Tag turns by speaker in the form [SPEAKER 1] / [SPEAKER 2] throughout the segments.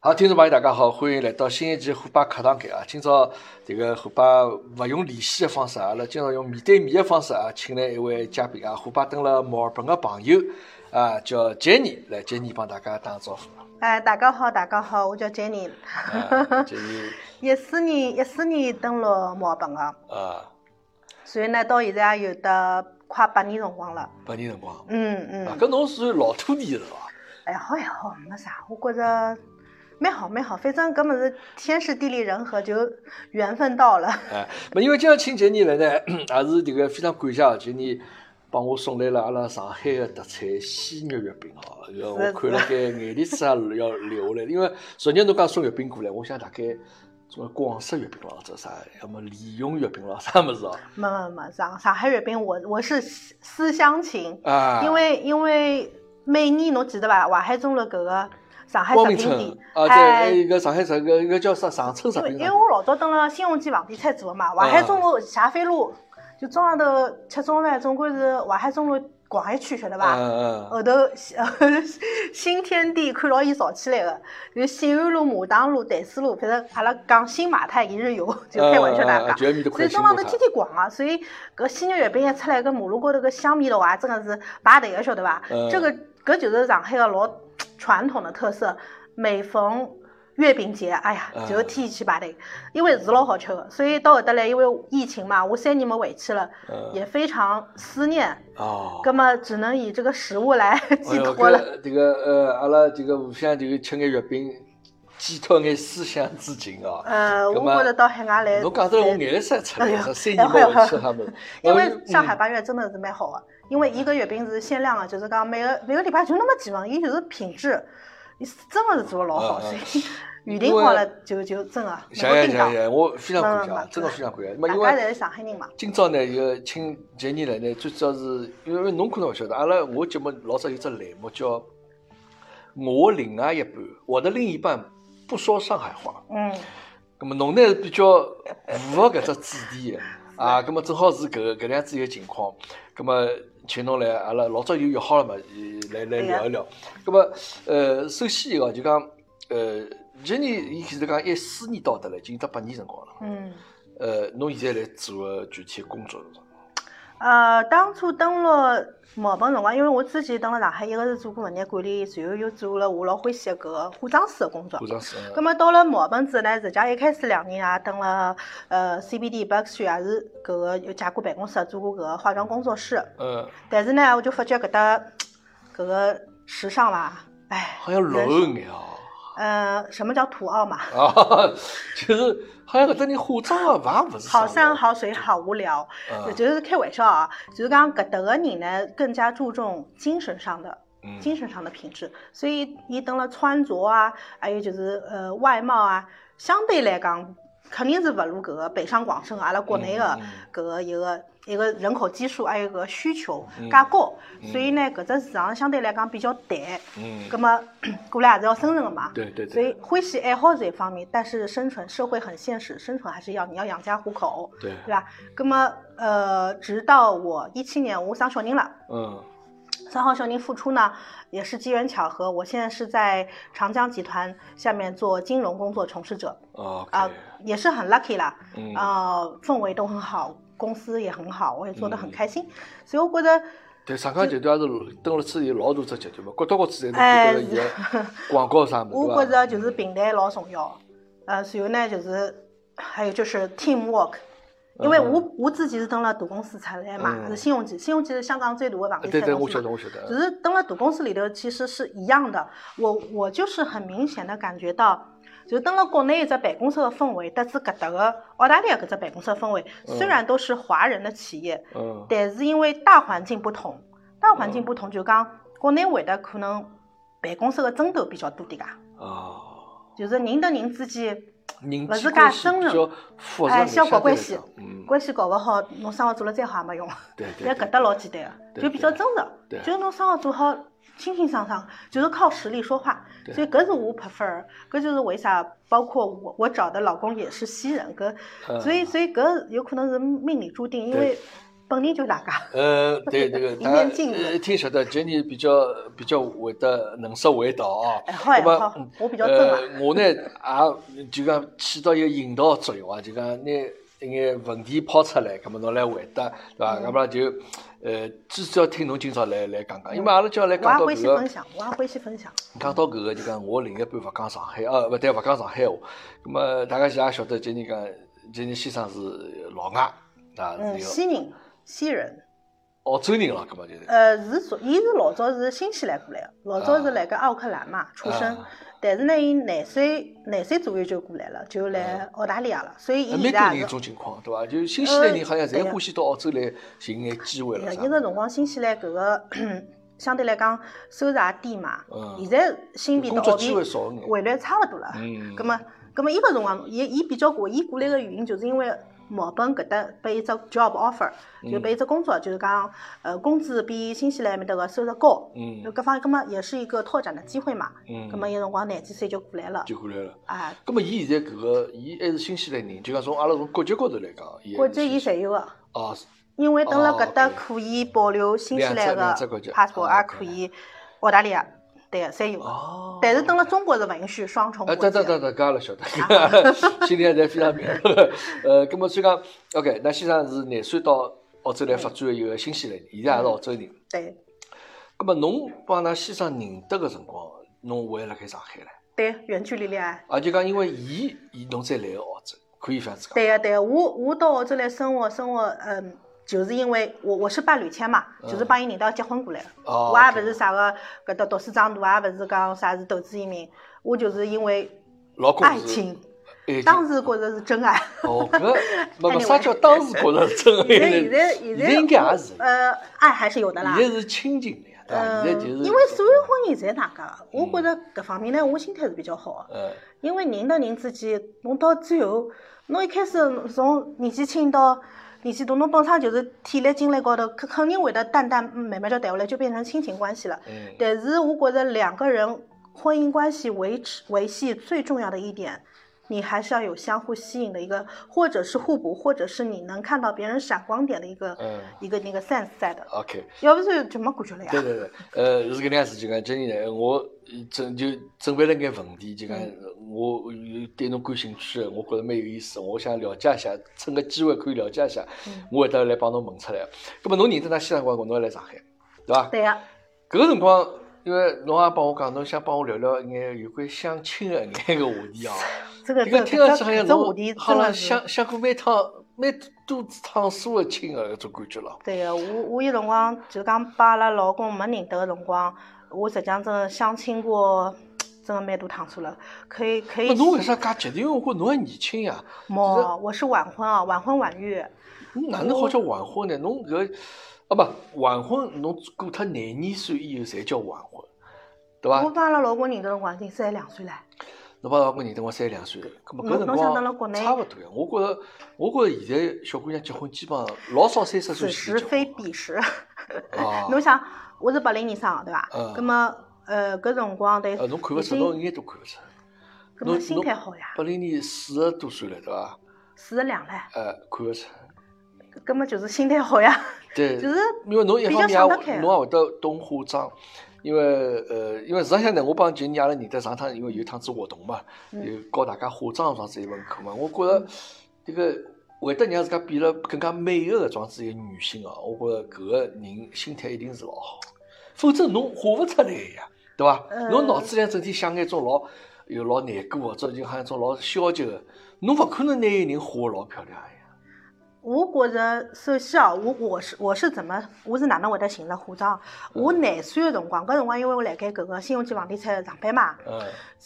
[SPEAKER 1] 好，听众朋友，大家好，欢迎来到新一期虎爸课堂间啊！今朝这个虎爸勿用联系的方式啊，阿拉今朝用面对面的方式啊，请来一位嘉宾啊，虎爸登了墨尔本的朋友啊，叫杰尼，来杰尼帮大家打个招呼。
[SPEAKER 2] 哎，大家好，大家好，我叫 Jenny，
[SPEAKER 1] 啊，杰尼
[SPEAKER 2] 一四年一四年登陆墨尔本个，
[SPEAKER 1] 啊，
[SPEAKER 2] 所以呢，到现在也有得快八年辰光了。
[SPEAKER 1] 八年辰光啊，
[SPEAKER 2] 嗯嗯，
[SPEAKER 1] 搿侬算老土地了伐？
[SPEAKER 2] 还好还好，没啥，我觉着蛮好蛮好，反正搿么子天时地利人和，就缘分到了。
[SPEAKER 1] 哎，没因为今朝请杰尼来呢， 也是这个非常感谢啊杰尼帮我送来了阿拉上海的特产鲜肉月饼哦，这个我
[SPEAKER 2] 是
[SPEAKER 1] 看了该眼泪水也要流下来，因为昨日侬讲送月饼过来，我想大概什么广式月饼咯，或者啥，要么莲蓉月饼咯， 啥么子哦，
[SPEAKER 2] 没没没，上上海月饼我我是思思乡情，
[SPEAKER 1] 啊，
[SPEAKER 2] 因为因为每年侬记得伐？淮海中路搿个上海
[SPEAKER 1] 光
[SPEAKER 2] 食
[SPEAKER 1] 明
[SPEAKER 2] 品
[SPEAKER 1] 村
[SPEAKER 2] 店，
[SPEAKER 1] 啊，对，还
[SPEAKER 2] 哎
[SPEAKER 1] 有，一个上海啥个一个叫啥长春啥
[SPEAKER 2] 因为
[SPEAKER 1] 饼
[SPEAKER 2] 因
[SPEAKER 1] 啥
[SPEAKER 2] 为
[SPEAKER 1] 饼
[SPEAKER 2] 我老早蹲辣新鸿基房地产做的嘛，淮海中路霞飞路，就中浪头吃中饭，总归是淮海中路广一区，晓得伐？
[SPEAKER 1] 嗯嗯，
[SPEAKER 2] 后头后头新天地看牢伊造起来个，就是信安路、马塘路、淡水路，反正阿拉讲新马泰一日游，就开玩笑大
[SPEAKER 1] 嗯嗯嗯
[SPEAKER 2] 家。
[SPEAKER 1] 就埃面搭
[SPEAKER 2] 所
[SPEAKER 1] 块
[SPEAKER 2] 以
[SPEAKER 1] 新
[SPEAKER 2] 中
[SPEAKER 1] 马
[SPEAKER 2] 浪
[SPEAKER 1] 塔
[SPEAKER 2] 头天天逛啊，所以搿鲜肉月饼一出来，搿马路高头搿香米肉啊，真个是排队个，晓得伐
[SPEAKER 1] 嗯？
[SPEAKER 2] 这个搿就是上海个老传统的特色，每逢。月饼节，哎呀
[SPEAKER 1] 嗯，
[SPEAKER 2] 就天天去排队，因为是老好吃的，所以到后头来，因为疫情嘛，我三年没回去了，
[SPEAKER 1] 嗯
[SPEAKER 2] 也非常思念，
[SPEAKER 1] 哦。
[SPEAKER 2] 葛么只能以这个食物来
[SPEAKER 1] 哎
[SPEAKER 2] 寄
[SPEAKER 1] 呦，
[SPEAKER 2] 托了。
[SPEAKER 1] 搿这个呃，阿拉这个互相这个吃眼月饼，寄托眼思乡之情哦。
[SPEAKER 2] 呃，
[SPEAKER 1] 葛
[SPEAKER 2] 我
[SPEAKER 1] 么
[SPEAKER 2] 觉着到海外来，
[SPEAKER 1] 侬讲得来我眼
[SPEAKER 2] 来
[SPEAKER 1] 泪水也出来
[SPEAKER 2] 哎
[SPEAKER 1] 了，
[SPEAKER 2] 呦
[SPEAKER 1] 三年没回去哈么？哎
[SPEAKER 2] 因
[SPEAKER 1] 呦
[SPEAKER 2] 为上海八月真的是蛮好的，因为一个月饼是限量的，就是讲每个每个礼拜就那么几份，伊就是品质，伊是真的是做的老好，
[SPEAKER 1] 嗯嗯
[SPEAKER 2] 所以预定好了就就真的
[SPEAKER 1] 想
[SPEAKER 2] 能
[SPEAKER 1] 想
[SPEAKER 2] 够订
[SPEAKER 1] 想
[SPEAKER 2] 到。
[SPEAKER 1] 想，我非常感谢
[SPEAKER 2] 嗯
[SPEAKER 1] 啊
[SPEAKER 2] 嗯，嗯
[SPEAKER 1] 真的非常感谢。那么
[SPEAKER 2] 大
[SPEAKER 1] 因
[SPEAKER 2] 家
[SPEAKER 1] 为
[SPEAKER 2] 侪是上海人嘛，
[SPEAKER 1] 今朝呢，一个请杰尼来呢，最主要是因为侬可能勿晓得，阿拉我节目老早有只栏目叫《我的另外一半》，我的另一半不说上海话。
[SPEAKER 2] 嗯，
[SPEAKER 1] 咁么侬呢是比较符合搿只主题的啊，咁么正好是搿个搿能样子一个情况，咁么请侬来阿拉老早就约好了嘛，呃来来
[SPEAKER 2] 对呀
[SPEAKER 1] 聊一聊。咁么呃，首先一个就讲呃，今年伊其实讲一四年到得了，已经得八年辰光了。
[SPEAKER 2] 嗯。
[SPEAKER 1] 呃，侬现在来做的具体工作是啥？
[SPEAKER 2] 呃，当初登陆墨尔本辰光，因为我之前登了上海，一个是做过物业管理，随后又做了我老欢喜的搿个化妆师的工作
[SPEAKER 1] 化。妆师。
[SPEAKER 2] 咁么到了墨尔本之后呢，实际上一开始两年也蹲了呃 CBD 北区，也是搿个有借过办公室，做过搿个化妆工作室。
[SPEAKER 1] 嗯，
[SPEAKER 2] 但是呢，我就发觉搿搭搿个时尚伐，哎，
[SPEAKER 1] 好像落后眼哦。
[SPEAKER 2] 呃，什么叫土澳嘛？
[SPEAKER 1] 啊， 就是好像搿搭人化妆啊，伐勿是啥
[SPEAKER 2] 好山
[SPEAKER 1] 了
[SPEAKER 2] 好水好无聊，
[SPEAKER 1] 嗯
[SPEAKER 2] 就是开玩笑啊，就是讲搿搭个人呢更加注重精神上的
[SPEAKER 1] 嗯
[SPEAKER 2] 精神上的品质，所以伊等了穿着啊，还有就是呃外貌啊，相对来讲肯定是勿如搿个北上广深阿拉国内个
[SPEAKER 1] 嗯
[SPEAKER 2] 搿个一个一个人口基数还有个需求
[SPEAKER 1] 嗯
[SPEAKER 2] 介高，
[SPEAKER 1] 嗯
[SPEAKER 2] 所以呢搿只市场相对来讲比较淡，
[SPEAKER 1] 嗯，
[SPEAKER 2] 葛么过来也是要生存个嘛。
[SPEAKER 1] 对对
[SPEAKER 2] 所以
[SPEAKER 1] 对
[SPEAKER 2] 欢喜爱好是一方面，但是生存社会很现实，生存还是要你要养家糊口，
[SPEAKER 1] 对，
[SPEAKER 2] 对吧？那么呃，直到我一七年我生小人了，
[SPEAKER 1] 嗯
[SPEAKER 2] 三号小人复出呢，也是机缘巧合。我现在是在长江集团下面做金融工作从事者
[SPEAKER 1] 哦
[SPEAKER 2] 啊、
[SPEAKER 1] ，OK，
[SPEAKER 2] 也是很 lucky 啦，
[SPEAKER 1] 嗯
[SPEAKER 2] 呃，氛围都很好，公司也很好，我也做得
[SPEAKER 1] 嗯
[SPEAKER 2] 很开心，所以我觉得。
[SPEAKER 1] 对，上港集团也是登了之前老大只集团嘛，各到各之侪能看
[SPEAKER 2] 哎
[SPEAKER 1] 到伊个广告啥物
[SPEAKER 2] 我觉
[SPEAKER 1] 事，对伐？
[SPEAKER 2] 着就是平台老重要，呃，然后呢就是还有就是 team work，因为我我自己是登了大公司出来嘛，
[SPEAKER 1] 嗯
[SPEAKER 2] 是新鸿基，新鸿基是香港最大的房地
[SPEAKER 1] 对
[SPEAKER 2] 产
[SPEAKER 1] 对，
[SPEAKER 2] 公
[SPEAKER 1] 我
[SPEAKER 2] 司
[SPEAKER 1] 晓得，
[SPEAKER 2] 嘛。
[SPEAKER 1] 我晓得。
[SPEAKER 2] 只是登了大公司里头，其实是一样的。我我就是很明显的感觉到，就是登了国内一只办公室的氛围，得知搿搭个澳大利亚搿只办公室的氛围，
[SPEAKER 1] 嗯
[SPEAKER 2] 虽然都是华人的企业，
[SPEAKER 1] 嗯
[SPEAKER 2] 但是因为大环境不同，大环境不同就讲国内会得可能办公室的争斗比较多点噶，
[SPEAKER 1] 啊，
[SPEAKER 2] 就是人跟人之间
[SPEAKER 1] 人
[SPEAKER 2] 勿
[SPEAKER 1] 际
[SPEAKER 2] 是
[SPEAKER 1] 关
[SPEAKER 2] 介
[SPEAKER 1] 系
[SPEAKER 2] 深
[SPEAKER 1] 比
[SPEAKER 2] 入
[SPEAKER 1] 较复杂
[SPEAKER 2] 哎
[SPEAKER 1] 眼，
[SPEAKER 2] 效
[SPEAKER 1] 相
[SPEAKER 2] 果
[SPEAKER 1] 对来
[SPEAKER 2] 关系
[SPEAKER 1] 讲嗯，
[SPEAKER 2] 关系搞勿好，侬生活做了再好也没用。
[SPEAKER 1] 对对
[SPEAKER 2] 但搿
[SPEAKER 1] 对，
[SPEAKER 2] 搭老简单个，
[SPEAKER 1] 对
[SPEAKER 2] 就比较真
[SPEAKER 1] 对
[SPEAKER 2] 实，就是侬生活做好，清清爽爽，就是靠实力说话。
[SPEAKER 1] 对
[SPEAKER 2] 所以搿是我 prefer，搿就是为啥，包括我我找的老公也是西人，搿
[SPEAKER 1] 嗯
[SPEAKER 2] 所以所以搿有可能是命里注定，因
[SPEAKER 1] 对
[SPEAKER 2] 为本人就大家。
[SPEAKER 1] 呃，对这个，
[SPEAKER 2] 一
[SPEAKER 1] 大
[SPEAKER 2] 面
[SPEAKER 1] 家
[SPEAKER 2] 镜子
[SPEAKER 1] 呃听晓得杰尼比较比较会得能说会道啊。
[SPEAKER 2] 还哎好还
[SPEAKER 1] 那么
[SPEAKER 2] 好
[SPEAKER 1] 嗯，
[SPEAKER 2] 我比较正啊。
[SPEAKER 1] 呃，我呢也就讲起到一个引导作用啊，就讲拿一眼问题抛出来，咁么侬来回答，对伐？
[SPEAKER 2] 嗯
[SPEAKER 1] 咁么就呃，至少听侬今朝来来讲讲，因为阿拉今朝来
[SPEAKER 2] 嗯我
[SPEAKER 1] 讲
[SPEAKER 2] 也
[SPEAKER 1] 到
[SPEAKER 2] 欢
[SPEAKER 1] 搿
[SPEAKER 2] 喜
[SPEAKER 1] 个
[SPEAKER 2] 分。享，我也欢喜分享。
[SPEAKER 1] 讲到搿个，就讲我另一半勿讲上海，呃，勿对，勿讲上海话。咁么大家也晓得，杰尼讲，杰尼先生是老外，啊，
[SPEAKER 2] 嗯，
[SPEAKER 1] 是一个
[SPEAKER 2] 西人，西人，
[SPEAKER 1] 澳洲人了，咁么就是。
[SPEAKER 2] 呃，是属，伊是老早是新西兰过来的，老早是辣盖奥克兰嘛出生
[SPEAKER 1] 啊，
[SPEAKER 2] 但是呢，伊廿岁廿岁左右就过来了，就
[SPEAKER 1] 嗯
[SPEAKER 2] 来澳大利亚了，所以伊
[SPEAKER 1] 蛮多
[SPEAKER 2] 现在
[SPEAKER 1] 呃人
[SPEAKER 2] 也
[SPEAKER 1] 有
[SPEAKER 2] 是。啊
[SPEAKER 1] 种情况，对伐？就新西兰人好像
[SPEAKER 2] 呃对
[SPEAKER 1] 侪
[SPEAKER 2] 呀
[SPEAKER 1] 欢喜到澳洲来寻眼机会了，
[SPEAKER 2] 呃
[SPEAKER 1] 啥
[SPEAKER 2] 一个辰光新西兰搿个相对来讲收入也低嘛
[SPEAKER 1] 嗯，
[SPEAKER 2] 现在新币
[SPEAKER 1] 工
[SPEAKER 2] 到
[SPEAKER 1] 作
[SPEAKER 2] 澳
[SPEAKER 1] 机
[SPEAKER 2] 币
[SPEAKER 1] 会少眼。
[SPEAKER 2] 汇率差勿多了。
[SPEAKER 1] 嗯
[SPEAKER 2] 咁么，咁么伊搿辰光，伊伊比较过，伊过来个原因就是因为墨尔本搿搭拨伊只 job offer，就
[SPEAKER 1] 嗯
[SPEAKER 2] 拨伊只工作，就是讲呃工资比新西兰埃面搭个收入高，
[SPEAKER 1] 嗯
[SPEAKER 2] 就各方咁么也是一个拓展的机会嘛。
[SPEAKER 1] 嗯
[SPEAKER 2] 咁么有辰光廿几岁就过来了，
[SPEAKER 1] 就过来了。
[SPEAKER 2] 啊，
[SPEAKER 1] 咁么，伊现在搿个，伊还是新西兰人，就讲从阿拉从国籍高头来讲，伊还是
[SPEAKER 2] 国籍伊
[SPEAKER 1] 新西
[SPEAKER 2] 侪有个。
[SPEAKER 1] 啊，
[SPEAKER 2] 因为等辣搿
[SPEAKER 1] 哦
[SPEAKER 2] 搭
[SPEAKER 1] ，OK
[SPEAKER 2] 可以保留新西兰
[SPEAKER 1] 两
[SPEAKER 2] 个
[SPEAKER 1] 只两只国籍
[SPEAKER 2] passport，
[SPEAKER 1] 啊
[SPEAKER 2] 也
[SPEAKER 1] ，OK
[SPEAKER 2] 可以澳大利亚，对个，侪有个。
[SPEAKER 1] 哦。
[SPEAKER 2] 但是等辣中国是勿允许双重
[SPEAKER 1] 啊，
[SPEAKER 2] 国
[SPEAKER 1] 等
[SPEAKER 2] 籍
[SPEAKER 1] 等
[SPEAKER 2] 的。
[SPEAKER 1] 等等，搿阿拉晓 得，心里还侪非常明白。呃，咁么所以讲，OK，那先生是廿岁到澳洲来发展的一个新西兰人，现
[SPEAKER 2] 嗯
[SPEAKER 1] 在也是澳洲人。
[SPEAKER 2] 对
[SPEAKER 1] 咁么侬帮㑚先生认得个辰光，侬还辣盖上海唻？
[SPEAKER 2] 对，远距离恋爱。
[SPEAKER 1] 啊，就讲因为伊，伊侬再来个澳洲，可以这样子讲。
[SPEAKER 2] 对个、对个、我我到澳洲来生活生活，嗯，就是因为我我是伴侣签嘛，就是帮伊领到结婚过来的。
[SPEAKER 1] 嗯哦
[SPEAKER 2] 我也
[SPEAKER 1] ，OK
[SPEAKER 2] 勿是啥个搿搭读书长大，也勿是讲啥是投资移民，我就是因为
[SPEAKER 1] 老公
[SPEAKER 2] 爱
[SPEAKER 1] 是
[SPEAKER 2] 情，
[SPEAKER 1] 爱情
[SPEAKER 2] 当时觉着是真爱。
[SPEAKER 1] 哦，搿没 没
[SPEAKER 2] Anyway
[SPEAKER 1] 啥叫当时觉着真 爱呢
[SPEAKER 2] 现在现在
[SPEAKER 1] 现
[SPEAKER 2] 现
[SPEAKER 1] 在应该也是，现
[SPEAKER 2] 呃，爱还是有的啦。
[SPEAKER 1] 在是亲近的呀，对伐？
[SPEAKER 2] 嗯
[SPEAKER 1] 现在就是，
[SPEAKER 2] 因为所有婚姻侪大家，
[SPEAKER 1] 嗯
[SPEAKER 2] 我觉着搿方面呢，我心态是比较好的。
[SPEAKER 1] 呃
[SPEAKER 2] 因为人和人之间，侬到最后，侬一开始从年纪轻到年纪大，侬本身就是体力精力高头，肯肯定会得淡淡慢慢交淡下来，就变成亲情关系了。
[SPEAKER 1] 嗯
[SPEAKER 2] 但是我觉着两个人婚姻关系维持维系最重要的一点，你还是要有相互吸引的一个，或者是互补，或者是你能看到别人闪光点的一个、
[SPEAKER 1] 嗯
[SPEAKER 2] 一个那个 sense 在的，
[SPEAKER 1] ，OK。
[SPEAKER 2] 要不然就没感觉了呀。
[SPEAKER 1] 对对对，呃，是搿能样子，就讲今年呢，我准就准备了眼问题，就讲
[SPEAKER 2] 嗯
[SPEAKER 1] 我有对侬感兴趣的，我觉着蛮有意思，我想了解一下，趁个机会可以了解一下，
[SPEAKER 2] 嗯
[SPEAKER 1] 我会得来帮侬问出来。葛末侬认得㑚西兰光，侬要来上海，对伐？
[SPEAKER 2] 对呀、
[SPEAKER 1] 搿个辰光，因为侬也帮我讲，侬想帮我聊聊一眼有关相亲的一眼 个话题哦。
[SPEAKER 2] 这个
[SPEAKER 1] 这
[SPEAKER 2] 这
[SPEAKER 1] 个听上去
[SPEAKER 2] 个
[SPEAKER 1] 好
[SPEAKER 2] 这
[SPEAKER 1] 像
[SPEAKER 2] 个话题
[SPEAKER 1] 侬好
[SPEAKER 2] 真
[SPEAKER 1] 像
[SPEAKER 2] 的是。
[SPEAKER 1] 想想过蛮趟蛮多趟数的亲的搿种感觉了。
[SPEAKER 2] 对个，我我有辰光就讲帮阿拉老公没认得个辰光，我实际上真的相亲过，真的蛮多趟数了。可以可以
[SPEAKER 1] 那，侬为啥介急？因为我觉着侬还年轻呀，
[SPEAKER 2] 冇，我是晚婚啊，晚婚晚育。
[SPEAKER 1] 侬哪能好叫晚婚呢？侬搿啊不晚婚，侬过脱廿二岁以后才叫晚婚，对伐
[SPEAKER 2] 我？帮阿拉老公认得辰光已经三十两岁了，
[SPEAKER 1] 侬帮老公认得我三十两岁了，搿么搿辰
[SPEAKER 2] 侬侬想到了国
[SPEAKER 1] 光
[SPEAKER 2] 内
[SPEAKER 1] 差勿多呀。我觉着，我觉着现在小姑娘结婚基本上老少三十岁
[SPEAKER 2] 此
[SPEAKER 1] 前
[SPEAKER 2] 时
[SPEAKER 1] 就
[SPEAKER 2] 非
[SPEAKER 1] 结婚
[SPEAKER 2] 彼时。
[SPEAKER 1] 了啊。
[SPEAKER 2] 侬想，我是八零年生的，对伐？
[SPEAKER 1] 嗯
[SPEAKER 2] 咁么，呃，搿辰光对，
[SPEAKER 1] 呃，侬看勿出，
[SPEAKER 2] 已
[SPEAKER 1] 侬
[SPEAKER 2] 经
[SPEAKER 1] 一眼都看勿出。
[SPEAKER 2] 搿
[SPEAKER 1] 侬
[SPEAKER 2] 么心
[SPEAKER 1] 侬
[SPEAKER 2] 态好呀，
[SPEAKER 1] 八零年四十多岁了，对伐？
[SPEAKER 2] 四十两了，
[SPEAKER 1] 呃，看勿出。
[SPEAKER 2] 搿么就是心态好呀，
[SPEAKER 1] 对，
[SPEAKER 2] 就是
[SPEAKER 1] 因为侬一
[SPEAKER 2] 比
[SPEAKER 1] 方
[SPEAKER 2] 较想得
[SPEAKER 1] 面
[SPEAKER 2] 开
[SPEAKER 1] 也
[SPEAKER 2] 啊
[SPEAKER 1] 侬也会得懂化妆，因为呃，因为实际上呢，我帮杰尼阿拉认得上趟，因为有一趟子活动嘛，
[SPEAKER 2] 嗯
[SPEAKER 1] 有教大家化妆装子一门课嘛，我觉着这个会得让自家变得更加美个搿装子一个女性哦，我觉着搿个人心态一定是老好，否则侬化勿出来呀，对伐？
[SPEAKER 2] 呃
[SPEAKER 1] 侬脑子里整天想眼种老有老难过或者就好像种老消极个，侬勿可能拿一个人化得老漂亮呀。
[SPEAKER 2] 我觉着，首先哦，我我是我是怎么，我是哪能会得寻了化妆？
[SPEAKER 1] 嗯
[SPEAKER 2] 我廿岁个辰光，搿辰光因为我辣盖搿个新鸿基房地产上班嘛，
[SPEAKER 1] 嗯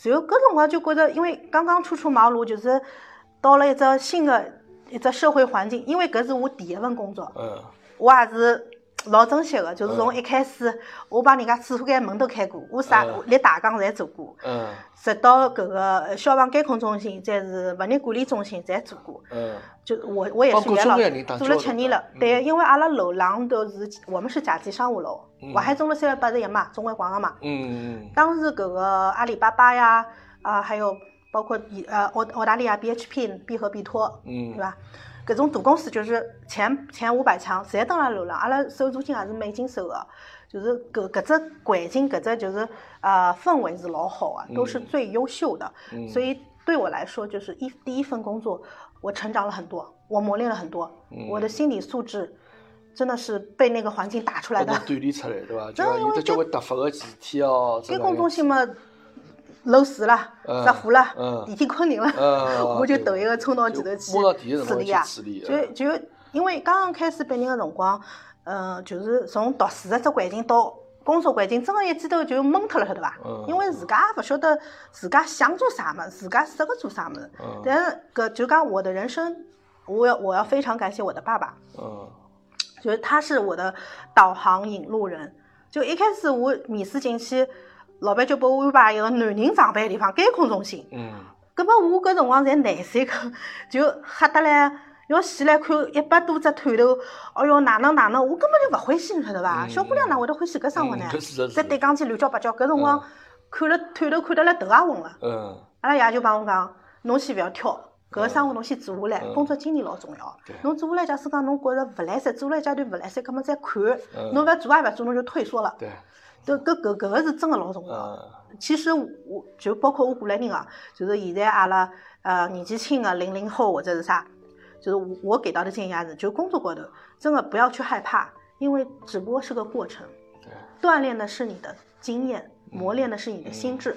[SPEAKER 2] 然后搿辰光就觉着，因为刚刚初出茅庐，就是到了一只新的一只社会环境，因为搿是我第一份工作，
[SPEAKER 1] 嗯
[SPEAKER 2] 我也是老珍惜个，就是从
[SPEAKER 1] 嗯
[SPEAKER 2] 一开始我帮人家厕所间门都开过，我啥
[SPEAKER 1] 嗯
[SPEAKER 2] 立大纲侪做过，
[SPEAKER 1] 嗯
[SPEAKER 2] 直到搿个呃消防监控中心，再是物业管理中心侪做过。
[SPEAKER 1] 嗯
[SPEAKER 2] 就我我也
[SPEAKER 1] 帮
[SPEAKER 2] 是
[SPEAKER 1] 各
[SPEAKER 2] 元
[SPEAKER 1] 种
[SPEAKER 2] 老
[SPEAKER 1] 各样人打，
[SPEAKER 2] 做
[SPEAKER 1] 交
[SPEAKER 2] 了
[SPEAKER 1] 道
[SPEAKER 2] 七
[SPEAKER 1] 的
[SPEAKER 2] 年了。对，因为阿拉楼廊都是我们是甲级商务楼
[SPEAKER 1] 嗯，
[SPEAKER 2] 淮海中路三百八十一嘛，中环广场嘛。
[SPEAKER 1] 嗯嗯。
[SPEAKER 2] 当时搿个阿里巴巴呀，啊、还有包括以呃澳澳大利亚 BHP 必和必拓，
[SPEAKER 1] 嗯
[SPEAKER 2] 对吧？搿种大公司就是前前五百强，侪当了流浪，阿拉收租金也是美金收的，就是搿搿只环境，搿只就是呃氛围是老好啊，都是最优秀的，
[SPEAKER 1] 嗯
[SPEAKER 2] 所以对我来说，就是一第一份工作，我成长了很多，我磨练了很多，
[SPEAKER 1] 嗯
[SPEAKER 2] 我的心理素质真的是被那个环境打出来
[SPEAKER 1] 把
[SPEAKER 2] 的
[SPEAKER 1] 侬。锻炼出来，对伐？就
[SPEAKER 2] 真
[SPEAKER 1] 讲
[SPEAKER 2] 的
[SPEAKER 1] 有
[SPEAKER 2] 因
[SPEAKER 1] 得交
[SPEAKER 2] 为这
[SPEAKER 1] 关突发个事体哦，这
[SPEAKER 2] 搿
[SPEAKER 1] 个
[SPEAKER 2] 公众
[SPEAKER 1] 样子
[SPEAKER 2] 性嘛，漏水啦
[SPEAKER 1] 嗯，
[SPEAKER 2] 着火啦
[SPEAKER 1] 嗯，
[SPEAKER 2] 电梯困人
[SPEAKER 1] 嗯
[SPEAKER 2] 了，我就
[SPEAKER 1] 对
[SPEAKER 2] 头一个冲到前头
[SPEAKER 1] 就
[SPEAKER 2] 去
[SPEAKER 1] 摸到第一辰
[SPEAKER 2] 处
[SPEAKER 1] 光
[SPEAKER 2] 理
[SPEAKER 1] 去
[SPEAKER 2] 啊
[SPEAKER 1] 处理，
[SPEAKER 2] 就
[SPEAKER 1] 嗯
[SPEAKER 2] 就因为刚刚开始毕业个辰光，呃，就是从读书的只环境到工作环境，真个一记头就懵脱了，晓得伐
[SPEAKER 1] 嗯？
[SPEAKER 2] 因为自家也勿晓得自家想做啥物事，自家适合做啥物事。
[SPEAKER 1] 嗯
[SPEAKER 2] 但是搿就讲我的人生，我要我要非常感谢我的爸爸，
[SPEAKER 1] 嗯
[SPEAKER 2] 就是他是我的导航引路人。就一开始我面试进去，老板就拨我安排一个男人上班的地方，监控中心。
[SPEAKER 1] 嗯
[SPEAKER 2] 搿么我搿辰光侪廿三个，就吓得嘞，要死来看一百多只探头，哎哟哪能哪能，我根本就勿欢喜，晓得伐？
[SPEAKER 1] 嗯
[SPEAKER 2] 小姑娘哪会得欢喜搿生活呢
[SPEAKER 1] 嗯搿是搿是？
[SPEAKER 2] 再对讲起乱叫八叫，搿辰光看了探头看得来头也昏了。
[SPEAKER 1] 嗯，
[SPEAKER 2] 阿拉爷就帮我讲，侬先勿要挑，搿个生活侬先做下来
[SPEAKER 1] 嗯，
[SPEAKER 2] 工作经历老重要
[SPEAKER 1] 对。
[SPEAKER 2] 侬做下来，假使讲侬觉着勿来三，做了一阶段勿来三，搿么再看
[SPEAKER 1] 嗯，
[SPEAKER 2] 侬勿做也勿做，侬就退缩了。
[SPEAKER 1] 对，
[SPEAKER 2] 搿搿搿搿个是真个老重要。
[SPEAKER 1] 嗯
[SPEAKER 2] 其实我就包括我过来人啊，就是现在阿拉呃年纪轻的零零后或者是啥，就是我我给到的建议还是，就工作高头真的不要去害怕，因为只不过是个过程，
[SPEAKER 1] 对，
[SPEAKER 2] 锻炼的是你的经验，磨练的是你的
[SPEAKER 1] 嗯
[SPEAKER 2] 心智，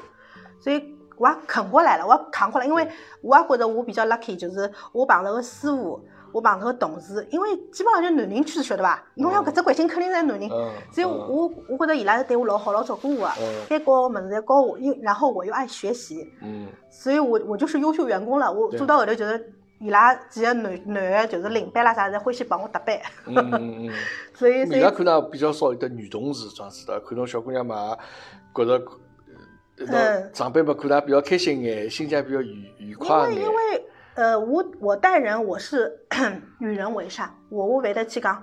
[SPEAKER 2] 所以。我也啃过来了，我也扛过来，因为我也觉着我比较 lucky，就是我碰着个师傅，我碰着个同事，因为基本上就男人区，晓得伐？侬像搿只环境肯定侪男人，
[SPEAKER 1] 嗯，
[SPEAKER 2] 所以
[SPEAKER 1] 嗯
[SPEAKER 2] 我我觉得伊拉是对我老好，老照顾我啊
[SPEAKER 1] 嗯，
[SPEAKER 2] 该教我么子侪教我，因然后我又爱学习，
[SPEAKER 1] 嗯
[SPEAKER 2] 所以我我就是优秀员工了。我
[SPEAKER 1] 对
[SPEAKER 2] 做到后头就是伊拉几个男男的，就是领班啦啥，侪欢喜帮我搭班，
[SPEAKER 1] 嗯嗯嗯。
[SPEAKER 2] 所以所
[SPEAKER 1] 伊拉
[SPEAKER 2] 以
[SPEAKER 1] 可能也比较少有得女同事这样子的，可能小姑娘嘛，觉着呃
[SPEAKER 2] 嗯
[SPEAKER 1] 到上班嘛，可能也比较开心眼，心情也比较愉愉
[SPEAKER 2] 因
[SPEAKER 1] 快
[SPEAKER 2] 为
[SPEAKER 1] 眼
[SPEAKER 2] 因。为呃，我我待人我是 与人为善，我我会得去讲。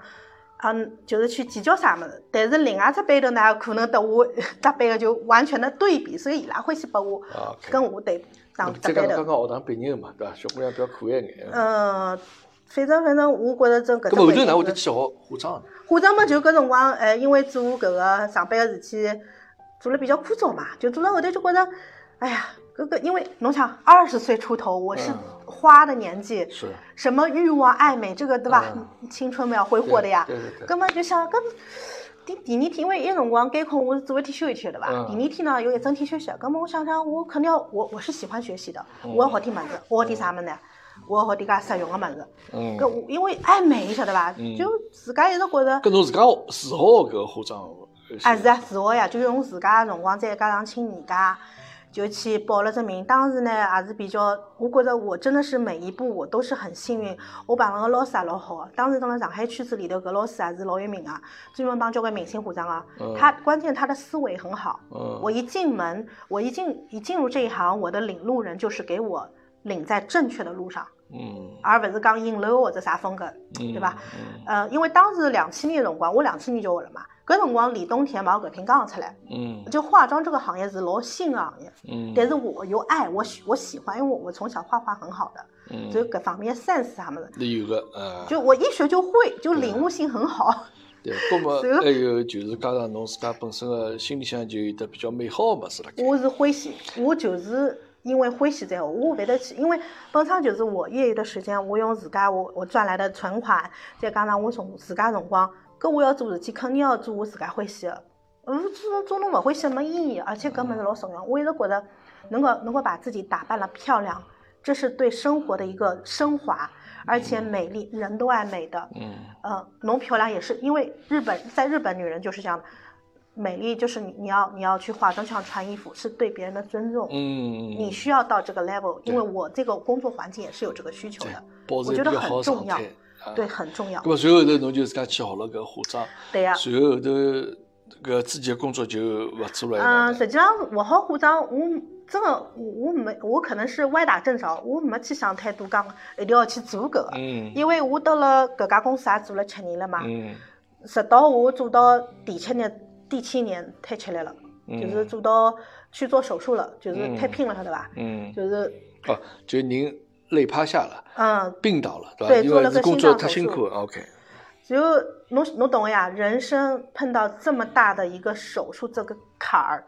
[SPEAKER 2] 嗯，就是去计较啥么子，但是另啊外只班头呢，可能得我搭班的就完全的对比，所以伊拉欢喜拨我
[SPEAKER 1] 啊，OK
[SPEAKER 2] 跟我对上搭
[SPEAKER 1] 再讲
[SPEAKER 2] 班
[SPEAKER 1] 侬
[SPEAKER 2] 头
[SPEAKER 1] 刚。刚学堂毕业嘛，对伐？小姑娘比较可爱眼。
[SPEAKER 2] 嗯，反正反正，我觉着真搿
[SPEAKER 1] 咁
[SPEAKER 2] 只
[SPEAKER 1] 后头哪会
[SPEAKER 2] 环
[SPEAKER 1] 得
[SPEAKER 2] 境
[SPEAKER 1] 去
[SPEAKER 2] 是。
[SPEAKER 1] 学化妆呢？
[SPEAKER 2] 化妆嘛，就搿辰光，哎，因为做搿个上班个事体，做了比较枯燥嘛，就做了后头就觉着，哎呀，搿个因为侬想，二十岁出头，我是
[SPEAKER 1] 嗯
[SPEAKER 2] 花的年纪，
[SPEAKER 1] 是，
[SPEAKER 2] 什么欲望、爱美，这个对吧？青春嘛要挥霍的呀
[SPEAKER 1] 嗯对，对对。
[SPEAKER 2] 根本就想搿。第第二天，因为一辰光监控我是做一天休一天的伐？
[SPEAKER 1] 嗯
[SPEAKER 2] 第二天呢有一整天休息，葛末我想想，我肯定要我我是喜欢学习的，
[SPEAKER 1] 嗯
[SPEAKER 2] 我要学点物事，我学点啥物事呢？我要学点介实用个物事。
[SPEAKER 1] 嗯
[SPEAKER 2] 搿。我因为爱美，晓得伐
[SPEAKER 1] 嗯？
[SPEAKER 2] 就自家一直觉着，
[SPEAKER 1] 搿侬自家学自学搿个化妆的伐？
[SPEAKER 2] 啊是啊，自学呀，就用自家的辰光，再加上请人家，就去报了只名。当时呢，也是比较，我觉着我真的是每一步我都是很幸运，我碰到个老师也老好。当时蹲辣上海圈子里头，搿老师也是老有名啊，专门帮交关明星化妆啊
[SPEAKER 1] 嗯。
[SPEAKER 2] 他关键他的思维很好，
[SPEAKER 1] 嗯。
[SPEAKER 2] 我一进门，我一进一进入这一行，我的领路人就是给我领在正确的路上，
[SPEAKER 1] 嗯。
[SPEAKER 2] 而勿是讲引流或者啥风格。
[SPEAKER 1] 嗯。
[SPEAKER 2] 对吧
[SPEAKER 1] 嗯？
[SPEAKER 2] 呃，因为当时两千年的辰光，我两千年就学了嘛。搿辰光李东田、毛戈平刚出来，
[SPEAKER 1] 嗯
[SPEAKER 2] 就化妆这个行业是老新的行业，
[SPEAKER 1] 嗯。
[SPEAKER 2] 但是我有爱，我喜我喜欢，因为我我从小画画很好的，
[SPEAKER 1] 嗯。
[SPEAKER 2] 所以搿方面 sense 啥么子，
[SPEAKER 1] 那有个啊，
[SPEAKER 2] 就我一学就会，就领悟性很好。
[SPEAKER 1] 对，那么
[SPEAKER 2] 所以
[SPEAKER 1] 还有就是加上侬自家本身的心里向就有得比较美好的物事了。
[SPEAKER 2] 我是欢喜，我就是因为欢喜才学，我会得去，因为本身就是我业余的时间，我用自家我我赚来的存款，再加上我从自家辰光，搿我要做事体，肯定要做我自家欢喜的。嗯，做做侬勿欢喜没意义，而且搿物事老重要。我一直觉得，能够能够把自己打扮了漂亮，这是对生活的一个升华，而且美丽，人都爱美的。
[SPEAKER 1] 嗯
[SPEAKER 2] 呃，侬漂亮也是因为日本，在日本女人就是这样的，美丽就是你你要你要去化妆，就像穿衣服是对别人的尊重。
[SPEAKER 1] 嗯，
[SPEAKER 2] 你需要到这个 level，
[SPEAKER 1] 对
[SPEAKER 2] 因为我这个工作环境也是有这个需求
[SPEAKER 1] 对
[SPEAKER 2] 的，
[SPEAKER 1] 保持
[SPEAKER 2] 我
[SPEAKER 1] 一
[SPEAKER 2] 觉
[SPEAKER 1] 个
[SPEAKER 2] 得
[SPEAKER 1] 比较
[SPEAKER 2] 很
[SPEAKER 1] 好的
[SPEAKER 2] 重
[SPEAKER 1] 状
[SPEAKER 2] 要
[SPEAKER 1] 态。，啊
[SPEAKER 2] 对，。很重要
[SPEAKER 1] 那。么随后头侬就自家去学了搿化妆，
[SPEAKER 2] 对呀、
[SPEAKER 1] 随后后头�个自己的工作就勿做了。
[SPEAKER 2] 嗯，
[SPEAKER 1] 是吧
[SPEAKER 2] 实际上我好化妆，我真的我我没我可能是歪打正着，我没去想太多，讲一定要去做搿个，
[SPEAKER 1] 嗯
[SPEAKER 2] 因为我到了搿家公司也做了七年了嘛，
[SPEAKER 1] 嗯
[SPEAKER 2] 直到我做到第七年，第七年太吃力了，
[SPEAKER 1] 嗯
[SPEAKER 2] 就是做到去做手术了，就是太拼了，晓得吧？
[SPEAKER 1] 嗯，
[SPEAKER 2] 就是
[SPEAKER 1] 哦，就人累趴下了，
[SPEAKER 2] 嗯，
[SPEAKER 1] 病倒了，对吧？
[SPEAKER 2] 对
[SPEAKER 1] 因
[SPEAKER 2] 做了
[SPEAKER 1] 为
[SPEAKER 2] 个
[SPEAKER 1] 工
[SPEAKER 2] 心
[SPEAKER 1] 作
[SPEAKER 2] 脏
[SPEAKER 1] 太
[SPEAKER 2] 手
[SPEAKER 1] 辛
[SPEAKER 2] 术
[SPEAKER 1] 苦了。OK，
[SPEAKER 2] 就侬侬懂呀，人生碰到这么大的一个手术这个坎儿，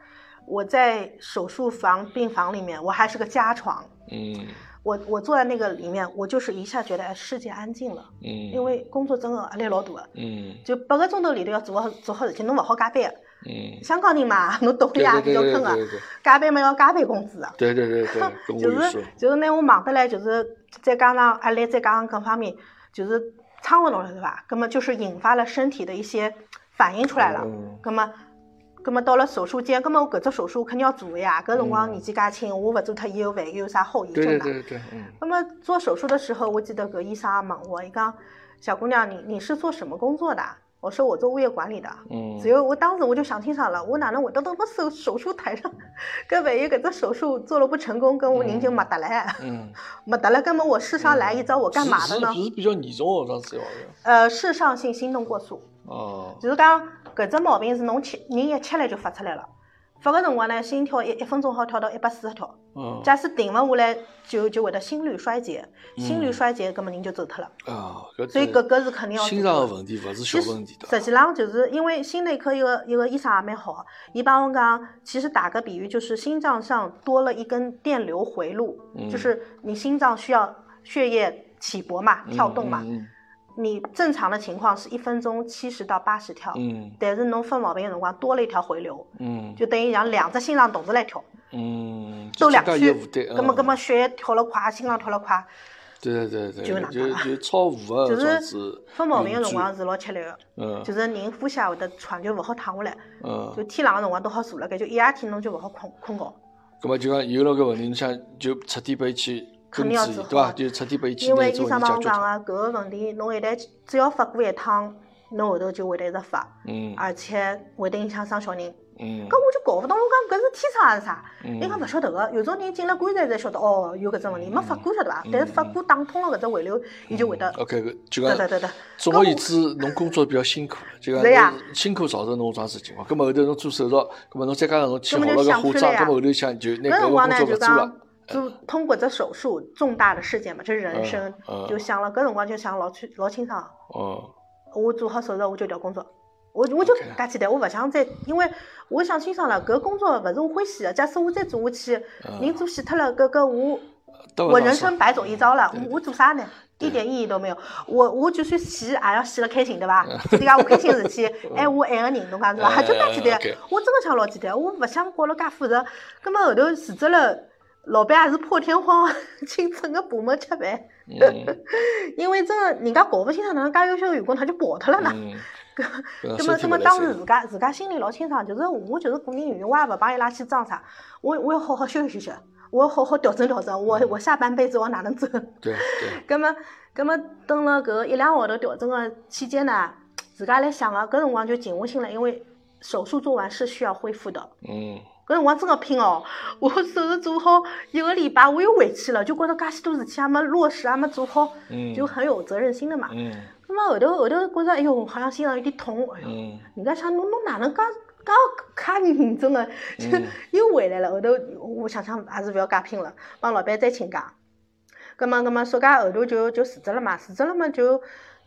[SPEAKER 2] 我在手术房病房里面，我还是个加床，
[SPEAKER 1] 嗯
[SPEAKER 2] 我我坐在那个里面，我就是一下觉得哎，世界安静了，
[SPEAKER 1] 嗯，
[SPEAKER 2] 因为工作真的压力老大的，
[SPEAKER 1] 嗯
[SPEAKER 2] 就八个钟头里头要做好做好事体，侬勿好加班。
[SPEAKER 1] 嗯，
[SPEAKER 2] 香港人嘛，侬懂
[SPEAKER 1] 对
[SPEAKER 2] 呀，
[SPEAKER 1] 对对
[SPEAKER 2] 比较
[SPEAKER 1] 对
[SPEAKER 2] 坑
[SPEAKER 1] 对
[SPEAKER 2] 啊，
[SPEAKER 1] 对对。
[SPEAKER 2] 加班嘛要加班工资啊。
[SPEAKER 1] 对对对对，跟我
[SPEAKER 2] 就
[SPEAKER 1] 有说
[SPEAKER 2] 是，就是拿我忙得来，就是再加上压力，再加上各方面，就是掺和弄了，对吧？那么就是引发了身体的一些反应出来了。
[SPEAKER 1] 嗯
[SPEAKER 2] 那么，那么到了手术间，那么我搿只手术肯定要做呀。搿辰光年纪介轻，我勿做脱也有万一有啥后遗
[SPEAKER 1] 嗯对对
[SPEAKER 2] 症啊？
[SPEAKER 1] 对对，嗯
[SPEAKER 2] 那么做手术的时候，我记得搿医生也问我，伊讲小姑娘，你你是做什么工作的啊？我说我做物业管理的。
[SPEAKER 1] 嗯
[SPEAKER 2] 只有我当时我就想清爽了，我哪能会到到么手手术台上，搿万一搿只手术做了不成功，跟我人就没得了，
[SPEAKER 1] 嗯，
[SPEAKER 2] 没得了，搿么我世上来一遭，我干嘛的呢？
[SPEAKER 1] 是是比较严重哦，当时好像
[SPEAKER 2] 呃，视上性心动过速，
[SPEAKER 1] 哦，
[SPEAKER 2] 就是讲搿只毛病是侬吃人一吃来就发出来了，发个辰光呢，心跳一一分钟好跳到一百四十跳，
[SPEAKER 1] 嗯
[SPEAKER 2] 假使停勿下来，就就会得心律衰竭，心律衰竭搿么人就走脱了，
[SPEAKER 1] 啊，搿
[SPEAKER 2] 所以
[SPEAKER 1] 是
[SPEAKER 2] 搿个是肯定要
[SPEAKER 1] 心
[SPEAKER 2] 做
[SPEAKER 1] 脏
[SPEAKER 2] 的
[SPEAKER 1] 的问题勿是小
[SPEAKER 2] 其实
[SPEAKER 1] 问题的，
[SPEAKER 2] 实际上就是因为心内科一个一个医生也蛮好，伊帮我讲，其实打个比喻就是心脏上多了一根电流回路，
[SPEAKER 1] 嗯
[SPEAKER 2] 就是你心脏需要血液起搏嘛，跳动嘛，
[SPEAKER 1] 嗯
[SPEAKER 2] 你正常的情况是一分钟七十到八十跳，
[SPEAKER 1] 嗯
[SPEAKER 2] 但是侬犯毛病的辰光多了一条回流，
[SPEAKER 1] 嗯
[SPEAKER 2] 就等于讲两只心脏同时来跳，
[SPEAKER 1] 嗯，
[SPEAKER 2] 走两
[SPEAKER 1] 就自
[SPEAKER 2] 圈
[SPEAKER 1] 家也负担，，
[SPEAKER 2] 那么
[SPEAKER 1] 嗯
[SPEAKER 2] 那么，血液跳了快，心脏跳了快，
[SPEAKER 1] 对对对
[SPEAKER 2] 就
[SPEAKER 1] 对，
[SPEAKER 2] 哪
[SPEAKER 1] 就
[SPEAKER 2] 能
[SPEAKER 1] 就超负荷
[SPEAKER 2] 就
[SPEAKER 1] 这样
[SPEAKER 2] 是
[SPEAKER 1] 子，
[SPEAKER 2] 犯毛病的
[SPEAKER 1] 嗯
[SPEAKER 2] 辰光是老吃力的，
[SPEAKER 1] 嗯
[SPEAKER 2] 就是人呼吸也会得喘，就勿好躺下来。就
[SPEAKER 1] 嗯，
[SPEAKER 2] 天冷个辰光都好坐辣盖，就一夜天侬就勿好困困觉，
[SPEAKER 1] 葛么就讲啊有了搿问题，侬想就彻底拨伊去
[SPEAKER 2] 肯
[SPEAKER 1] 根
[SPEAKER 2] 定要
[SPEAKER 1] 治伊，
[SPEAKER 2] 治
[SPEAKER 1] 对
[SPEAKER 2] 好
[SPEAKER 1] 伐？就彻底拨伊去
[SPEAKER 2] 因为
[SPEAKER 1] 拿
[SPEAKER 2] 医
[SPEAKER 1] 这
[SPEAKER 2] 生
[SPEAKER 1] 个问题
[SPEAKER 2] 帮我
[SPEAKER 1] 解决
[SPEAKER 2] 讲啊
[SPEAKER 1] 掉，
[SPEAKER 2] 个搿个问题，侬一旦只要发过一趟，侬后头就会得一直发，
[SPEAKER 1] 嗯
[SPEAKER 2] 而且会得影响生小人。
[SPEAKER 1] 嗯
[SPEAKER 2] 搿我就搞勿懂，我讲搿是天生还是啥？
[SPEAKER 1] 嗯嗯
[SPEAKER 2] 人家勿晓得个，有种人进了棺材才晓得哦，有搿只问题，没发过晓得伐？但是发过打通了搿只回流，伊就会得，
[SPEAKER 1] ，OK，搿就
[SPEAKER 2] 对
[SPEAKER 1] 讲
[SPEAKER 2] 对对对，
[SPEAKER 1] 总而言之，侬工作比较辛苦，就
[SPEAKER 2] 对
[SPEAKER 1] 讲
[SPEAKER 2] 呀
[SPEAKER 1] 侬辛苦造成侬桩事情嘛。咁啊么后头侬做手术，咁啊么侬再加上侬去好
[SPEAKER 2] 搿么就
[SPEAKER 1] 了个化
[SPEAKER 2] 想出
[SPEAKER 1] 妆，
[SPEAKER 2] 来
[SPEAKER 1] 咁
[SPEAKER 2] 呀
[SPEAKER 1] 么后头想就拿
[SPEAKER 2] 搿
[SPEAKER 1] 搿
[SPEAKER 2] 辰
[SPEAKER 1] 个工
[SPEAKER 2] 光呢
[SPEAKER 1] 作
[SPEAKER 2] 就
[SPEAKER 1] 勿做了
[SPEAKER 2] 讲。。就通过这手术重大的事件嘛，这是人生，
[SPEAKER 1] 嗯嗯
[SPEAKER 2] 就想了，搿辰光就想老清老清爽，
[SPEAKER 1] 哦，
[SPEAKER 2] 我做好手术，我就调工作。我我就
[SPEAKER 1] OK
[SPEAKER 2] 介简单，我勿想再，因为我想清爽了，搿工作勿是我欢喜的。假使我再做下去，
[SPEAKER 1] 嗯
[SPEAKER 2] 人做死脱了，搿搿我
[SPEAKER 1] 得勿
[SPEAKER 2] 我
[SPEAKER 1] 偿
[SPEAKER 2] 人
[SPEAKER 1] 失
[SPEAKER 2] 生白走一遭了
[SPEAKER 1] 嗯对。
[SPEAKER 2] 我我做啥呢？一点意义都没有。我我就算死，也要死了开心，对伐？就讲我开心的事 体，爱我爱个人，侬讲是伐？
[SPEAKER 1] 嗯
[SPEAKER 2] 就介简单
[SPEAKER 1] OK。
[SPEAKER 2] 我真的想老简单，我勿想搞了介复杂。葛末后头辞职了，老板也是破天荒 请整个部门吃饭，
[SPEAKER 1] 嗯
[SPEAKER 2] 因为真的人家搞勿清爽，哪能介优秀的员工他就跑脱了 呢？
[SPEAKER 1] 嗯，搿
[SPEAKER 2] 葛么，
[SPEAKER 1] 身
[SPEAKER 2] 葛
[SPEAKER 1] 体
[SPEAKER 2] 么，
[SPEAKER 1] 勿来
[SPEAKER 2] 当
[SPEAKER 1] 塞
[SPEAKER 2] 时自家自家心里老清爽，就是我就是个人原因，我也勿帮伊拉去装啥，我我要好好休息休息，我要好好调整调整，我
[SPEAKER 1] 嗯
[SPEAKER 2] 我下半辈子我哪能走？
[SPEAKER 1] 对对，
[SPEAKER 2] 葛么，葛么，等了搿一两个号头调整个期间呢，自家来想啊，搿辰光就静下心来，因为手术做完是需要恢复的。
[SPEAKER 1] 嗯
[SPEAKER 2] 搿辰光真个拼哦！我手术做好一个礼拜，我又回去了，就觉着介许多事体还没落实，还没做好，
[SPEAKER 1] 嗯，
[SPEAKER 2] 就很有责任心的嘛。
[SPEAKER 1] 嗯
[SPEAKER 2] 葛么后头后头觉着，哎哟，好像心上有点痛，哎 哟。
[SPEAKER 1] 嗯
[SPEAKER 2] 人家想侬侬哪能介介介认真个，就
[SPEAKER 1] 嗯
[SPEAKER 2] 又回来了。后头我想想还是勿要介拼了，帮老板再请假。葛么葛么，暑假后头就就辞职了嘛，辞职了嘛就。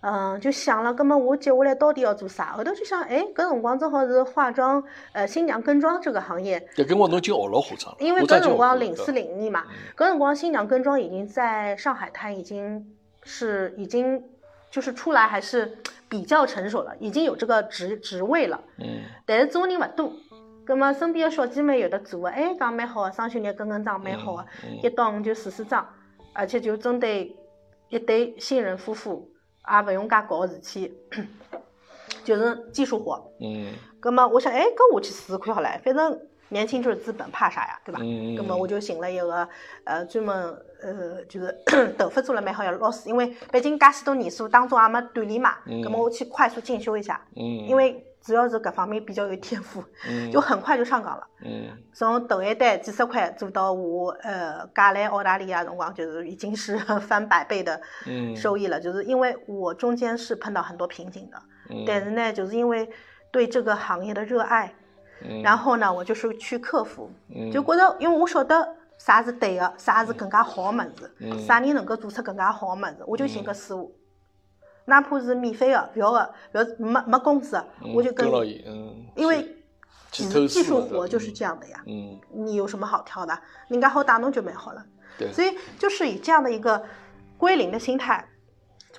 [SPEAKER 2] 嗯，就想了，葛么我接下来到底要做啥？后头就想，哎，搿辰光正好是化妆，呃，新娘跟妆这个行业，
[SPEAKER 1] 对，搿辰光侬已经学了化妆了，
[SPEAKER 2] 因为
[SPEAKER 1] 化
[SPEAKER 2] 搿
[SPEAKER 1] 妆已经
[SPEAKER 2] 辰
[SPEAKER 1] 学了
[SPEAKER 2] 光零四
[SPEAKER 1] 对吧
[SPEAKER 2] 零五年嘛，搿辰光新娘跟妆已经在上海滩已经是已经就是出来还是比较成熟了，已经有这个职职位了。
[SPEAKER 1] 嗯
[SPEAKER 2] 但是做的人勿多。葛么身边个小姐妹有的做个，哎，讲蛮好个，双休日跟跟妆蛮好个，
[SPEAKER 1] 嗯
[SPEAKER 2] 一到五就试试妆，而且就针对一对新人夫妇，也勿用介搞个事体， 就是技术活。
[SPEAKER 1] 嗯
[SPEAKER 2] 葛么我想，哎，搿我去试试看好了，反正年轻就是资本，怕啥呀，对吧？
[SPEAKER 1] 嗯，
[SPEAKER 2] 葛么我
[SPEAKER 1] 就
[SPEAKER 2] 就寻了一个呃专门呃就是 头发做了蛮好个老师，因为毕竟介许多年数当中也没锻炼嘛，葛么
[SPEAKER 1] 嗯
[SPEAKER 2] 我去快速进修一下，
[SPEAKER 1] 嗯，
[SPEAKER 2] 因为主要是搿方面比较有天赋，
[SPEAKER 1] 嗯
[SPEAKER 2] 就很快就上岗了。
[SPEAKER 1] 嗯
[SPEAKER 2] 从头一单几十块做到我呃嫁来澳大利亚的辰光，就是已经是 翻百倍的
[SPEAKER 1] 嗯，
[SPEAKER 2] 收益了。就是因为我中间是碰到很多瓶颈的，
[SPEAKER 1] 嗯，
[SPEAKER 2] 但是呢，就是因为对这个行业的热爱，
[SPEAKER 1] 嗯
[SPEAKER 2] 然后呢，我就是去克服，
[SPEAKER 1] 嗯
[SPEAKER 2] 就觉得因为我晓得。啥是对个，啥是更加好个物
[SPEAKER 1] 嗯
[SPEAKER 2] 事，啥人能够做出更加好个物事，我就寻搿师傅。哪怕是免费个，勿要个，勿要没没工资个，我就跟
[SPEAKER 1] 跟牢
[SPEAKER 2] 你，
[SPEAKER 1] 伊，嗯，
[SPEAKER 2] 因为
[SPEAKER 1] 去
[SPEAKER 2] 技
[SPEAKER 1] 投诉
[SPEAKER 2] 术技术
[SPEAKER 1] 嘛
[SPEAKER 2] 活就是这
[SPEAKER 1] 样，
[SPEAKER 2] 样的呀，
[SPEAKER 1] 嗯，
[SPEAKER 2] 你有什么好挑的？人家好打侬就蛮好了。
[SPEAKER 1] 对，
[SPEAKER 2] 所以就是以这样的一个归零的心态，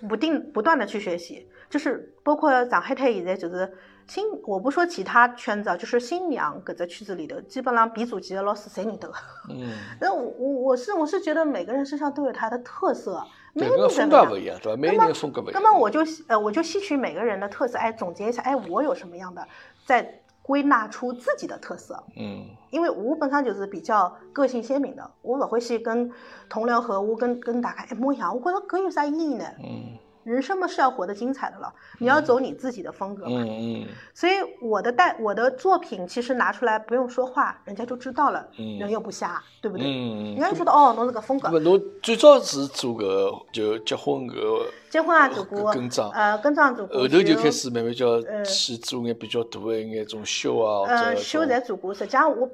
[SPEAKER 2] 不定不断的去学习，就是包括上海滩现在就是新，我不说其他圈子啊，就是新娘搿只圈子里头，基本上鼻祖级的老师侪认得个。
[SPEAKER 1] 嗯，
[SPEAKER 2] 那我我我是我是觉得每个人身上都有他的特色，每
[SPEAKER 1] 对，
[SPEAKER 2] 个
[SPEAKER 1] 搿
[SPEAKER 2] 人
[SPEAKER 1] 个
[SPEAKER 2] 都
[SPEAKER 1] 风格
[SPEAKER 2] 不一样
[SPEAKER 1] 勿一样，对伐？每个人的风格勿一
[SPEAKER 2] 那
[SPEAKER 1] 样。
[SPEAKER 2] 么我就呃，我就吸取每个人的特色，哎，总结一下，哎，我有什么样的，再归纳出自己的特色。
[SPEAKER 1] 嗯，
[SPEAKER 2] 因为我本身就是比较个性鲜明的，我勿欢喜跟同僚合，我跟跟大家一模一样，我觉得搿有啥意义呢？
[SPEAKER 1] 嗯，
[SPEAKER 2] 人生嘛是要活得精彩的了，你要走你自己的风格嘛。
[SPEAKER 1] 嗯嗯
[SPEAKER 2] 所以我的带我的作品其实拿出来不用说话，人家就知道了，
[SPEAKER 1] 嗯
[SPEAKER 2] 人又不瞎，对不对？
[SPEAKER 1] 嗯
[SPEAKER 2] 人家就觉得哦，侬是搿风
[SPEAKER 1] 那
[SPEAKER 2] 格
[SPEAKER 1] 么。侬最早是做搿个就结婚搿个，
[SPEAKER 2] 结婚也做过，
[SPEAKER 1] 跟跟葬
[SPEAKER 2] 呃，跟葬做过，
[SPEAKER 1] 后头就
[SPEAKER 2] 修
[SPEAKER 1] 开始慢慢叫
[SPEAKER 2] 呃
[SPEAKER 1] 去做眼比较大的一眼种秀啊，或
[SPEAKER 2] 呃，
[SPEAKER 1] 者
[SPEAKER 2] 修
[SPEAKER 1] 种
[SPEAKER 2] 侪做过，实际上我，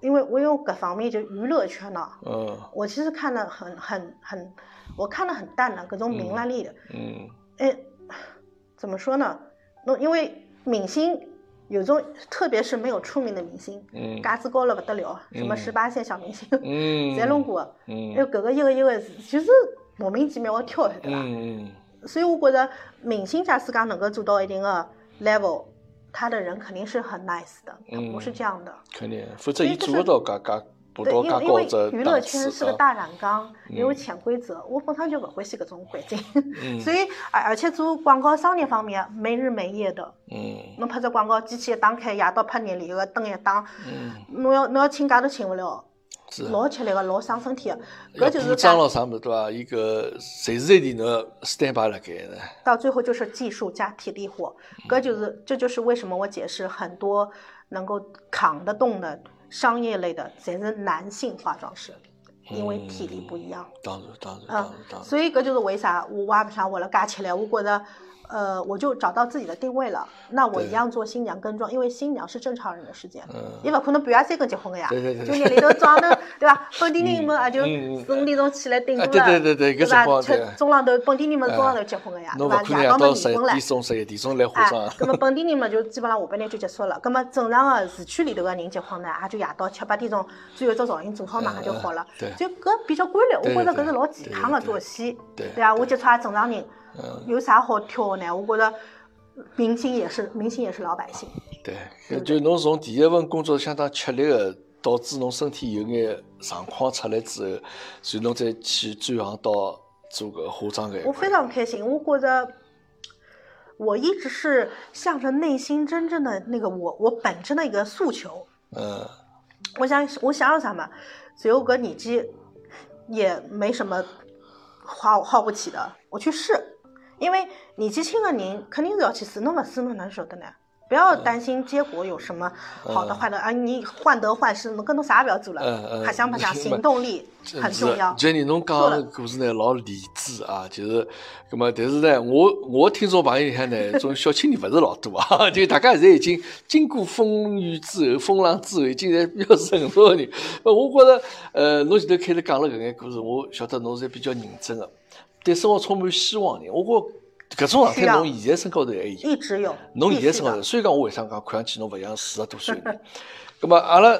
[SPEAKER 2] 因为我有搿方面就娱乐圈呢，
[SPEAKER 1] 嗯
[SPEAKER 2] 我其实看的很很很，我看的很淡的，各种名案例的，
[SPEAKER 1] 嗯
[SPEAKER 2] 哎、怎么说呢？那因为明星有种，特别是没有出名的明星，
[SPEAKER 1] 嗯
[SPEAKER 2] 架子高了不得了，什么
[SPEAKER 1] 嗯
[SPEAKER 2] 十八线小明星，
[SPEAKER 1] 嗯，
[SPEAKER 2] 侪弄哎过，
[SPEAKER 1] 嗯，
[SPEAKER 2] 还有搿个一个一个，就是莫名其妙的跳起来，对伐？
[SPEAKER 1] 嗯
[SPEAKER 2] 所以我觉得明星假使讲能够做到一定的 level，他的人肯定是很 nice 的，他不是
[SPEAKER 1] 嗯
[SPEAKER 2] 这样的。
[SPEAKER 1] 肯定，否则
[SPEAKER 2] 因为
[SPEAKER 1] 伊
[SPEAKER 2] 就
[SPEAKER 1] 做勿
[SPEAKER 2] 是
[SPEAKER 1] 到介介步
[SPEAKER 2] 对，
[SPEAKER 1] 到介
[SPEAKER 2] 因为因
[SPEAKER 1] 高
[SPEAKER 2] 为
[SPEAKER 1] 只
[SPEAKER 2] 娱乐
[SPEAKER 1] 档
[SPEAKER 2] 圈
[SPEAKER 1] 次
[SPEAKER 2] 是个
[SPEAKER 1] 啊
[SPEAKER 2] 大染缸，也有
[SPEAKER 1] 嗯
[SPEAKER 2] 潜规则。我本身就不欢喜搿种环境，
[SPEAKER 1] 嗯
[SPEAKER 2] 所以而而且做广告商业方面没日没夜的，
[SPEAKER 1] 嗯
[SPEAKER 2] 侬拍只广告，机器一打开，夜到拍廿里个灯一打，
[SPEAKER 1] 嗯
[SPEAKER 2] 侬要侬要请假都请勿了，
[SPEAKER 1] 是啊。
[SPEAKER 2] 老吃力个，老伤身体个。
[SPEAKER 1] 要
[SPEAKER 2] 搿就是
[SPEAKER 1] 铺张
[SPEAKER 2] 讲
[SPEAKER 1] 了啥么子对伐？伊搿随时随地侬 stand by 辣盖呢。
[SPEAKER 2] 到最后就是技术加体力活，
[SPEAKER 1] 嗯
[SPEAKER 2] 搿就是这就是为什么我解释很多能够扛得动的商业类的，侪是男性化妆师，因为体力不一样。
[SPEAKER 1] 当然，当然，当
[SPEAKER 2] 嗯
[SPEAKER 1] 然，当然。
[SPEAKER 2] 所以搿就是为啥我挖不上我了，尬起来，我觉得，呃，我就找到自己的定位了。那我
[SPEAKER 1] 对
[SPEAKER 2] 一样做新娘跟妆，因为新娘是正常人的事情，
[SPEAKER 1] 嗯
[SPEAKER 2] 伊勿可能半夜三更结婚个呀，
[SPEAKER 1] 对对对
[SPEAKER 2] 就夜里头 早浪头，对伐？本地人们也啊就
[SPEAKER 1] 嗯嗯
[SPEAKER 2] 四五点钟起来顶
[SPEAKER 1] 啊
[SPEAKER 2] 歌
[SPEAKER 1] 对对
[SPEAKER 2] 了，
[SPEAKER 1] 对对搿辰
[SPEAKER 2] 伐
[SPEAKER 1] 光？对哎
[SPEAKER 2] 吃中浪头，本地人们是中浪头结婚个呀，
[SPEAKER 1] 侬
[SPEAKER 2] 对
[SPEAKER 1] 勿
[SPEAKER 2] 伐？
[SPEAKER 1] 可能
[SPEAKER 2] 夜
[SPEAKER 1] 夜
[SPEAKER 2] 到
[SPEAKER 1] 到
[SPEAKER 2] 么
[SPEAKER 1] 十
[SPEAKER 2] 离
[SPEAKER 1] 一
[SPEAKER 2] 婚了
[SPEAKER 1] 点。钟、十一点钟来化妆
[SPEAKER 2] 哎
[SPEAKER 1] 啊，。
[SPEAKER 2] 那么本地 人嘛，就基本上下半日就结束了。那么正常的市区里头个人结婚呢，也就夜到七八点钟，最后一只造型做好嘛，也就好了。
[SPEAKER 1] 呃对
[SPEAKER 2] 就搿比较规律，我
[SPEAKER 1] 对
[SPEAKER 2] 觉着
[SPEAKER 1] 对
[SPEAKER 2] 搿是老健康的作息，
[SPEAKER 1] 对对
[SPEAKER 2] 对啊，我接触也正常人
[SPEAKER 1] 嗯，
[SPEAKER 2] 有啥好挑的呢？我觉着明星也是，明星也是老百姓，
[SPEAKER 1] 对，搿就侬从第一份工作相当吃力个，导致侬身体有眼状况出来之后，然后侬再去转行到做搿化妆搿一
[SPEAKER 2] 我非
[SPEAKER 1] 块。
[SPEAKER 2] 常开心。我觉着我一直是向着内心真正的那个我，我本身的一个诉求，
[SPEAKER 1] 嗯
[SPEAKER 2] 我想我想要啥嘛，只有个年纪也没什么花花不起的，我去试，因为年纪轻的人肯定是要去试，侬勿试侬哪晓得呢？不要
[SPEAKER 1] 嗯
[SPEAKER 2] 担心结果有什么好的坏的，啊，你患得患失，侬跟侬啥也不要做
[SPEAKER 1] 嗯嗯
[SPEAKER 2] 了，瞎想白想，
[SPEAKER 1] 明白
[SPEAKER 2] 行动力
[SPEAKER 1] 真
[SPEAKER 2] 很
[SPEAKER 1] 是
[SPEAKER 2] 重要。
[SPEAKER 1] 就你侬讲
[SPEAKER 2] 做
[SPEAKER 1] 的
[SPEAKER 2] 了
[SPEAKER 1] 故事呢，老励志啊，就是，葛么，但是呢，我我听众朋友里向呢，这种小青年勿是老多啊， 就大家现在已经经过风雨之后、风浪之后，已经侪比较成熟的人。呃我觉着，呃，侬前头开头讲了搿眼故事，我晓得侬是比较认真的，对生活充满希望的人。我觉着搿种状态，
[SPEAKER 2] 需要
[SPEAKER 1] 侬现在身高头还有。
[SPEAKER 2] 一直有，
[SPEAKER 1] 侬
[SPEAKER 2] 必
[SPEAKER 1] 现在
[SPEAKER 2] 须
[SPEAKER 1] 身高头，
[SPEAKER 2] 的。
[SPEAKER 1] 虽然讲我为啥讲看上去侬勿像四十多岁人， 葛末阿拉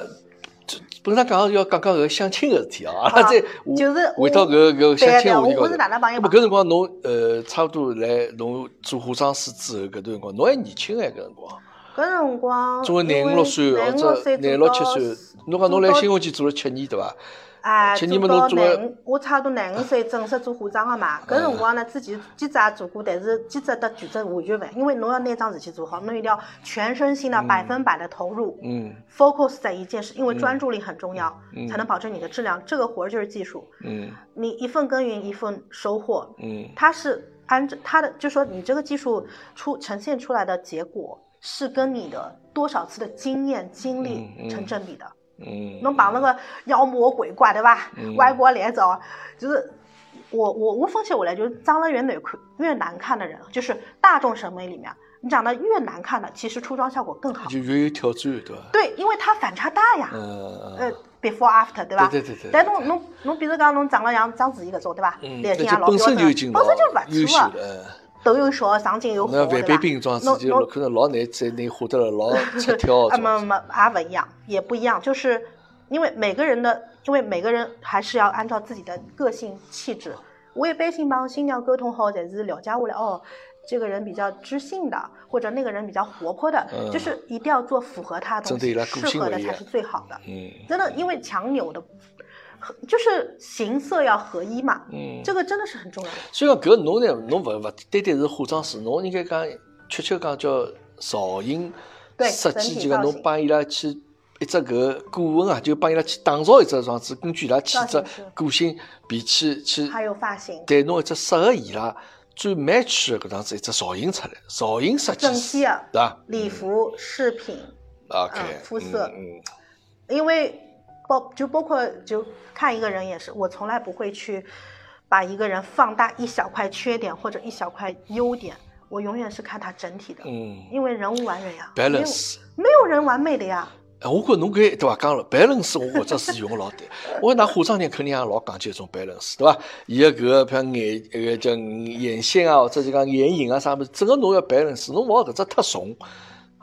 [SPEAKER 1] 这本来讲要讲讲搿个相亲个事体啊，阿拉
[SPEAKER 2] 啊
[SPEAKER 1] 再
[SPEAKER 2] 就是
[SPEAKER 1] 回回到搿个搿个
[SPEAKER 2] 对
[SPEAKER 1] 相亲
[SPEAKER 2] 对
[SPEAKER 1] 话题
[SPEAKER 2] 我
[SPEAKER 1] 高
[SPEAKER 2] 是哪能帮伊
[SPEAKER 1] 头。葛末搿
[SPEAKER 2] 忙
[SPEAKER 1] 辰光侬呃差不多来侬做化妆师之后搿段辰光，侬还年轻哎搿辰光，
[SPEAKER 2] 搿辰光，
[SPEAKER 1] 总归廿五六岁
[SPEAKER 2] 哦因
[SPEAKER 1] 或
[SPEAKER 2] 为廿五六
[SPEAKER 1] 者
[SPEAKER 2] 岁
[SPEAKER 1] 廿六七
[SPEAKER 2] 做到
[SPEAKER 1] 岁，侬讲侬
[SPEAKER 2] 做
[SPEAKER 1] 来
[SPEAKER 2] 到
[SPEAKER 1] 新鸿基做了七年对伐？
[SPEAKER 2] 哎，
[SPEAKER 1] 七
[SPEAKER 2] 做
[SPEAKER 1] 年嘛
[SPEAKER 2] 到
[SPEAKER 1] 侬做了
[SPEAKER 2] 廿五，我差不多廿五岁正式做化妆个嘛。搿辰光呢，之前兼职也做过，但是兼职搭全职完全勿一样，因为侬要拿桩事体做好，侬一定要全身心的、百分百的投入、
[SPEAKER 1] 嗯
[SPEAKER 2] f o c u s 在一件事，因为专注力很重要，
[SPEAKER 1] 嗯
[SPEAKER 2] 才能保证你的质量。这个活儿就是技术，
[SPEAKER 1] 嗯
[SPEAKER 2] 你一份耕耘一份收获，
[SPEAKER 1] 嗯
[SPEAKER 2] 它是按照它的，就说你这个技术出呈现出来的结果是跟你的多少次的经验经
[SPEAKER 1] 嗯嗯
[SPEAKER 2] 历成正比的。
[SPEAKER 1] 嗯，
[SPEAKER 2] 侬碰那个妖魔鬼怪对伐
[SPEAKER 1] 嗯？
[SPEAKER 2] 歪瓜裂枣，就是我我我分析回来，就是长得越难看越难看的人，就是大众审美里面，你长得越难看的，其实出妆效果更好。
[SPEAKER 1] 就越有挑战对伐？
[SPEAKER 2] 对，因为它反差大呀。
[SPEAKER 1] 嗯嗯
[SPEAKER 2] 呃， before after，对伐？
[SPEAKER 1] 对对对对
[SPEAKER 2] 但侬侬侬比如讲侬长了像章子怡搿种，对伐？
[SPEAKER 1] 嗯，
[SPEAKER 2] 脸
[SPEAKER 1] 那
[SPEAKER 2] 型也
[SPEAKER 1] 就
[SPEAKER 2] 老
[SPEAKER 1] 本
[SPEAKER 2] 标
[SPEAKER 1] 身
[SPEAKER 2] 准，
[SPEAKER 1] 就已经
[SPEAKER 2] 本身就
[SPEAKER 1] 老
[SPEAKER 2] 勿
[SPEAKER 1] 优秀
[SPEAKER 2] 错
[SPEAKER 1] 了
[SPEAKER 2] 啊，。
[SPEAKER 1] 嗯
[SPEAKER 2] 头又小，上镜又
[SPEAKER 1] 那
[SPEAKER 2] 好，
[SPEAKER 1] 范
[SPEAKER 2] 对
[SPEAKER 1] 冰
[SPEAKER 2] 伐？
[SPEAKER 1] 冰装自
[SPEAKER 2] 侬
[SPEAKER 1] 己
[SPEAKER 2] 侬
[SPEAKER 1] 可能老难在那活得了老 出挑
[SPEAKER 2] 啊，
[SPEAKER 1] 这
[SPEAKER 2] 没
[SPEAKER 1] 种。
[SPEAKER 2] 没啊，不一样，也不一样，就是因为每个人的，因为每个人还是要按照自己的个性气质。我一般性帮新娘沟通后，才是了解下来哦，这个人比较知性的，或者那个人比较活泼的，
[SPEAKER 1] 嗯
[SPEAKER 2] 就是一定要做符合他的东
[SPEAKER 1] 针对
[SPEAKER 2] 西，
[SPEAKER 1] 他个
[SPEAKER 2] 适
[SPEAKER 1] 性
[SPEAKER 2] 合
[SPEAKER 1] 为
[SPEAKER 2] 的
[SPEAKER 1] 宜
[SPEAKER 2] 才是最好的。
[SPEAKER 1] 嗯
[SPEAKER 2] 真的，因为强扭的，和就是形色要合一嘛，
[SPEAKER 1] 嗯，
[SPEAKER 2] 这个真的是很重要的。
[SPEAKER 1] 所以讲搿侬呢，侬勿勿单单是化妆师，侬应该讲确切讲叫造型
[SPEAKER 2] 对
[SPEAKER 1] 设
[SPEAKER 2] 整
[SPEAKER 1] 计，
[SPEAKER 2] 体
[SPEAKER 1] 就讲
[SPEAKER 2] 造
[SPEAKER 1] 侬
[SPEAKER 2] 型
[SPEAKER 1] 帮伊拉去一只搿顾问啊，就帮伊拉去打造一只装置，根据伊拉气
[SPEAKER 2] 造
[SPEAKER 1] 质
[SPEAKER 2] 型师、
[SPEAKER 1] 个性、脾气去
[SPEAKER 2] 还有发型，
[SPEAKER 1] 对侬一只适合伊拉最 match 的搿样子一只造型出来，造型设计
[SPEAKER 2] 整
[SPEAKER 1] 师
[SPEAKER 2] 体啊
[SPEAKER 1] 对伐
[SPEAKER 2] 礼服、饰品，
[SPEAKER 1] ？OK，
[SPEAKER 2] 嗯肤色
[SPEAKER 1] 嗯嗯
[SPEAKER 2] 因为包就包括就看一个人也是，我从来不会去把一个人放大一小块缺点或者一小块优点，我永远是看他整体的，
[SPEAKER 1] 嗯
[SPEAKER 2] 因为人无完人呀
[SPEAKER 1] ，balance。
[SPEAKER 2] 没有没有人完美的呀，
[SPEAKER 1] 哎，我觉着侬搿对伐？讲了 balance，我觉着是用个老对。我讲㑚化妆店肯定也老讲究一种 balance，对伐？伊个搿个譬如眼搿个叫眼线啊，或者就讲眼影啊啥物事，整个侬要 balance，侬勿好搿只太重，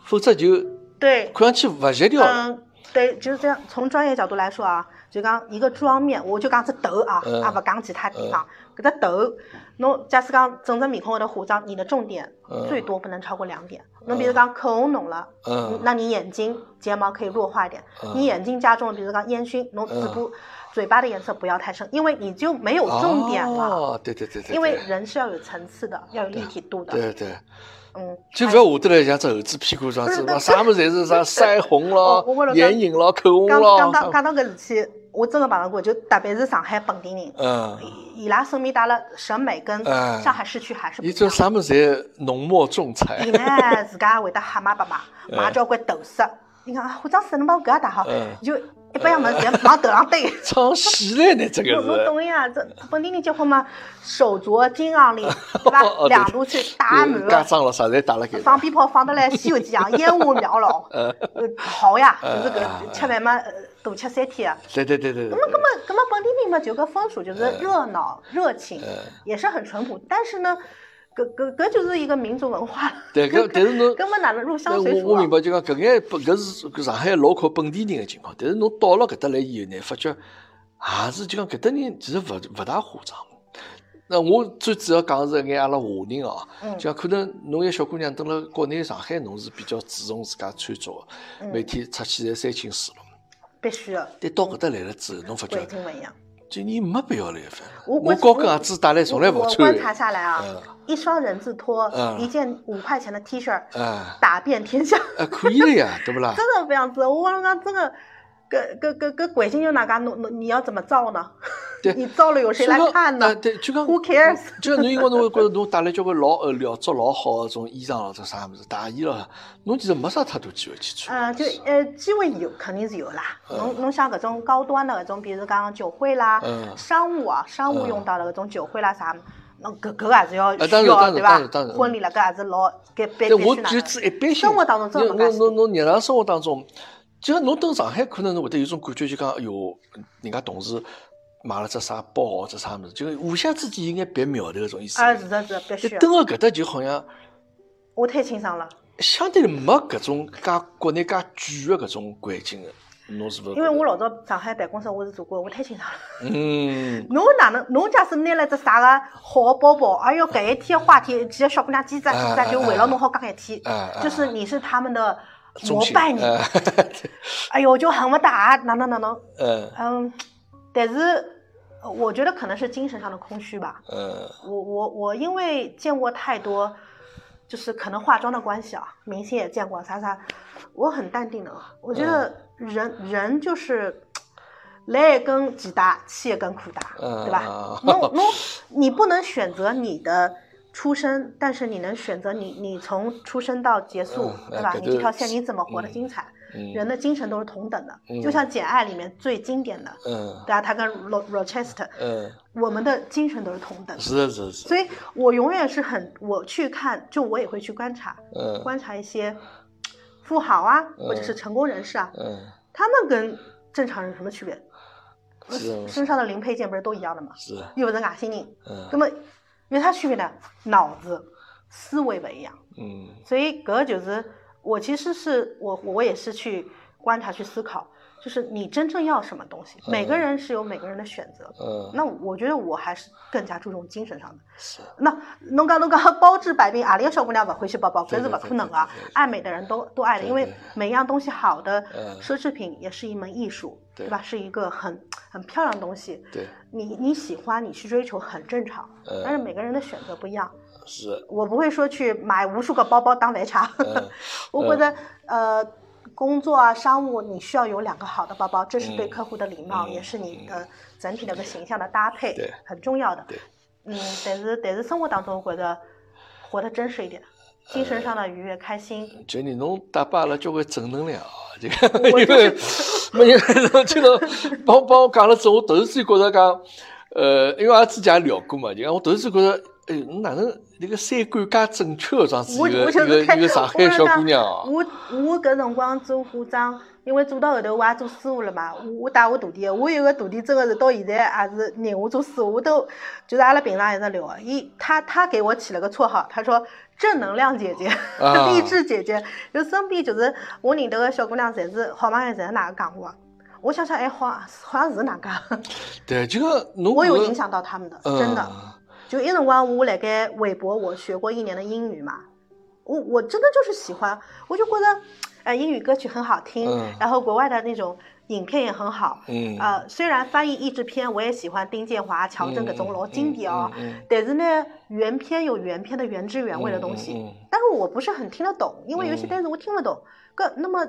[SPEAKER 1] 否则就
[SPEAKER 2] 对，
[SPEAKER 1] 看上去勿协调了。
[SPEAKER 2] 嗯，对，就是这样。从专业角度来说啊，就讲一个妆面，我就讲只头啊，
[SPEAKER 1] 嗯
[SPEAKER 2] 也勿讲其他地方。搿只头，侬假使讲整只面孔或者化妆，你的重点
[SPEAKER 1] 嗯
[SPEAKER 2] 最多不能超过两点。侬比如讲口红浓了，
[SPEAKER 1] 嗯
[SPEAKER 2] 那你眼睛、睫毛可以弱化一点。
[SPEAKER 1] 嗯
[SPEAKER 2] 你眼睛加重，比如讲烟熏，侬嘴部、嘴巴的颜色不要太深，因为你就没有重点了。
[SPEAKER 1] 哦，对对对对。
[SPEAKER 2] 因为
[SPEAKER 1] 对
[SPEAKER 2] 人是要有层次的，要有立体度的。
[SPEAKER 1] 对对，
[SPEAKER 2] 嗯，
[SPEAKER 1] 就勿要下得来像只猴子屁股上子，
[SPEAKER 2] 不是
[SPEAKER 1] 啥物事侪是啥腮红
[SPEAKER 2] 我我
[SPEAKER 1] 咯、
[SPEAKER 2] 了讲
[SPEAKER 1] 眼影咯、口红
[SPEAKER 2] 讲
[SPEAKER 1] 咯
[SPEAKER 2] 讲
[SPEAKER 1] 啥
[SPEAKER 2] 到
[SPEAKER 1] 物，
[SPEAKER 2] 讲到搿事体，我真的碰到过，就特别是上海本地人，
[SPEAKER 1] 嗯，
[SPEAKER 2] 伊拉审美带了审美跟
[SPEAKER 1] 哎
[SPEAKER 2] 上海市区还是不一
[SPEAKER 1] 伊种
[SPEAKER 2] 样。
[SPEAKER 1] 啥物事侪浓墨重彩
[SPEAKER 2] 伊。呢自家会得瞎买 白买，
[SPEAKER 1] 哎
[SPEAKER 2] 买交关头饰。你看啊，化妆师侬帮我搿也带好
[SPEAKER 1] 嗯，
[SPEAKER 2] 就一百 样物事侪往头上堆。
[SPEAKER 1] 唱戏嘞，你这个
[SPEAKER 2] 侬侬
[SPEAKER 1] 是。
[SPEAKER 2] 懂呀？啊这本地人结婚嘛，手镯、金 项链，对
[SPEAKER 1] 哦
[SPEAKER 2] 伐？
[SPEAKER 1] 对
[SPEAKER 2] 两大圈打满
[SPEAKER 1] 家
[SPEAKER 2] 了，
[SPEAKER 1] 长了啥侪打了给
[SPEAKER 2] 放
[SPEAKER 1] 他。
[SPEAKER 2] 鞭炮放得来西游记一样，烟雾缭绕。 呃，好呀，
[SPEAKER 1] 哎
[SPEAKER 2] 就是
[SPEAKER 1] 哎
[SPEAKER 2] 搿吃饭嘛，呃大吃三天啊。
[SPEAKER 1] 对对对对对。嗯
[SPEAKER 2] 那么，那么，那么本地人嘛，就有个风俗，就是热闹、热情，也是很淳朴。但是呢，搿搿搿就是一个民族文化了。
[SPEAKER 1] 对搿但是侬
[SPEAKER 2] 根本哪能入乡
[SPEAKER 1] 那
[SPEAKER 2] 随
[SPEAKER 1] 我
[SPEAKER 2] 俗
[SPEAKER 1] 我
[SPEAKER 2] 啊
[SPEAKER 1] 明？白，就讲搿眼不搿是搿上海老靠本地人的情况，但是侬到了搿搭来以后呢，发觉也是就讲搿搭人其实勿勿大化妆。那我最主要讲是一眼阿拉华人哦，
[SPEAKER 2] 嗯
[SPEAKER 1] 就讲可能侬一小姑娘蹲辣国内上海，侬是比较注重自家穿着的，
[SPEAKER 2] 嗯
[SPEAKER 1] 每天出去侪三清四浓。
[SPEAKER 2] 必须的，
[SPEAKER 1] 但到搿搭来了之后，侬发
[SPEAKER 2] 北
[SPEAKER 1] 觉
[SPEAKER 2] 京不一样。
[SPEAKER 1] 今年没必要来翻。
[SPEAKER 2] 我
[SPEAKER 1] 我
[SPEAKER 2] 观
[SPEAKER 1] 高跟鞋子带来从来
[SPEAKER 2] 我
[SPEAKER 1] 勿
[SPEAKER 2] 我
[SPEAKER 1] 穿
[SPEAKER 2] 观。察下来啊
[SPEAKER 1] 嗯，
[SPEAKER 2] 一双人字拖
[SPEAKER 1] 嗯，
[SPEAKER 2] 一件五块钱的 T 恤，
[SPEAKER 1] 哎。
[SPEAKER 2] 打遍天下，
[SPEAKER 1] 啊，可以了呀，对不啦？
[SPEAKER 2] 真的这样子。我讲讲真的。搿搿搿搿鬼星又哪噶？侬侬你要怎么造呢？
[SPEAKER 1] 对
[SPEAKER 2] 你造了有谁来
[SPEAKER 1] 所以讲
[SPEAKER 2] 看呢
[SPEAKER 1] 啊对，就讲
[SPEAKER 2] ？Who cares？
[SPEAKER 1] 就讲侬因为侬会觉着侬带来交关老呃料足老好的种衣裳咯，种啥物事大衣咯，侬其实没啥太多机会去
[SPEAKER 2] 呃，
[SPEAKER 1] 穿。
[SPEAKER 2] 就呃，机会有肯定是有啦。侬侬像搿种高端的搿种，比如讲酒会啦、
[SPEAKER 1] 嗯
[SPEAKER 2] 商务啊、商
[SPEAKER 1] 嗯
[SPEAKER 2] 务
[SPEAKER 1] 呃
[SPEAKER 2] 用到的搿种酒会啦啥，那搿搿也是要
[SPEAKER 1] 当然
[SPEAKER 2] 需要
[SPEAKER 1] 当然
[SPEAKER 2] 对
[SPEAKER 1] 当
[SPEAKER 2] 伐
[SPEAKER 1] 然当然？
[SPEAKER 2] 婚礼了搿也是老搿必
[SPEAKER 1] 对，
[SPEAKER 2] 必
[SPEAKER 1] 我
[SPEAKER 2] 须拿
[SPEAKER 1] 就指
[SPEAKER 2] 的。
[SPEAKER 1] 一般性。
[SPEAKER 2] 生活当中真的
[SPEAKER 1] 因
[SPEAKER 2] 没
[SPEAKER 1] 为
[SPEAKER 2] 介
[SPEAKER 1] 侬侬侬日常生活当中，就像侬蹲上海，可能侬会得有种感觉，就讲哎哟，人家同事买了只啥包或者啥物事，就互相之间有眼别苗头搿种意思。
[SPEAKER 2] 啊，是的，是的，必
[SPEAKER 1] 就
[SPEAKER 2] 须。
[SPEAKER 1] 蹲到搿搭就好像。
[SPEAKER 2] 我太清爽了，
[SPEAKER 1] 相对没搿种介国内介卷的搿种环境的，侬是勿是觉
[SPEAKER 2] 因
[SPEAKER 1] 得？
[SPEAKER 2] 为我老早上海办公室我是做过，我太清爽了。
[SPEAKER 1] 嗯，
[SPEAKER 2] 侬哪能？侬假使拿了只啥个好的包包，哎哟，搿一天话题，几个小姑娘叽喳叽
[SPEAKER 1] 哎
[SPEAKER 2] 喳就围牢侬好讲一天
[SPEAKER 1] 哎哎，
[SPEAKER 2] 就是你是他们的
[SPEAKER 1] 中
[SPEAKER 2] 膜
[SPEAKER 1] 心
[SPEAKER 2] 拜你。
[SPEAKER 1] 呃
[SPEAKER 2] 哎哟，就很不搭，哪能哪能。
[SPEAKER 1] 嗯
[SPEAKER 2] 嗯，但是呃我觉得可能是精神上的空虚吧。
[SPEAKER 1] 嗯
[SPEAKER 2] 我我我因为见过太多，就是可能化妆的关系啊，明星也见过啥啥，我很淡定的。啊我觉得
[SPEAKER 1] 嗯
[SPEAKER 2] 人、人就是。来一根几大，去一根裤大，
[SPEAKER 1] 嗯
[SPEAKER 2] 对
[SPEAKER 1] 嗯
[SPEAKER 2] 吧？
[SPEAKER 1] 嗯
[SPEAKER 2] 侬侬，你不能选择你的出身，但是你能选择你你从出生到结束，
[SPEAKER 1] 嗯
[SPEAKER 2] 对
[SPEAKER 1] 哎
[SPEAKER 2] 吧？
[SPEAKER 1] 搿
[SPEAKER 2] 你
[SPEAKER 1] 都
[SPEAKER 2] 这条线你怎么活得
[SPEAKER 1] 嗯
[SPEAKER 2] 精彩？
[SPEAKER 1] 嗯
[SPEAKER 2] 人的精神都是同等的，
[SPEAKER 1] 嗯
[SPEAKER 2] 就像《简爱》里面最经典的，
[SPEAKER 1] 嗯
[SPEAKER 2] 对啊，他跟 Ro Rochester，
[SPEAKER 1] 嗯，
[SPEAKER 2] 我们的精神都是同等的，
[SPEAKER 1] 是的是的是的，
[SPEAKER 2] 所以我永远是很我去看，就我也会去观察，
[SPEAKER 1] 嗯
[SPEAKER 2] 观察一些富豪啊，
[SPEAKER 1] 嗯
[SPEAKER 2] 或者是成功人士啊，
[SPEAKER 1] 嗯
[SPEAKER 2] 他们跟正常人有什么区别？
[SPEAKER 1] 是啊
[SPEAKER 2] 身上的零配件不是都一样的吗？
[SPEAKER 1] 是，
[SPEAKER 2] 又不是外星人，
[SPEAKER 1] 嗯
[SPEAKER 2] 那么有啥区别呢？脑子思维不一样。
[SPEAKER 1] 嗯
[SPEAKER 2] 所以搿就是我其实是我我也是去观察去思考，就是你真正要什么东西，每个人是有每个人的选择。
[SPEAKER 1] 嗯，
[SPEAKER 2] 那我觉得我还是更加注重精神上的。
[SPEAKER 1] 是，
[SPEAKER 2] 那侬讲侬讲 包治百病，啊阿里个小姑娘勿欢喜包包，搿
[SPEAKER 1] 对
[SPEAKER 2] 是
[SPEAKER 1] 对
[SPEAKER 2] 勿
[SPEAKER 1] 对
[SPEAKER 2] 可能
[SPEAKER 1] 对
[SPEAKER 2] 啊
[SPEAKER 1] 对对！
[SPEAKER 2] 爱美的人都都爱的，
[SPEAKER 1] 对
[SPEAKER 2] 因为
[SPEAKER 1] 对
[SPEAKER 2] 每样东西好的
[SPEAKER 1] 嗯
[SPEAKER 2] 奢侈品也是一门艺术，
[SPEAKER 1] 对
[SPEAKER 2] 对吧？是一个很很漂亮的东西，
[SPEAKER 1] 对，
[SPEAKER 2] 你你喜欢你去追求很正常，
[SPEAKER 1] 嗯
[SPEAKER 2] 但是每个人的选择不一样。
[SPEAKER 1] 是，
[SPEAKER 2] 我不会说去买无数个包包当奶茶，
[SPEAKER 1] 嗯
[SPEAKER 2] 我觉得呃，工作啊、商务你需要有两个好的包包，这是对
[SPEAKER 1] 嗯
[SPEAKER 2] 客户的礼貌，
[SPEAKER 1] 嗯
[SPEAKER 2] 也是你的整体的一个形象的搭配，
[SPEAKER 1] 对
[SPEAKER 2] 很重要的。
[SPEAKER 1] 对
[SPEAKER 2] 嗯，但是但是生活当中，我觉得活得真实一点，精神上的愉悦、开心，
[SPEAKER 1] 就你侬带拨阿拉交关正能量啊，这个
[SPEAKER 2] 我
[SPEAKER 1] 因
[SPEAKER 2] 就
[SPEAKER 1] 为
[SPEAKER 2] 是
[SPEAKER 1] 没因为这个帮帮我讲了之后，我突然之间觉着讲，呃，因为阿拉之前也聊过嘛，就讲我突然之间觉着，哎呦，侬哪能一个三观介正确的这样子一
[SPEAKER 2] 我
[SPEAKER 1] 个
[SPEAKER 2] 我
[SPEAKER 1] 一
[SPEAKER 2] 就是
[SPEAKER 1] 个
[SPEAKER 2] 开
[SPEAKER 1] 一个上海小姑娘啊？
[SPEAKER 2] 我我搿辰光做化妆，因为做到后头我也做师傅了嘛，我我带我徒弟，我有个徒弟真的是到现在也是认我做师傅，我都就是阿拉平常一直聊，啊伊他他给我起了个绰号，他说正能量姐姐、
[SPEAKER 1] 啊
[SPEAKER 2] 励志姐姐，就身边就是我认得个小姑娘，侪是好朋友，侪是哪个讲我。我想想，哎，好像好像是哪个，
[SPEAKER 1] 对，就讲侬
[SPEAKER 2] 我有
[SPEAKER 1] 觉得
[SPEAKER 2] 影，响到他们的，
[SPEAKER 1] 嗯
[SPEAKER 2] 真的。就一辰光我辣盖微博我学过一年的英语嘛，我我真的就是喜欢，我就觉得，呃，英语歌曲很好听，
[SPEAKER 1] 嗯
[SPEAKER 2] 然后国外的那种影片也很好，
[SPEAKER 1] 嗯，
[SPEAKER 2] 呃，虽然翻译译制片我也喜欢丁建华、乔振搿种老经典哦，
[SPEAKER 1] 嗯，嗯
[SPEAKER 2] 但是呢，原片有原片的原汁原味的东西，
[SPEAKER 1] 嗯嗯嗯
[SPEAKER 2] 但是我不是很听得懂，因为有一些
[SPEAKER 1] 嗯
[SPEAKER 2] 单词我听不懂。个那么，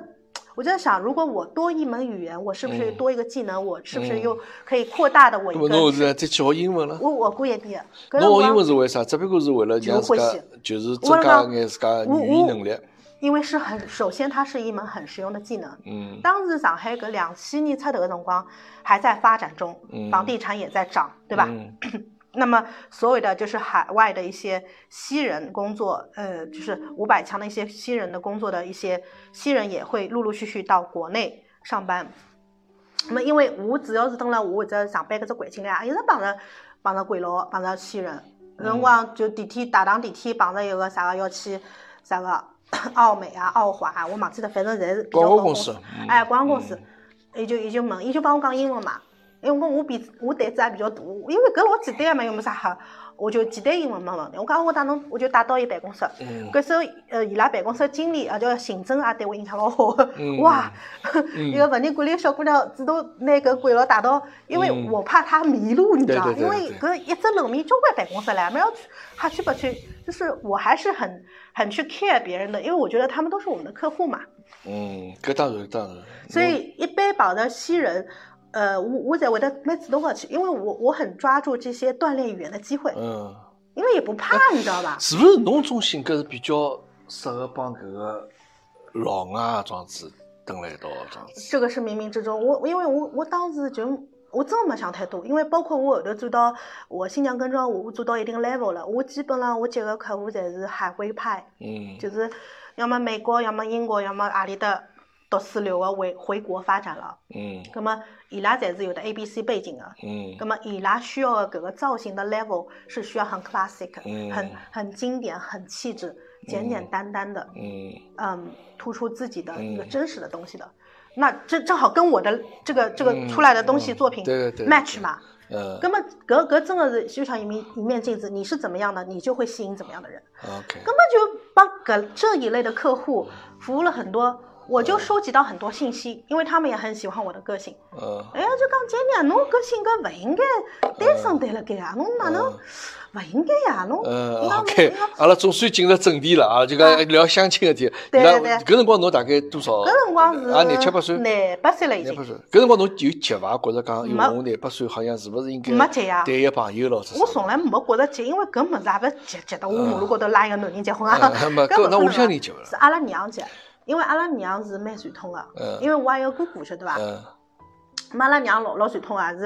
[SPEAKER 2] 我就在想，如果我多一门语言，我是不是
[SPEAKER 1] 嗯
[SPEAKER 2] 多一个技能？我是不是
[SPEAKER 1] 嗯
[SPEAKER 2] 又可以扩大的我
[SPEAKER 1] 那
[SPEAKER 2] 一
[SPEAKER 1] 么侬
[SPEAKER 2] 个
[SPEAKER 1] 现在再去学英文了？
[SPEAKER 2] 我我估也低，搿辰
[SPEAKER 1] 侬学英
[SPEAKER 2] 光
[SPEAKER 1] 文是为啥？只不过是为了让自
[SPEAKER 2] 就
[SPEAKER 1] 家
[SPEAKER 2] 是欢
[SPEAKER 1] 就是增加一眼自家
[SPEAKER 2] 我
[SPEAKER 1] 语言能力。
[SPEAKER 2] 因为是很，首先它是一门很实用的技能。
[SPEAKER 1] 嗯
[SPEAKER 2] 当时上海搿两千年出头的辰光还在发展中
[SPEAKER 1] 嗯，
[SPEAKER 2] 房地产也在涨，对吧？
[SPEAKER 1] 嗯
[SPEAKER 2] 那么所有的就是海外的一些西人工作，呃，就是五百强的一些西人的工作的一些西人也会陆陆续续到国内上班。那么因为我主要是蹲了我这上班搿只环境里啊，一直碰着碰着鬼佬，碰着西人，有辰
[SPEAKER 1] 嗯
[SPEAKER 2] 光就地铁大堂地铁碰着一个啥个要去啥个 奥美啊、奥华啊，我忘记了，反正侪是比较
[SPEAKER 1] 广告
[SPEAKER 2] 高
[SPEAKER 1] 公司嗯
[SPEAKER 2] 哎，广告公司，伊就伊就问，伊就帮我讲英文嘛。因为我比我胆子也比较大，因为搿老简单个嘛，又没啥吓，我就简单英文没问题。我讲我带侬，我就带到伊办公室。
[SPEAKER 1] 嗯
[SPEAKER 2] 搿时候，呃，伊拉办公室经理啊，叫行政啊，对我印象老好
[SPEAKER 1] 嗯。
[SPEAKER 2] 哇，
[SPEAKER 1] 嗯
[SPEAKER 2] 一个文理管理个小姑娘主动拿搿鬼佬带到，因为
[SPEAKER 1] 嗯
[SPEAKER 2] 我怕她迷路，你知道，
[SPEAKER 1] 对对对
[SPEAKER 2] 因为搿一只楼面交关办公室唻，没要去哈去不去，就是我还是很很去 care 别人的，因为我觉得他们都是我们的客户嘛。
[SPEAKER 1] 嗯，搿当然当然。
[SPEAKER 2] 所以一般跑到西人，呃，我我在我的蛮主动的去，因为我我很抓住这些锻炼语言的机会，
[SPEAKER 1] 嗯，
[SPEAKER 2] 因为也不怕，你知道吧？
[SPEAKER 1] 是不是侬种性格是比较适合帮搿个老外这样子蹲辣一道这样子？
[SPEAKER 2] 这个是冥冥之中，我我因为我我当时就我真的没想太多，因为包括我后头做到我新娘跟妆，我做到一定 level 了，我基本上我接个客户侪是海归派，
[SPEAKER 1] 嗯
[SPEAKER 2] 就是要么美国，要么英国，要么阿里的读书留学回回国发展了，
[SPEAKER 1] 嗯
[SPEAKER 2] 那么伊拉侪是有的 A B C 背景的、啊
[SPEAKER 1] 嗯
[SPEAKER 2] 那么伊拉需要的搿个造型的 level 是需要很 classic，、
[SPEAKER 1] 嗯
[SPEAKER 2] 很很经典、很气质、简简单单的，
[SPEAKER 1] 嗯
[SPEAKER 2] 嗯，突出自己的
[SPEAKER 1] 嗯
[SPEAKER 2] 一个真实的东西的。那这正好跟我的这个这个出来的东西
[SPEAKER 1] 嗯
[SPEAKER 2] 作品
[SPEAKER 1] 对对对
[SPEAKER 2] match 嘛。
[SPEAKER 1] 嗯
[SPEAKER 2] 那么搿搿真的是就像一面一面镜子，你是怎么样的，你就会吸引怎么样的人。
[SPEAKER 1] 嗯，OK，
[SPEAKER 2] 根本就帮搿这一类的客户服务了很多，我就收集到很多信息，因为他们也很喜欢我的个性。
[SPEAKER 1] 嗯
[SPEAKER 2] 哎呀，就讲今年侬搿性格勿应该单身待辣盖啊，侬哪能勿应该呀？侬
[SPEAKER 1] 嗯
[SPEAKER 2] 伊拉
[SPEAKER 1] ，OK，阿拉总算进入正题了啊，就讲聊相亲个事体。
[SPEAKER 2] 对
[SPEAKER 1] 那
[SPEAKER 2] 对
[SPEAKER 1] 搿辰光侬大概多少？
[SPEAKER 2] 搿辰光是
[SPEAKER 1] 啊，廿七八岁。
[SPEAKER 2] 廿八岁了已
[SPEAKER 1] 廿八
[SPEAKER 2] 经。
[SPEAKER 1] 岁，搿辰光侬有急伐？觉着讲，哎
[SPEAKER 2] 没
[SPEAKER 1] 哟，我廿八岁好像是勿是应该
[SPEAKER 2] 没急啊
[SPEAKER 1] 谈一个朋友咯？这是
[SPEAKER 2] 我从来没觉着急，因为搿物事也勿急急得我马路高头拉一个男人结婚啊
[SPEAKER 1] 嗯嗯没，搿
[SPEAKER 2] 搿勿
[SPEAKER 1] 那
[SPEAKER 2] 可
[SPEAKER 1] 屋里向
[SPEAKER 2] 能
[SPEAKER 1] 人
[SPEAKER 2] 啊
[SPEAKER 1] 急勿啦
[SPEAKER 2] 是阿拉娘急，因为阿拉娘是蛮传统
[SPEAKER 1] 嗯
[SPEAKER 2] 的，因为我也有个姑姑晓得伐？
[SPEAKER 1] 嗯
[SPEAKER 2] 嘛，阿拉娘老老传统啊，是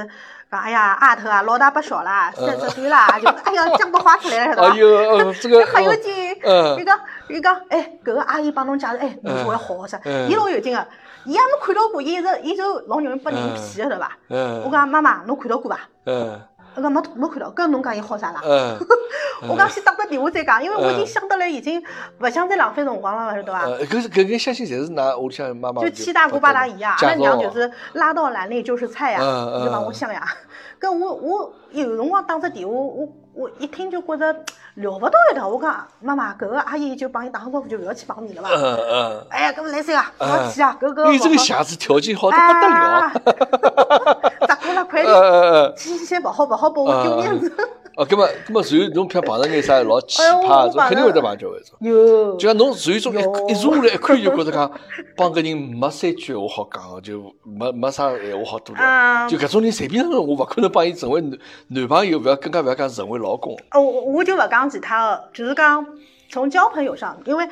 [SPEAKER 2] 讲哎呀丫头啊，老大不小啦，三十岁啦，就是哎呀江都花出来了，晓得
[SPEAKER 1] 嗯哎
[SPEAKER 2] 伐？
[SPEAKER 1] 呦，呃这个
[SPEAKER 2] 很有劲。
[SPEAKER 1] 嗯
[SPEAKER 2] 伊讲伊讲，哎，搿个阿姨帮侬介绍，哎，侬是我的好学生
[SPEAKER 1] 嗯。
[SPEAKER 2] 伊老有劲个，伊也没看到过，伊一直伊就老容易拨人骗的，对伐？
[SPEAKER 1] 嗯，
[SPEAKER 2] 我讲妈妈，侬看到过伐？
[SPEAKER 1] 嗯
[SPEAKER 2] 我讲没没看到，搿侬讲伊好啥啦？
[SPEAKER 1] 嗯，
[SPEAKER 2] 我讲先打个电话再讲，因为我已经
[SPEAKER 1] 嗯
[SPEAKER 2] 想得来，已经勿想再浪费辰光了，晓得伐？
[SPEAKER 1] 呃，搿是搿个相信侪是㑚屋里向妈妈
[SPEAKER 2] 就七大姑八大姨啊，阿
[SPEAKER 1] 介
[SPEAKER 2] 拉
[SPEAKER 1] 绍
[SPEAKER 2] 娘
[SPEAKER 1] 我
[SPEAKER 2] 就是拉到栏里就是菜呀，
[SPEAKER 1] 嗯
[SPEAKER 2] 你就帮
[SPEAKER 1] 嗯
[SPEAKER 2] 我想呀。搿我我有辰光打只电话，我我一听就觉着聊勿到一道。我讲妈妈，搿个阿姨就帮伊打个招呼，就勿要去帮你了伐？
[SPEAKER 1] 嗯
[SPEAKER 2] 哎呀，搿么来塞啊，勿
[SPEAKER 1] 嗯
[SPEAKER 2] 要去啊，搿个
[SPEAKER 1] 嗯，因为这个
[SPEAKER 2] 勿好
[SPEAKER 1] 匣子条件好得不得了。，啊
[SPEAKER 2] 砸过了快
[SPEAKER 1] 呃
[SPEAKER 2] 点，
[SPEAKER 1] 呃呃，
[SPEAKER 2] 去去去，勿好勿好，拨我丢面子。
[SPEAKER 1] 哦，葛末葛末，随后侬偏碰到眼啥老奇
[SPEAKER 2] 哎呦我
[SPEAKER 1] 葩，
[SPEAKER 2] 碰
[SPEAKER 1] 种肯定会得
[SPEAKER 2] 到
[SPEAKER 1] 碰到一种。
[SPEAKER 2] 哟，
[SPEAKER 1] 就像侬随中一
[SPEAKER 2] 哟
[SPEAKER 1] 一坐下来一看就觉着讲，帮搿人没三句闲话好讲的，就没没啥闲话好多
[SPEAKER 2] 啊
[SPEAKER 1] 聊。就搿种人随便我勿可能帮伊成为男男朋友，勿要更加勿要讲成为老公。
[SPEAKER 2] 哦，我我就勿讲其他的，就是讲从交朋友上，因为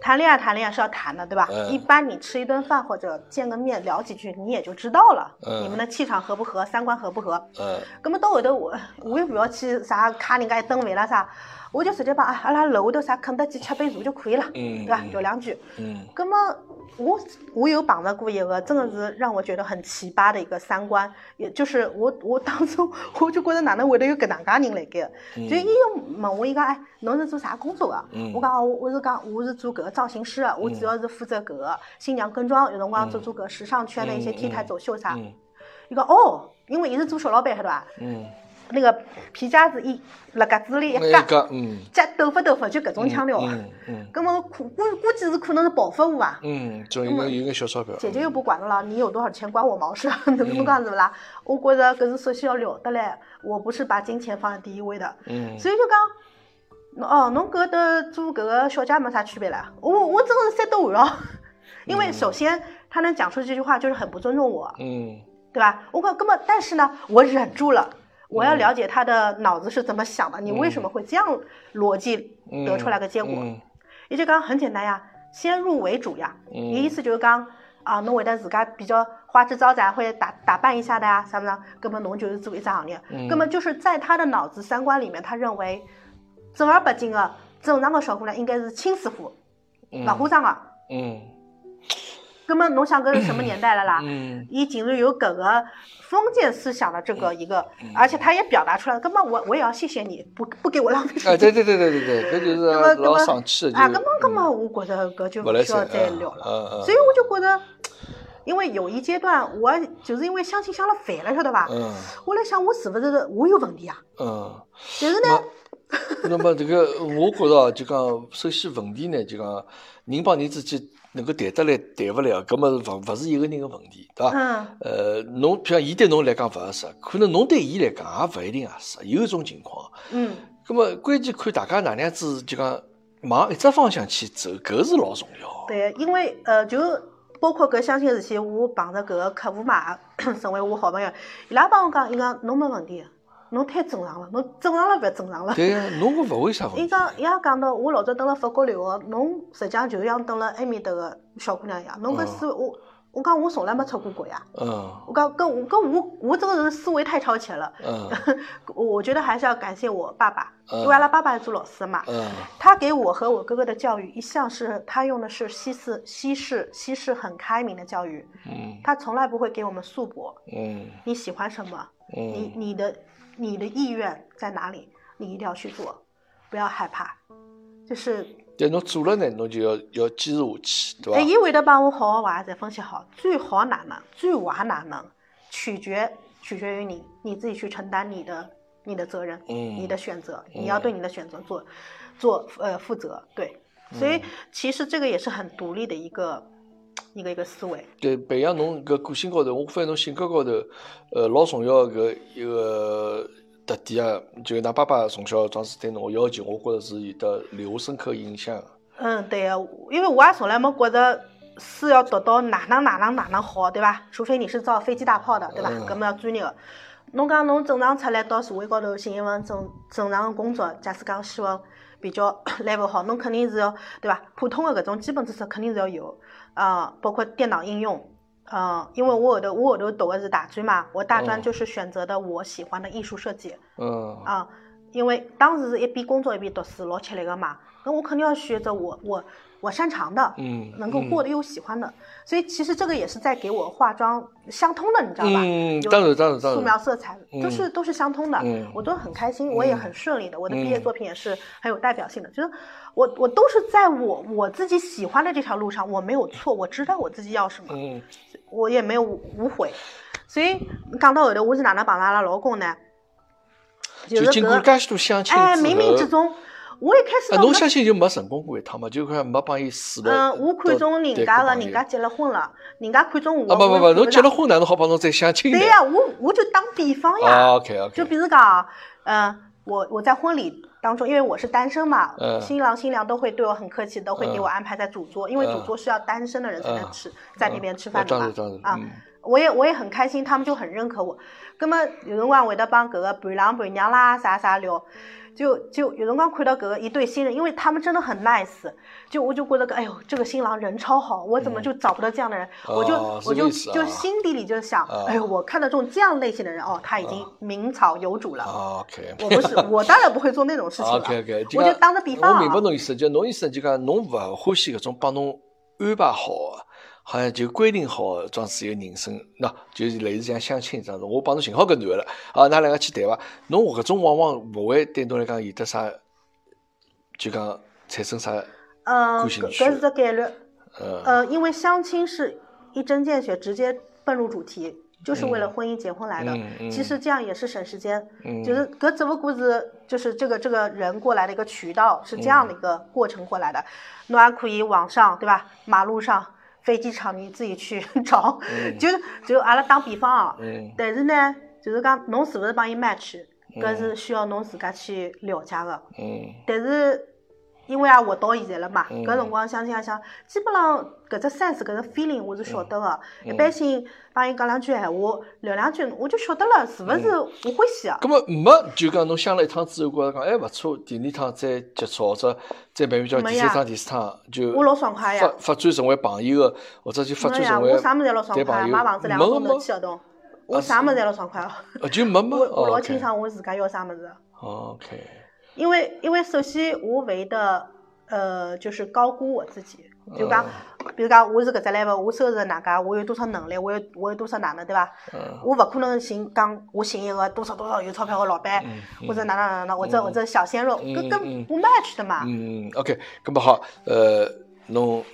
[SPEAKER 2] 谈恋爱谈恋爱是要谈的，对吧？
[SPEAKER 1] 嗯
[SPEAKER 2] 一般你吃一顿饭或者见个面聊几句，你也就知道了，
[SPEAKER 1] 嗯
[SPEAKER 2] 你们的气场合不合，三观合不合。啊
[SPEAKER 1] 嗯
[SPEAKER 2] 那么到后头我我也不要去啥卡人家一顿饭啦啥，我就直接帮啊阿拉楼下头啥肯德基吃杯茶就可以了，
[SPEAKER 1] 嗯
[SPEAKER 2] 对吧？
[SPEAKER 1] 嗯
[SPEAKER 2] 聊两句。
[SPEAKER 1] 嗯
[SPEAKER 2] 那么我我有绑着过一个，真的是让我觉得很奇葩的一个三观，也就是我我当初 我就觉得哪能会得有搿能介人来盖，就伊就问我伊讲，哎，侬是做啥工作的？
[SPEAKER 1] 嗯
[SPEAKER 2] 我讲哦我我是讲我是做搿个造型师的，我主要是负责搿个新娘跟妆，有辰光做做搿时尚圈的一些 T 台走秀啥。
[SPEAKER 1] 嗯
[SPEAKER 2] 伊讲哦，因为伊是做小老板，晓得伐？
[SPEAKER 1] 嗯，
[SPEAKER 2] 那个皮夹子一辣格子 里一
[SPEAKER 1] 那
[SPEAKER 2] 夹
[SPEAKER 1] 一，个嗯，
[SPEAKER 2] 夹抖发抖发，就搿种腔调。啊
[SPEAKER 1] 嗯嗯
[SPEAKER 2] 那么估估估计是可能是暴发户啊。
[SPEAKER 1] 嗯，总有眼有眼小钞票。
[SPEAKER 2] 姐姐又不管了，你有多少钱关我毛 事？侬侬讲是不啦？我觉着搿是首先要聊得来，我不是把金钱放在第一位的，
[SPEAKER 1] 嗯
[SPEAKER 2] 所以就讲，哦，侬搿搭做搿个小姐没啥区别啦。我我真的是三兜环绕， 因为首先他能讲出这句话，就是很不尊重我，
[SPEAKER 1] 嗯
[SPEAKER 2] 对吧？我讲根本，但是呢，我忍住了。我要了解他的脑子是怎么想的，你为什么会这样逻辑
[SPEAKER 1] 嗯，
[SPEAKER 2] 得出来个结果？
[SPEAKER 1] 嗯
[SPEAKER 2] 伊就讲很简单呀，先入为主呀。
[SPEAKER 1] 嗯
[SPEAKER 2] 伊意思就是讲啊，侬会得自家比较花枝招展，或者打打扮一下的呀、啥么的，根本侬就是做一只行业。
[SPEAKER 1] 嗯
[SPEAKER 2] 根本就是在他的脑子三观里面，他认为正儿八经的正常的小姑娘应该是轻似乎，
[SPEAKER 1] 嗯
[SPEAKER 2] 勿化妆的。
[SPEAKER 1] 嗯
[SPEAKER 2] 根本侬想搿是什么年代了啦？
[SPEAKER 1] 嗯
[SPEAKER 2] 伊竟然有搿个封建思想的这个一个，
[SPEAKER 1] 嗯
[SPEAKER 2] 而且他也表达出来了。根本我我也要谢谢你，不不给我浪费时间。
[SPEAKER 1] 哎，对对对对对对，搿就是
[SPEAKER 2] 那
[SPEAKER 1] 老
[SPEAKER 2] 么那么
[SPEAKER 1] 生气的，
[SPEAKER 2] 啊，
[SPEAKER 1] 就
[SPEAKER 2] 根本根本我觉着搿就
[SPEAKER 1] 勿
[SPEAKER 2] 勿
[SPEAKER 1] 来
[SPEAKER 2] 需
[SPEAKER 1] 塞
[SPEAKER 2] 要再聊了。
[SPEAKER 1] 嗯嗯，
[SPEAKER 2] 所以我就觉得，因为有一阶段我就是因为相亲相了烦了，晓得吧？
[SPEAKER 1] 嗯
[SPEAKER 2] 我来想我是不是我有问题啊？
[SPEAKER 1] 嗯。
[SPEAKER 2] 但是呢，
[SPEAKER 1] 那么这个，我觉着啊就讲，首先问题呢，就讲人帮人之间能够谈得来，谈不来啊，搿么是勿勿是一个人的问题，对伐？
[SPEAKER 2] 嗯
[SPEAKER 1] 呃，侬譬如讲伊对侬来讲勿合适，可能侬对伊来讲也勿一定合适，有一种情况。
[SPEAKER 2] 嗯，
[SPEAKER 1] 搿么关键看大家哪能样子，就讲往一只方向去走，搿是老重要的。
[SPEAKER 2] 对，因为呃，就包括搿相亲事体，我碰着搿个客户 嘛，成为我好朋友，伊拉帮我讲，伊讲侬没问题，侬太正常了，侬正常了勿正常了。
[SPEAKER 1] 对呀，侬搿勿会啥问
[SPEAKER 2] 伊
[SPEAKER 1] 题。
[SPEAKER 2] 讲，伊也讲到，我老早蹲辣法国留学，侬实际上就像蹲辣埃面搭个小姑娘一样，侬搿思维，我我讲我从来没出过国呀，
[SPEAKER 1] 嗯
[SPEAKER 2] 我讲跟我跟我我这个人思维太超前了，
[SPEAKER 1] 嗯
[SPEAKER 2] 我我觉得还是要感谢我爸爸，
[SPEAKER 1] 嗯
[SPEAKER 2] 因为阿拉爸爸是做老师嘛，
[SPEAKER 1] 嗯
[SPEAKER 2] 他给我和我哥哥的教育一向是他用的是西式西式西式很开明的教育，
[SPEAKER 1] 嗯
[SPEAKER 2] 他从来不会给我们束缚，
[SPEAKER 1] 嗯
[SPEAKER 2] 你喜欢什么，你
[SPEAKER 1] 嗯
[SPEAKER 2] 你的你的意愿在哪里，你一定要去做，不要害怕，就是
[SPEAKER 1] 但侬做了呢，侬就要要坚持下去，对
[SPEAKER 2] 哎，
[SPEAKER 1] 伐？
[SPEAKER 2] 伊会得帮我好好坏侪分析好，最好哪能，最坏哪能，取决取决于你，你自己去承担你的你的责任，
[SPEAKER 1] 嗯
[SPEAKER 2] 你的选择，
[SPEAKER 1] 嗯
[SPEAKER 2] 你要对你的选择做做呃负责，对，所以其实这个也是很独立的一个一个一个思维，
[SPEAKER 1] 对，培养侬搿个性高头，我发现侬性格高头，呃，老重要搿一个特点啊，就㑚爸爸从小当时对侬个要求，我觉着是有得留下深刻印象的。
[SPEAKER 2] 嗯，对呀、因为我也从来没觉着。书要读到哪能哪能哪能好，对吧？除非你是造飞机大炮的，对吧
[SPEAKER 1] 嗯？
[SPEAKER 2] 搿么要专业的。侬讲侬正常出来到社会高头寻一份正正常的工作，假使讲希望比较 level 好，侬肯定是要对伐？普通的搿种基本知识肯定是要有，啊、包括电脑应用，啊，因为我后头我后头读的是大专嘛，我大专
[SPEAKER 1] 嗯
[SPEAKER 2] 就是选择的我喜欢的艺术设计
[SPEAKER 1] 嗯
[SPEAKER 2] 啊、因为当时是一边工作一边读书，老吃力个嘛，那我肯定要选择我我我擅长的，
[SPEAKER 1] 嗯，
[SPEAKER 2] 能够过得又喜欢的。所以其实这个也是在给我化妆相通的，你知道吧？
[SPEAKER 1] 嗯，
[SPEAKER 2] 有
[SPEAKER 1] 当然当然
[SPEAKER 2] 素
[SPEAKER 1] 当
[SPEAKER 2] 描、
[SPEAKER 1] 然，
[SPEAKER 2] 色彩
[SPEAKER 1] 嗯
[SPEAKER 2] 都是都是相通的
[SPEAKER 1] 嗯，
[SPEAKER 2] 我都很开心，我也很顺利的，我的毕业
[SPEAKER 1] 嗯
[SPEAKER 2] 作品也是很有代表性的，就是我我都是在我我自己喜欢的这条路上，我没有错，我知道我自己要什么，
[SPEAKER 1] 嗯
[SPEAKER 2] 我也没有无悔，所以讲到后头，我是哪能碰到阿拉老公呢？
[SPEAKER 1] 就是经
[SPEAKER 2] 搿
[SPEAKER 1] 过介许多相亲
[SPEAKER 2] 哎，
[SPEAKER 1] 之
[SPEAKER 2] 冥冥
[SPEAKER 1] 后
[SPEAKER 2] 之中，我一开始
[SPEAKER 1] 啊，
[SPEAKER 2] 倒
[SPEAKER 1] 侬
[SPEAKER 2] 没
[SPEAKER 1] 相信就没成功过一趟嘛？就看没帮伊试了。
[SPEAKER 2] 嗯，我看中人家
[SPEAKER 1] 了，
[SPEAKER 2] 了，人家结了婚了，人家看中我
[SPEAKER 1] 啊，
[SPEAKER 2] 了。
[SPEAKER 1] 不不不，
[SPEAKER 2] 我也看
[SPEAKER 1] 侬结
[SPEAKER 2] 上
[SPEAKER 1] 了婚哪能好帮侬再相亲呢？
[SPEAKER 2] 对呀，我我就当比方
[SPEAKER 1] 啊
[SPEAKER 2] 呀，
[SPEAKER 1] ，OK OK，
[SPEAKER 2] 就比如讲，嗯，我我在婚礼当中，因为我是单身嘛
[SPEAKER 1] 嗯，
[SPEAKER 2] 新郎新娘都会对我很客气，都会给
[SPEAKER 1] 嗯
[SPEAKER 2] 我安排在主桌，因为主
[SPEAKER 1] 嗯
[SPEAKER 2] 桌是要单身的人才能
[SPEAKER 1] 嗯
[SPEAKER 2] 吃，在那边吃
[SPEAKER 1] 啊
[SPEAKER 2] 饭的
[SPEAKER 1] 当
[SPEAKER 2] 嘛
[SPEAKER 1] 然。当然
[SPEAKER 2] 啊
[SPEAKER 1] 嗯
[SPEAKER 2] 我也我也很开心，他们就很认可我。葛么有辰光会得帮搿个伴郎伴娘啦啥啥聊，就就有辰光看到搿个一对新人，因为他们真的很 nice，就我就觉得个哎呦这个新郎人超好，我怎么就找不到这样的人？我
[SPEAKER 1] 嗯
[SPEAKER 2] 就、
[SPEAKER 1] 哦是这
[SPEAKER 2] 我
[SPEAKER 1] 个
[SPEAKER 2] 就
[SPEAKER 1] 意思啊
[SPEAKER 2] 就心底里就想，
[SPEAKER 1] 啊
[SPEAKER 2] 哎呦我看得中这样类型的人哦，他已经名草有主了。
[SPEAKER 1] 啊，OK。
[SPEAKER 2] 我不是，我当然不会做那种事情 了。
[SPEAKER 1] OK OK，
[SPEAKER 2] 我就当个比方
[SPEAKER 1] 我明白
[SPEAKER 2] 啊，
[SPEAKER 1] 侬意思，就侬意思就讲侬勿欢喜搿种帮侬安排好的，好像就规定好啊的装自由人生，喏，就是类似像相亲这样子。我帮侬寻好搿男的了，啊，㑚两个去谈伐？侬搿种往往勿会对侬来讲有得啥，就讲产生啥，
[SPEAKER 2] 嗯，
[SPEAKER 1] 感
[SPEAKER 2] 搿
[SPEAKER 1] 兴趣
[SPEAKER 2] 搿是个概率。
[SPEAKER 1] 呃，
[SPEAKER 2] 呃，因为相亲是一针见血，直接奔入主题，就是为了婚姻结婚来的。
[SPEAKER 1] 嗯嗯
[SPEAKER 2] 其实这样也是省时间，
[SPEAKER 1] 嗯
[SPEAKER 2] 就是搿只不过是就是这个这个人过来的一个渠道，是这样的一个
[SPEAKER 1] 嗯
[SPEAKER 2] 过程过来的。侬还可以网上对吧？马路上、飞机场你自己去 找，就是就阿拉打比方啊。
[SPEAKER 1] 嗯
[SPEAKER 2] 但是呢，就是讲侬是勿是帮伊 match，搿是需要侬自家去了解的。
[SPEAKER 1] 嗯
[SPEAKER 2] 但是因为啊，活到现在了嘛，
[SPEAKER 1] 嗯
[SPEAKER 2] 搿辰光想想想，基本上搿只 sense 搿只 feeling 我是晓得个。
[SPEAKER 1] 嗯
[SPEAKER 2] 一般性帮伊讲两句闲话，聊两句，我就晓得了是勿是
[SPEAKER 1] 嗯
[SPEAKER 2] 我欢喜啊？
[SPEAKER 1] 咁么没就讲侬相了一趟之后，觉着讲哎勿错，第二趟再接触或者再慢慢叫
[SPEAKER 2] 没
[SPEAKER 1] 第
[SPEAKER 2] 呀
[SPEAKER 1] 三趟、第四趟就
[SPEAKER 2] 我老爽快呀
[SPEAKER 1] 发！发展成为朋友的，或者就发展
[SPEAKER 2] 没哎呀，
[SPEAKER 1] 成为
[SPEAKER 2] 我啥物事侪老爽
[SPEAKER 1] 谈
[SPEAKER 2] 快啊，
[SPEAKER 1] 朋友
[SPEAKER 2] 买房子两个钟头起合同，我啥物事侪老爽快啊！
[SPEAKER 1] 呃就没嘛。
[SPEAKER 2] 我我老
[SPEAKER 1] OK
[SPEAKER 2] 清爽我自家要啥物事，
[SPEAKER 1] OK，
[SPEAKER 2] 因为因为首先我会得呃就是高估我自己，就
[SPEAKER 1] 嗯
[SPEAKER 2] 讲。比如讲，我是搿只 level，我收入哪介，我有多少能力，我有我有多少哪能，对伐？
[SPEAKER 1] 嗯
[SPEAKER 2] 我勿可能寻讲我寻一个多少多少有钞票个老板，或者哪哪哪哪，或者或者小鲜肉，
[SPEAKER 1] 嗯嗯
[SPEAKER 2] 搿跟不 match 的嘛。
[SPEAKER 1] 嗯，OK，咁么好，呃，侬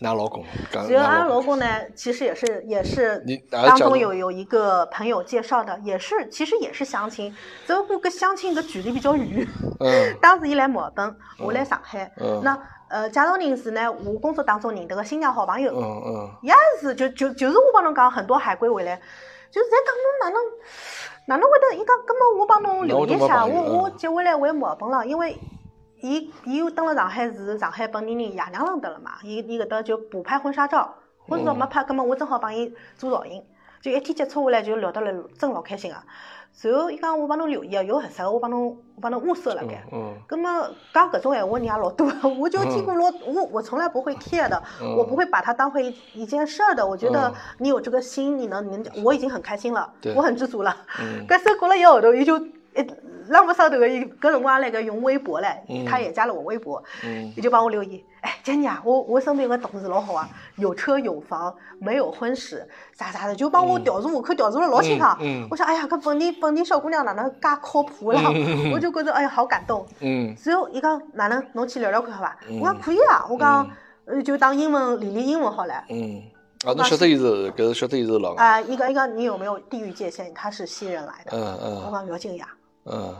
[SPEAKER 1] 㑚老公讲
[SPEAKER 2] 然后阿拉
[SPEAKER 1] 㑚
[SPEAKER 2] 老
[SPEAKER 1] 老公，
[SPEAKER 2] 公呢，其实也是也是
[SPEAKER 1] 嗯你啊哪个
[SPEAKER 2] 当
[SPEAKER 1] 角度
[SPEAKER 2] 中有有一个朋友介绍的，也是其实也是相亲，只不过搿相亲搿距离比较远。
[SPEAKER 1] 嗯
[SPEAKER 2] 当时伊来墨尔本，我来上海。
[SPEAKER 1] 嗯
[SPEAKER 2] 那呃，介绍人是呢，我工作当中认得个新疆好朋友。
[SPEAKER 1] 嗯嗯，
[SPEAKER 2] 也是，就就就是我帮侬讲，很多海归回来，就是在讲侬哪能哪能会得，伊讲，葛么我帮侬留意一下，
[SPEAKER 1] 那我都没朋友
[SPEAKER 2] 我我
[SPEAKER 1] 嗯
[SPEAKER 2] 接下来回墨尔本了，因为伊伊又登了上海是上海本地人爷娘浪得了嘛，伊伊搿搭就补拍婚纱照，婚纱照没拍，葛么我正好帮伊做造型，就一天接触下来就聊得了，真老开心个、随后伊讲我帮侬留意啊，有合适个我帮侬我帮侬物色辣盖。
[SPEAKER 1] 嗯
[SPEAKER 2] 那么讲搿种闲话人也啊老 多，我就听过老，我我从来不会 care 的，
[SPEAKER 1] 嗯
[SPEAKER 2] 我不会把它当回一一件事儿的。我觉得
[SPEAKER 1] 嗯
[SPEAKER 2] 你有这个心，你能，你能，我已经很开心了
[SPEAKER 1] 对，
[SPEAKER 2] 我很知足了。
[SPEAKER 1] 嗯
[SPEAKER 2] 但是过了一个号头，伊就一浪不上头个，伊搿辰光那个用微博嘞
[SPEAKER 1] 嗯，
[SPEAKER 2] 他也加了我微博，
[SPEAKER 1] 嗯
[SPEAKER 2] 伊就帮我留言，哎，姐你啊，我我身边有个同事老好啊，有车有房，没有婚史，啥啥的，就帮我调查我，看调查了老清爽。
[SPEAKER 1] 嗯嗯嗯
[SPEAKER 2] 我想，哎呀，搿本地本地小姑娘哪能介靠谱啦？我就觉得，哎呀，好感动。
[SPEAKER 1] 嗯
[SPEAKER 2] 随后伊讲哪能，侬去聊聊看好伐？
[SPEAKER 1] 嗯
[SPEAKER 2] 我讲可以啊，我讲呃就当英文练练英文好了。
[SPEAKER 1] 嗯，啊，侬晓得伊是搿是晓得伊是老外，
[SPEAKER 2] 啊，伊讲伊讲你有没有地域界限？他是西人来的。
[SPEAKER 1] 嗯
[SPEAKER 2] 我
[SPEAKER 1] 嗯
[SPEAKER 2] 讲不要紧呀，
[SPEAKER 1] 嗯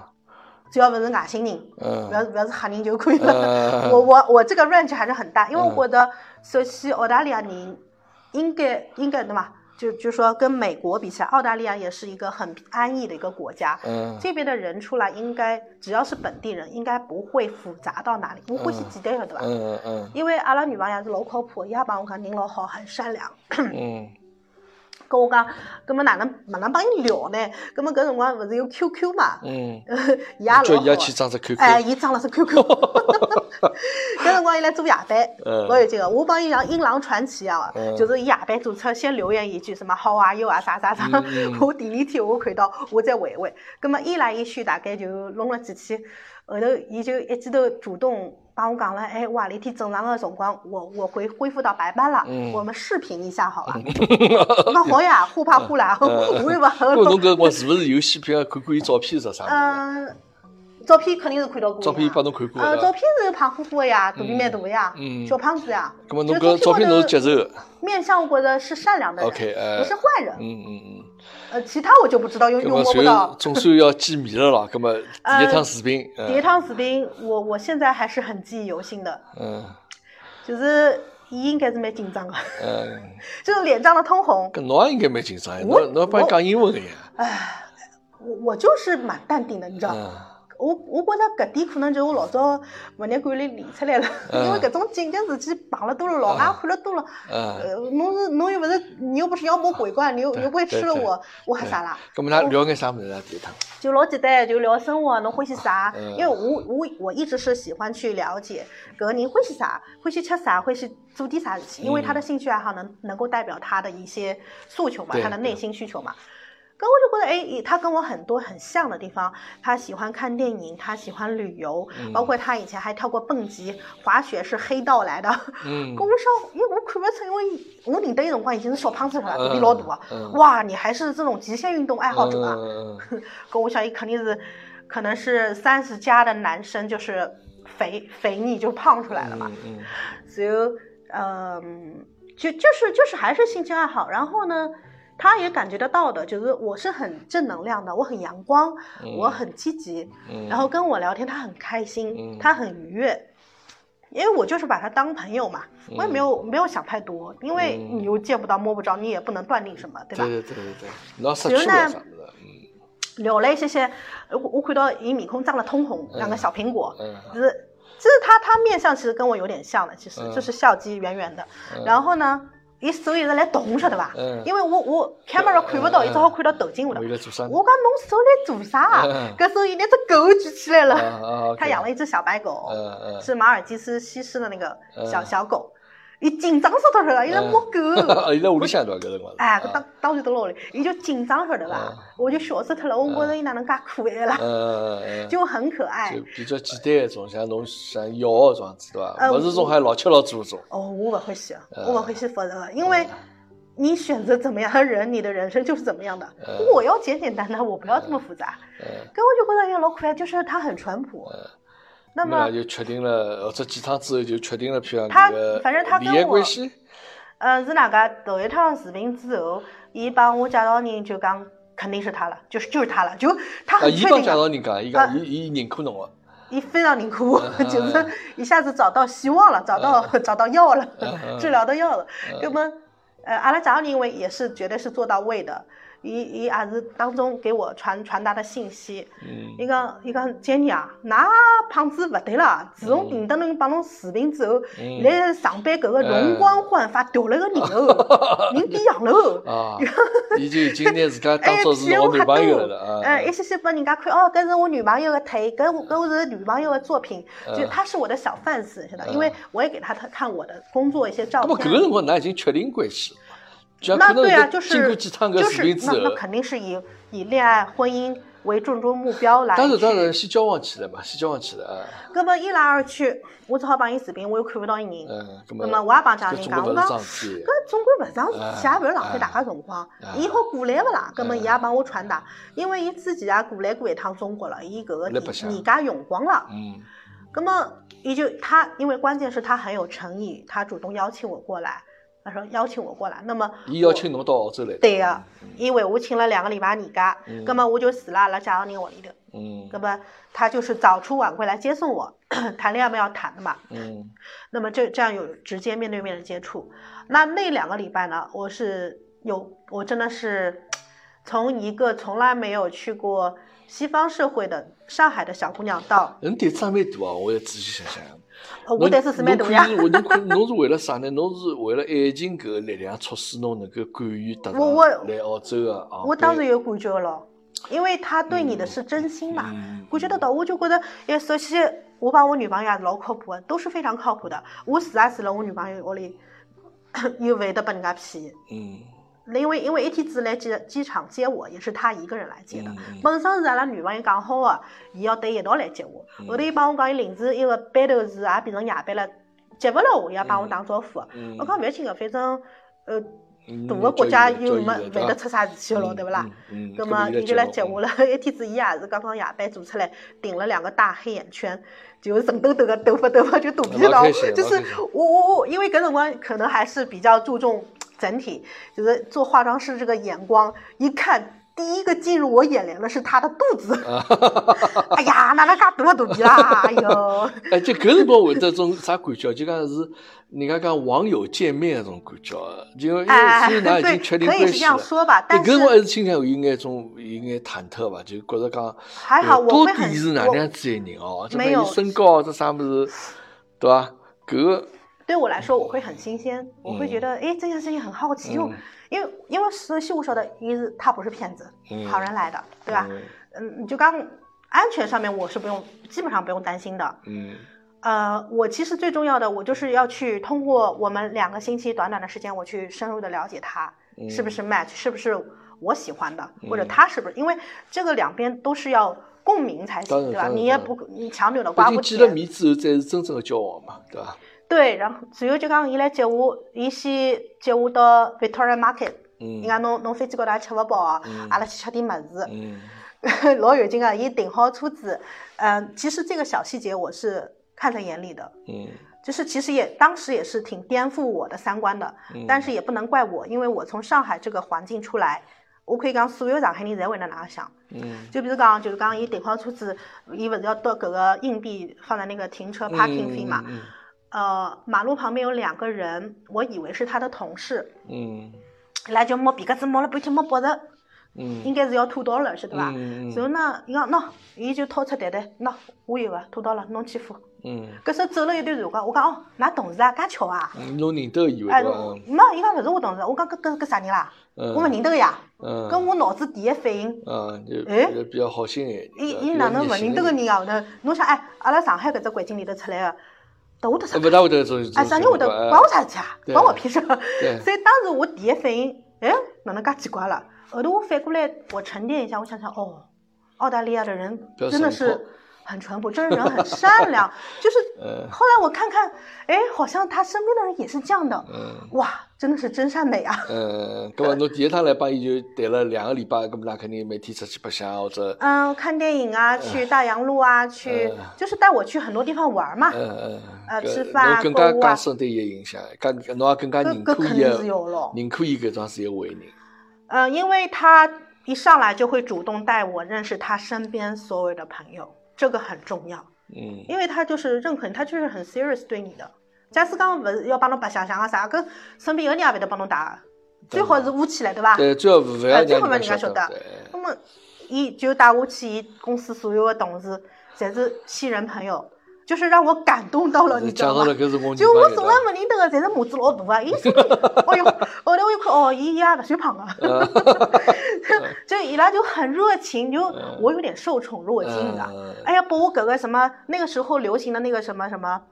[SPEAKER 2] 只要勿是外星人，
[SPEAKER 1] 嗯
[SPEAKER 2] 不要不要是黑人就可以了。
[SPEAKER 1] 嗯，
[SPEAKER 2] 我我我这个 range 还是很大，因为
[SPEAKER 1] 嗯
[SPEAKER 2] 我觉得首先澳大利亚人应该应该对吧？就就说跟美国比起来，澳大利亚也是一个很安逸的一个国家。
[SPEAKER 1] 嗯
[SPEAKER 2] 这边的人出来应该只要是本地人，应该不会复杂到哪里，不会去
[SPEAKER 1] 嗯
[SPEAKER 2] 几代晓得吧？
[SPEAKER 1] 嗯嗯
[SPEAKER 2] 因为阿拉女朋友也是老靠谱，伊也帮我讲人老好，很善良。
[SPEAKER 1] 嗯
[SPEAKER 2] 跟我讲，葛么哪能哪能帮伊聊呢？葛么搿辰光勿是有 QQ 嘛？
[SPEAKER 1] 嗯，
[SPEAKER 2] 伊也老
[SPEAKER 1] 叫伊
[SPEAKER 2] 好
[SPEAKER 1] 也
[SPEAKER 2] 啊。
[SPEAKER 1] 去装只 QQ，
[SPEAKER 2] 哎，伊装了 是 QQ。搿辰光伊来做夜班，
[SPEAKER 1] 嗯
[SPEAKER 2] 老有劲个。我帮伊像英朗传奇啊
[SPEAKER 1] 嗯，
[SPEAKER 2] 就是伊夜班注册先留言一句什么 “How are you” 啊啥啥啥
[SPEAKER 1] 嗯 嗯，
[SPEAKER 2] 我第二天我看到我再回回。葛么伊来伊去大概就弄了几天，后头伊就一记头主动帮我讲了，哎，我何里天正常的辰光，我我回恢复到白班了，
[SPEAKER 1] 嗯
[SPEAKER 2] 我们视频一下好 伐？我讲好呀，呼怕呼啦，
[SPEAKER 1] 嗯
[SPEAKER 2] 我也勿
[SPEAKER 1] 搿侬
[SPEAKER 2] 后。
[SPEAKER 1] 搿辰光是勿是有先别看过伊照片是啥物事？
[SPEAKER 2] 嗯，照片肯定是看到过的呀。
[SPEAKER 1] 照片帮侬看过
[SPEAKER 2] 呃，照
[SPEAKER 1] 伐？
[SPEAKER 2] 片是胖乎乎的呀，肚皮蛮大的呀
[SPEAKER 1] 嗯，
[SPEAKER 2] 小胖子呀。
[SPEAKER 1] 葛末侬
[SPEAKER 2] 就
[SPEAKER 1] 搿照片侬
[SPEAKER 2] 高
[SPEAKER 1] 是
[SPEAKER 2] 头
[SPEAKER 1] 接受个？
[SPEAKER 2] 面相我觉得是善良的人
[SPEAKER 1] OK，呃
[SPEAKER 2] 不是坏人。
[SPEAKER 1] 嗯嗯嗯。
[SPEAKER 2] 呃，其他我就不知道，又
[SPEAKER 1] 葛
[SPEAKER 2] 又
[SPEAKER 1] 末
[SPEAKER 2] 摸不
[SPEAKER 1] 随后
[SPEAKER 2] 到。
[SPEAKER 1] 总算要见面了啦，葛末第一
[SPEAKER 2] 呃
[SPEAKER 1] 趟视频，
[SPEAKER 2] 第一
[SPEAKER 1] 嗯
[SPEAKER 2] 趟视频，我我现在还是很记忆犹新的，
[SPEAKER 1] 嗯
[SPEAKER 2] 就是伊应该是蛮紧张的，啊
[SPEAKER 1] 嗯，
[SPEAKER 2] 就是脸涨得通红。
[SPEAKER 1] 搿侬也应该蛮紧张，
[SPEAKER 2] 我
[SPEAKER 1] 侬侬帮伊讲英文个呀？
[SPEAKER 2] 唉，我我就是蛮淡定的，你知道吗。
[SPEAKER 1] 嗯
[SPEAKER 2] 我我觉着搿点可能就是我老早文艺馆里练出来了，
[SPEAKER 1] 嗯
[SPEAKER 2] 因为搿种紧张事体碰了多了，老外看了多了，
[SPEAKER 1] 嗯。
[SPEAKER 2] 呃，侬是侬又勿是你又不是妖魔鬼怪，你又
[SPEAKER 1] 对
[SPEAKER 2] 你又不会吃
[SPEAKER 1] 对
[SPEAKER 2] 了
[SPEAKER 1] 嗯对
[SPEAKER 2] 我，我吓啥啦？
[SPEAKER 1] 葛末㑚聊眼啥物事啊？第一趟？
[SPEAKER 2] 就老简单，就聊生活，侬欢喜啥？
[SPEAKER 1] 嗯
[SPEAKER 2] 因为我我我一直是喜欢去了解搿个人欢喜啥，欢喜吃啥，欢喜做点啥事情，因为他的兴趣爱好能能够代表他的一些诉求嘛
[SPEAKER 1] 嗯对，
[SPEAKER 2] 他的
[SPEAKER 1] 对
[SPEAKER 2] 内心需求嘛。跟我就觉得，哎，他跟我很多很像的地方，他喜欢看电影，他喜欢旅游，
[SPEAKER 1] 嗯
[SPEAKER 2] 包括他以前还跳过蹦极、滑雪，是黑道来的。
[SPEAKER 1] 嗯
[SPEAKER 2] 跟我想，因为我看不出，因为我认得伊辰光已经是小胖子了，
[SPEAKER 1] 嗯
[SPEAKER 2] 肚皮老大啊
[SPEAKER 1] 嗯！
[SPEAKER 2] 哇，你还是这种极限运动爱好者啊！
[SPEAKER 1] 嗯嗯嗯
[SPEAKER 2] 跟我想，伊肯定是，可能是三十加的男生，就是肥肥腻就胖出来了嘛。
[SPEAKER 1] 嗯嗯
[SPEAKER 2] 所以，嗯，就就是就是还是兴趣爱好。然后呢，他也感觉得到的，就是我是很正能量的，我很阳光，
[SPEAKER 1] 嗯
[SPEAKER 2] 我很积极。
[SPEAKER 1] 嗯
[SPEAKER 2] 然后跟我聊天，他很开
[SPEAKER 1] 嗯
[SPEAKER 2] 心，他很愉悦。因为我就是把他当朋友嘛，我也没有没有想太多，因为
[SPEAKER 1] 嗯
[SPEAKER 2] 你又见不到摸不着，你也不能断定什么，对吧？
[SPEAKER 1] 对对对对对，侬失
[SPEAKER 2] 只
[SPEAKER 1] 去了
[SPEAKER 2] 有呢
[SPEAKER 1] 啥物事？嗯
[SPEAKER 2] 聊了一些些，我我看到伊面孔涨了通红，
[SPEAKER 1] 嗯
[SPEAKER 2] 两个小苹果，
[SPEAKER 1] 嗯
[SPEAKER 2] 就是就是他他面相其实跟我有点像的，其实
[SPEAKER 1] 嗯
[SPEAKER 2] 就是笑肌圆圆的，
[SPEAKER 1] 嗯
[SPEAKER 2] 然后呢，伊手一直来动，晓得伐
[SPEAKER 1] 嗯？
[SPEAKER 2] 因为我我 camera 看不到，
[SPEAKER 1] 嗯
[SPEAKER 2] 伊只好看到头颈下头。
[SPEAKER 1] 为了做啥呢？
[SPEAKER 2] 我讲侬手来做啥啊
[SPEAKER 1] 嗯？
[SPEAKER 2] 搿时候伊拿只狗举起来
[SPEAKER 1] 啊
[SPEAKER 2] 了，
[SPEAKER 1] 啊，
[SPEAKER 2] 他养了一只小白狗，
[SPEAKER 1] 嗯嗯
[SPEAKER 2] 是马尔济斯西施的那个小
[SPEAKER 1] 嗯
[SPEAKER 2] 小狗，伊紧张死脱了，伊在摸狗。
[SPEAKER 1] 啊，伊在屋里向对伐？搿辰光是。
[SPEAKER 2] 哎，搿
[SPEAKER 1] 啊
[SPEAKER 2] 当当然得老了，伊就紧张晓得伐
[SPEAKER 1] 嗯？
[SPEAKER 2] 我就笑死脱了，我觉着伊哪能介可爱啦，
[SPEAKER 1] 嗯嗯嗯嗯，
[SPEAKER 2] 就很可爱
[SPEAKER 1] 啊就。比较简单一种，像侬想要个种样子对伐？
[SPEAKER 2] 呃
[SPEAKER 1] 勿是种还老吃老做种。
[SPEAKER 2] 哦，我勿欢喜，
[SPEAKER 1] 嗯
[SPEAKER 2] 我勿欢喜否认的，因为
[SPEAKER 1] 啊
[SPEAKER 2] 你选择怎么样的人，你的人生就是怎么样的
[SPEAKER 1] 嗯。
[SPEAKER 2] 我要简简单单，我不要这么复杂。
[SPEAKER 1] 嗯，
[SPEAKER 2] 跟我就觉得哎呀老可爱，就是他很淳朴
[SPEAKER 1] 嗯。
[SPEAKER 2] 那
[SPEAKER 1] 咾么
[SPEAKER 2] 么
[SPEAKER 1] 就确定了，呃，这几趟之后就确定了，譬如
[SPEAKER 2] 他
[SPEAKER 1] 讲搿个
[SPEAKER 2] 反正他
[SPEAKER 1] 利
[SPEAKER 2] 跟
[SPEAKER 1] 益
[SPEAKER 2] 我
[SPEAKER 1] 关系。
[SPEAKER 2] 呃，是哪噶？头一趟视频之后，伊帮我介绍人就讲肯定是他了，就是就是他了，就他
[SPEAKER 1] 啊，
[SPEAKER 2] 很
[SPEAKER 1] 伊
[SPEAKER 2] 确
[SPEAKER 1] 帮
[SPEAKER 2] 定
[SPEAKER 1] 介绍
[SPEAKER 2] 的，
[SPEAKER 1] 人家，伊讲
[SPEAKER 2] 啊
[SPEAKER 1] 伊伊认可侬个。
[SPEAKER 2] 伊非常认可我
[SPEAKER 1] 嗯，
[SPEAKER 2] 就是一下子找到希望了，找到 找到药了
[SPEAKER 1] 嗯嗯，
[SPEAKER 2] 治疗的药了。那么，呃，阿拉介绍人为也是绝对是做到位的，伊伊也是当中给我传传达的信息。
[SPEAKER 1] 嗯
[SPEAKER 2] 伊讲伊讲杰尼啊，㑚胖子勿对啦！自从认得侬帮侬视频之后，
[SPEAKER 1] 嗯
[SPEAKER 2] 现在上班搿个容光焕发掉了个人 哦，人变样了哦。
[SPEAKER 1] 啊，伊就已经拿自家当
[SPEAKER 2] 哎，
[SPEAKER 1] 做是
[SPEAKER 2] 骗
[SPEAKER 1] 侬
[SPEAKER 2] 我
[SPEAKER 1] 个男
[SPEAKER 2] 吓
[SPEAKER 1] 朋友
[SPEAKER 2] 到
[SPEAKER 1] 了啊。
[SPEAKER 2] 我！哎，一些些拨人家看，哦，搿是我女朋友的腿，搿我搿是女朋友的作品，就
[SPEAKER 1] 嗯
[SPEAKER 2] 他是我的小 fans，晓得吧，
[SPEAKER 1] 嗯
[SPEAKER 2] 因为我也给他看我的工作一些照
[SPEAKER 1] 那么搿个
[SPEAKER 2] 片。啊
[SPEAKER 1] 辰光，㑚已经确定关系了嘛，就像
[SPEAKER 2] 那
[SPEAKER 1] 可能
[SPEAKER 2] 对啊，
[SPEAKER 1] 搿
[SPEAKER 2] 就
[SPEAKER 1] 经过
[SPEAKER 2] 是
[SPEAKER 1] 几趟
[SPEAKER 2] 就
[SPEAKER 1] 搿视
[SPEAKER 2] 是
[SPEAKER 1] 频之
[SPEAKER 2] 那那
[SPEAKER 1] 后，
[SPEAKER 2] 肯定是以以恋爱婚姻为最终目标来。
[SPEAKER 1] 当然当然先交往起来嘛，先交往起来啊，
[SPEAKER 2] 搿么一来二去，我只好帮伊视频，我又看勿到伊人，
[SPEAKER 1] 嗯，搿
[SPEAKER 2] 那么
[SPEAKER 1] 么
[SPEAKER 2] 我也帮家
[SPEAKER 1] 搿
[SPEAKER 2] 人
[SPEAKER 1] 总
[SPEAKER 2] 讲，
[SPEAKER 1] 归
[SPEAKER 2] 我
[SPEAKER 1] 勿是
[SPEAKER 2] 讲
[SPEAKER 1] 桩
[SPEAKER 2] 搿
[SPEAKER 1] 事体，
[SPEAKER 2] 总归勿桩事体，也勿要浪费大家辰光
[SPEAKER 1] 哎，
[SPEAKER 2] 伊好过来勿啦？搿么
[SPEAKER 1] 哎
[SPEAKER 2] 伊也帮我传达，因为伊自己也过来过一趟中国了，伊搿个
[SPEAKER 1] 来白相
[SPEAKER 2] 年假用光了，
[SPEAKER 1] 嗯
[SPEAKER 2] 搿么伊就他，因为关键是他很有诚意，他主动邀请我过来，他说邀请我过来，那么
[SPEAKER 1] 伊邀
[SPEAKER 2] 我
[SPEAKER 1] 请侬到澳洲来，
[SPEAKER 2] 对个，因为我请了两个礼拜年假
[SPEAKER 1] 嗯，
[SPEAKER 2] 葛么我就住了阿拉家长人屋里头，
[SPEAKER 1] 嗯
[SPEAKER 2] 葛么他就是早出晚归来接送我， 谈恋爱嘛要谈的嘛，
[SPEAKER 1] 嗯
[SPEAKER 2] 那么这这样有直接面对面的接触，那那两个礼拜呢，我是有我真的是从一个从来没有去过西方社会的上海的小姑娘到，
[SPEAKER 1] 侬胆子也蛮大哦，我要仔细想想。
[SPEAKER 2] 呃我胆子是蛮大呀。
[SPEAKER 1] 侬侬看侬是为了啥呢？侬是为了爱情搿个力量促使侬能够敢于踏上
[SPEAKER 2] 我我
[SPEAKER 1] 来澳洲啊个航
[SPEAKER 2] 我当
[SPEAKER 1] 班
[SPEAKER 2] 然有感觉了，因为他对你的是真心嘛，
[SPEAKER 1] 嗯
[SPEAKER 2] 感觉得到。我就觉得，哎，首先我帮我女朋友也是老靠谱的，都是非常靠 谱的。我住也住了我女朋友屋里，又勿会得被人家骗。
[SPEAKER 1] 嗯
[SPEAKER 2] 因为因为一天子来机机场接我，也是他一个人来接的
[SPEAKER 1] 嗯嗯。
[SPEAKER 2] 本身是阿拉女朋友讲好的，伊要对一道来接我。
[SPEAKER 1] 嗯
[SPEAKER 2] 后头伊帮我讲，伊临时一个班头是也变成夜班了，接勿了我，伊也帮我打招呼。
[SPEAKER 1] 嗯
[SPEAKER 2] 我讲勿要紧个，反正呃，
[SPEAKER 1] 嗯
[SPEAKER 2] 大
[SPEAKER 1] 嗯
[SPEAKER 2] 个国家
[SPEAKER 1] 叫伊叫
[SPEAKER 2] 又
[SPEAKER 1] 伊
[SPEAKER 2] 没
[SPEAKER 1] 来
[SPEAKER 2] 勿
[SPEAKER 1] 对
[SPEAKER 2] 会
[SPEAKER 1] 伐
[SPEAKER 2] 得出啥事体了，对勿啦？？
[SPEAKER 1] 嗯，
[SPEAKER 2] 那么伊就来接我
[SPEAKER 1] 了。
[SPEAKER 2] 了，一天子伊也是刚刚夜班做出来，顶了两个大黑眼圈，就是神抖抖个头发头发就肚皮
[SPEAKER 1] 老
[SPEAKER 2] 上
[SPEAKER 1] 开心，
[SPEAKER 2] 就
[SPEAKER 1] 老
[SPEAKER 2] 是
[SPEAKER 1] 开心
[SPEAKER 2] 我我我，因为搿辰光可能还是比较注重整体，就是做化妆师这个眼光，一看第一个进入我眼帘的是她的 肚子，哎呀，哪能介大个肚皮啦，哎 哟，
[SPEAKER 1] 哎，就搿辰光会得种啥感觉？就讲是人家讲网友见面那种感觉，就因为因为
[SPEAKER 2] 哎，
[SPEAKER 1] 虽然已
[SPEAKER 2] 对，
[SPEAKER 1] 经确定
[SPEAKER 2] 可
[SPEAKER 1] 关
[SPEAKER 2] 以是
[SPEAKER 1] 系
[SPEAKER 2] 这样
[SPEAKER 1] 了。
[SPEAKER 2] 说吧，
[SPEAKER 1] 但
[SPEAKER 2] 但
[SPEAKER 1] 搿辰光还
[SPEAKER 2] 是
[SPEAKER 1] 是心里有眼种有眼忐忑伐，就觉着讲，
[SPEAKER 2] 还好
[SPEAKER 1] 呃
[SPEAKER 2] 我
[SPEAKER 1] 到
[SPEAKER 2] 会
[SPEAKER 1] 底
[SPEAKER 2] 很
[SPEAKER 1] 是哪
[SPEAKER 2] 我
[SPEAKER 1] 能样子个人哦？就
[SPEAKER 2] 没
[SPEAKER 1] 讲
[SPEAKER 2] 有
[SPEAKER 1] 伊身高这啥物事，对伐？搿个
[SPEAKER 2] 对我来说，我会很新鲜，我会觉
[SPEAKER 1] 嗯
[SPEAKER 2] 得，哎，这件事情很好奇哟、
[SPEAKER 1] 嗯
[SPEAKER 2] 因为因为首先我说的，一是他不是骗子，
[SPEAKER 1] 嗯
[SPEAKER 2] 好人来的，对吧？
[SPEAKER 1] 嗯
[SPEAKER 2] 嗯，你就刚安全上面我是不用，基本上不用担心的。
[SPEAKER 1] 嗯
[SPEAKER 2] 呃，我其实最重要的，我就是要去通过我们两个星期短短的时间，我去深入的了解他、
[SPEAKER 1] 嗯
[SPEAKER 2] 是不是 match，是不是我喜欢的，或者
[SPEAKER 1] 嗯
[SPEAKER 2] 他是不是，因为这个两边都是要共鸣才
[SPEAKER 1] 当然
[SPEAKER 2] 行，对
[SPEAKER 1] 当
[SPEAKER 2] 吧？
[SPEAKER 1] 然
[SPEAKER 2] 你也
[SPEAKER 1] 当然
[SPEAKER 2] 不你强扭的
[SPEAKER 1] 毕
[SPEAKER 2] 瓜不
[SPEAKER 1] 竟
[SPEAKER 2] 甜。
[SPEAKER 1] 见了面之后，才是真正的交往嘛，对伐？
[SPEAKER 2] 对，然后随后就讲伊来接我，伊先接我到 Victoria Market，
[SPEAKER 1] 嗯
[SPEAKER 2] 伊讲侬侬飞机高头也吃勿饱啊
[SPEAKER 1] 嗯，
[SPEAKER 2] 阿拉去吃点物事，
[SPEAKER 1] 嗯
[SPEAKER 2] 老有劲啊！伊停好车子，嗯，其实这个小细节我是看在眼里的，
[SPEAKER 1] 嗯
[SPEAKER 2] 就是其实也当时也是挺颠覆我的三观的，
[SPEAKER 1] 嗯，
[SPEAKER 2] 但是也不能怪我，因为我从上海这个环境出来，我可以讲所有上海人侪会能哪能想。
[SPEAKER 1] 嗯
[SPEAKER 2] 就比如讲，就是讲伊停好车子，伊勿是要到搿个硬币放在那个停车 parking fee 嘛？
[SPEAKER 1] 嗯
[SPEAKER 2] 呃，马路旁边有两个人，我以为是他的同事，
[SPEAKER 1] 嗯
[SPEAKER 2] 伊拉就摸皮夹子，摸了半天没剥着，
[SPEAKER 1] 嗯，
[SPEAKER 2] 应该是要吐到了，是对伐？
[SPEAKER 1] 嗯
[SPEAKER 2] 然后呢，伊讲喏，伊就掏出袋袋，喏，我有个吐到了，侬去付。
[SPEAKER 1] 嗯，
[SPEAKER 2] 搿时候走了一段辰光，我讲哦，㑚同事啊，介巧啊！
[SPEAKER 1] 嗯侬认得伊会
[SPEAKER 2] 哎，
[SPEAKER 1] 得伐？
[SPEAKER 2] 我
[SPEAKER 1] 嗯
[SPEAKER 2] 没，伊讲勿是我同事，我讲搿搿搿啥人啦？
[SPEAKER 1] 嗯，
[SPEAKER 2] 我勿认得个呀。
[SPEAKER 1] 嗯，
[SPEAKER 2] 搿我脑子第一反应，
[SPEAKER 1] 嗯，就
[SPEAKER 2] 哎
[SPEAKER 1] 就比较好心眼，
[SPEAKER 2] 伊
[SPEAKER 1] 对吧
[SPEAKER 2] 伊哪能勿认得个？
[SPEAKER 1] 比
[SPEAKER 2] 人啊？那侬想哎，阿拉上海搿只环境里头出来个，得我得啥
[SPEAKER 1] 较？热心眼呃不大会得做，
[SPEAKER 2] 哎，啥人会得
[SPEAKER 1] 哎
[SPEAKER 2] 关我啥事体啊？
[SPEAKER 1] 对
[SPEAKER 2] 关我屁事！
[SPEAKER 1] 对
[SPEAKER 2] 所以当时我第一反应，哎，哪能介奇怪了？后头我反过来，我沉淀一下，我想想，哦，澳大利亚的人
[SPEAKER 1] 比较
[SPEAKER 2] 真的
[SPEAKER 1] 淳朴
[SPEAKER 2] 是很淳朴，真人很 善良。就是
[SPEAKER 1] 嗯
[SPEAKER 2] 后来我看看，哎，好像他身边的人也是这样的，
[SPEAKER 1] 嗯
[SPEAKER 2] 哇，真的是真善美 啊！
[SPEAKER 1] 嗯，搿么侬第一趟来帮伊就谈了两个礼拜，搿么㑚肯定每天出去白相或者，
[SPEAKER 2] 嗯，看电影
[SPEAKER 1] 哎
[SPEAKER 2] 啊，去大洋路啊，去
[SPEAKER 1] 呃
[SPEAKER 2] 就是带我去很多地方玩嘛，
[SPEAKER 1] 嗯嗯，
[SPEAKER 2] 呃
[SPEAKER 1] 搿
[SPEAKER 2] 吃饭啊
[SPEAKER 1] 侬更加
[SPEAKER 2] 购物啊
[SPEAKER 1] 加深对伊个影响，更侬也更加
[SPEAKER 2] 搿
[SPEAKER 1] 认
[SPEAKER 2] 搿
[SPEAKER 1] 可
[SPEAKER 2] 肯
[SPEAKER 1] 伊
[SPEAKER 2] 定是有
[SPEAKER 1] 个，
[SPEAKER 2] 咯。
[SPEAKER 1] 认可伊搿桩事个为人，
[SPEAKER 2] 嗯，因为他一上来就会主动带我认识他身边所有的朋友，这个很重要。
[SPEAKER 1] 嗯
[SPEAKER 2] 因为他就是认可你，他就是很 serious 对你的。假使讲勿是要帮侬白相相啊啥，搿身边有人也勿会得帮侬打，最好是捂起来，对伐？
[SPEAKER 1] 对，最好勿要
[SPEAKER 2] 哎
[SPEAKER 1] 让
[SPEAKER 2] 最好
[SPEAKER 1] 人
[SPEAKER 2] 勿
[SPEAKER 1] 家
[SPEAKER 2] 要
[SPEAKER 1] 晓
[SPEAKER 2] 人家
[SPEAKER 1] 对
[SPEAKER 2] 那么，伊就带我去伊公司所有的同事，侪是新人朋友，就是让我感动到了，你知
[SPEAKER 1] 讲
[SPEAKER 2] 道
[SPEAKER 1] 到
[SPEAKER 2] 吗
[SPEAKER 1] 了？搿是我女
[SPEAKER 2] 就
[SPEAKER 1] 朋
[SPEAKER 2] 我
[SPEAKER 1] 友
[SPEAKER 2] 从
[SPEAKER 1] 的
[SPEAKER 2] 来勿认得个，侪是模子老大啊！伊说，哎哟，后来 我一看，哦，伊伊也勿算胖啊， 就伊拉就很热情，就
[SPEAKER 1] 嗯
[SPEAKER 2] 我有点受宠若惊啊。
[SPEAKER 1] 嗯
[SPEAKER 2] 哎呀，把我搞个什么那个时候流行的那个什么什么，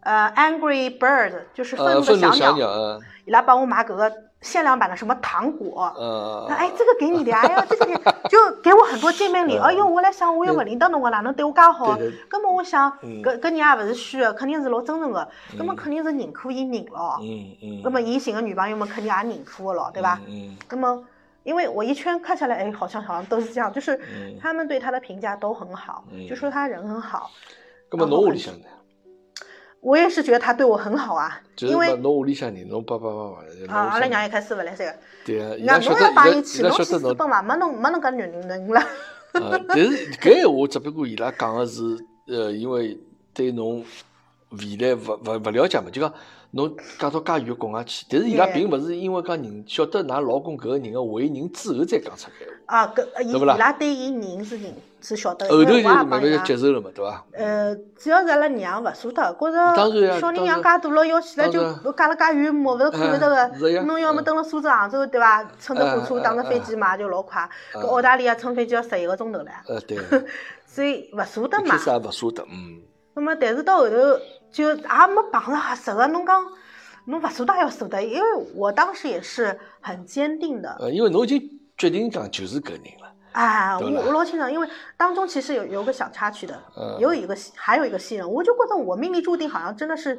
[SPEAKER 2] 呃，Angry Bird，就是愤
[SPEAKER 1] 呃，
[SPEAKER 2] 怒
[SPEAKER 1] 愤
[SPEAKER 2] 的
[SPEAKER 1] 怒
[SPEAKER 2] 小
[SPEAKER 1] 小
[SPEAKER 2] 鸟，
[SPEAKER 1] 鸟，嗯
[SPEAKER 2] 伊拉帮我买搿个限量版的什么糖果。
[SPEAKER 1] 嗯，
[SPEAKER 2] 哎，这个给你的，哎呀，这个给就给我很多 见面礼。哎呦，我来想，我又勿认得侬个，哪能对我介
[SPEAKER 1] 嗯
[SPEAKER 2] 好啊
[SPEAKER 1] 对对？
[SPEAKER 2] 根本我想，
[SPEAKER 1] 嗯
[SPEAKER 2] 搿搿人也勿是虚的，肯定是老真诚个，根本肯定是认可伊人咯。
[SPEAKER 1] 嗯嗯，
[SPEAKER 2] 那么伊寻个女朋友们肯定也认可个咯，对伐？
[SPEAKER 1] 嗯
[SPEAKER 2] 那么因为我一圈看下来，哎，好像好像都是这样，就是
[SPEAKER 1] 嗯
[SPEAKER 2] 他们对他的评价都很好，
[SPEAKER 1] 嗯
[SPEAKER 2] 就说他人很好。
[SPEAKER 1] 那么
[SPEAKER 2] 然
[SPEAKER 1] 侬
[SPEAKER 2] 后
[SPEAKER 1] 屋
[SPEAKER 2] 很
[SPEAKER 1] 里向呢？
[SPEAKER 2] 我也是觉得他对我很好啊，
[SPEAKER 1] 就是
[SPEAKER 2] 因
[SPEAKER 1] 把
[SPEAKER 2] 为
[SPEAKER 1] 侬屋里向人，侬爸爸妈妈嘞，
[SPEAKER 2] 啊，阿拉娘
[SPEAKER 1] 也
[SPEAKER 2] 一开始勿来三个，
[SPEAKER 1] 对啊，伊
[SPEAKER 2] 那
[SPEAKER 1] 拉晓
[SPEAKER 2] 侬
[SPEAKER 1] 得，
[SPEAKER 2] 要
[SPEAKER 1] 伊
[SPEAKER 2] 帮
[SPEAKER 1] 拉
[SPEAKER 2] 伊
[SPEAKER 1] 伊
[SPEAKER 2] 去，
[SPEAKER 1] 拉
[SPEAKER 2] 侬去
[SPEAKER 1] 晓得
[SPEAKER 2] 私
[SPEAKER 1] 侬
[SPEAKER 2] 奔嘛，没侬没侬搿女人了。
[SPEAKER 1] 啊，但是搿闲话只不过伊拉讲个是，呃，因为对侬未来勿勿勿了解嘛，就讲侬嫁到介远国外去，但是伊拉
[SPEAKER 2] 对
[SPEAKER 1] 并勿是因为讲人晓得㑚老公搿个人个为人之后再讲出搿闲话，
[SPEAKER 2] 啊，搿呃伊
[SPEAKER 1] 对不啦
[SPEAKER 2] 伊拉对伊人是认是晓得的，
[SPEAKER 1] 后
[SPEAKER 2] 因
[SPEAKER 1] 头
[SPEAKER 2] 为
[SPEAKER 1] 就
[SPEAKER 2] 呃我也
[SPEAKER 1] 慢慢
[SPEAKER 2] 帮伊
[SPEAKER 1] 就
[SPEAKER 2] 拉。
[SPEAKER 1] 接受了嘛，对伐？
[SPEAKER 2] 呃，主要是阿拉娘勿舍得，觉
[SPEAKER 1] 当然呀
[SPEAKER 2] 着小
[SPEAKER 1] 当
[SPEAKER 2] 人
[SPEAKER 1] 然
[SPEAKER 2] 娘介大了，要死了
[SPEAKER 1] 当然
[SPEAKER 2] 就嫁了介远，摸勿着看勿着
[SPEAKER 1] 哎是呀
[SPEAKER 2] 个。侬要么
[SPEAKER 1] 嗯
[SPEAKER 2] 蹲辣苏州、杭州，对伐？乘着火
[SPEAKER 1] 哎
[SPEAKER 2] 车，
[SPEAKER 1] 哎
[SPEAKER 2] 打着
[SPEAKER 1] 哎
[SPEAKER 2] 飞机嘛，就老快。
[SPEAKER 1] 哎
[SPEAKER 2] 搿澳大利亚乘飞机要十一个钟头唻，
[SPEAKER 1] 呃， 对，
[SPEAKER 2] 所以勿舍得
[SPEAKER 1] 一开。
[SPEAKER 2] 嘛
[SPEAKER 1] 始也勿舍得，嗯，
[SPEAKER 2] 啊那么，但是到后头就也没碰着合适个。侬讲，侬勿做的也要做的，因为我当时也是很坚定的
[SPEAKER 1] 呃，因为侬已经决定讲就是搿人了，
[SPEAKER 2] 啊，我
[SPEAKER 1] 对了
[SPEAKER 2] 我老清爽，因为当中其实有有个小插曲的，
[SPEAKER 1] 嗯
[SPEAKER 2] 有一个西还有一个西人，我就觉得我命里注定好像真的是，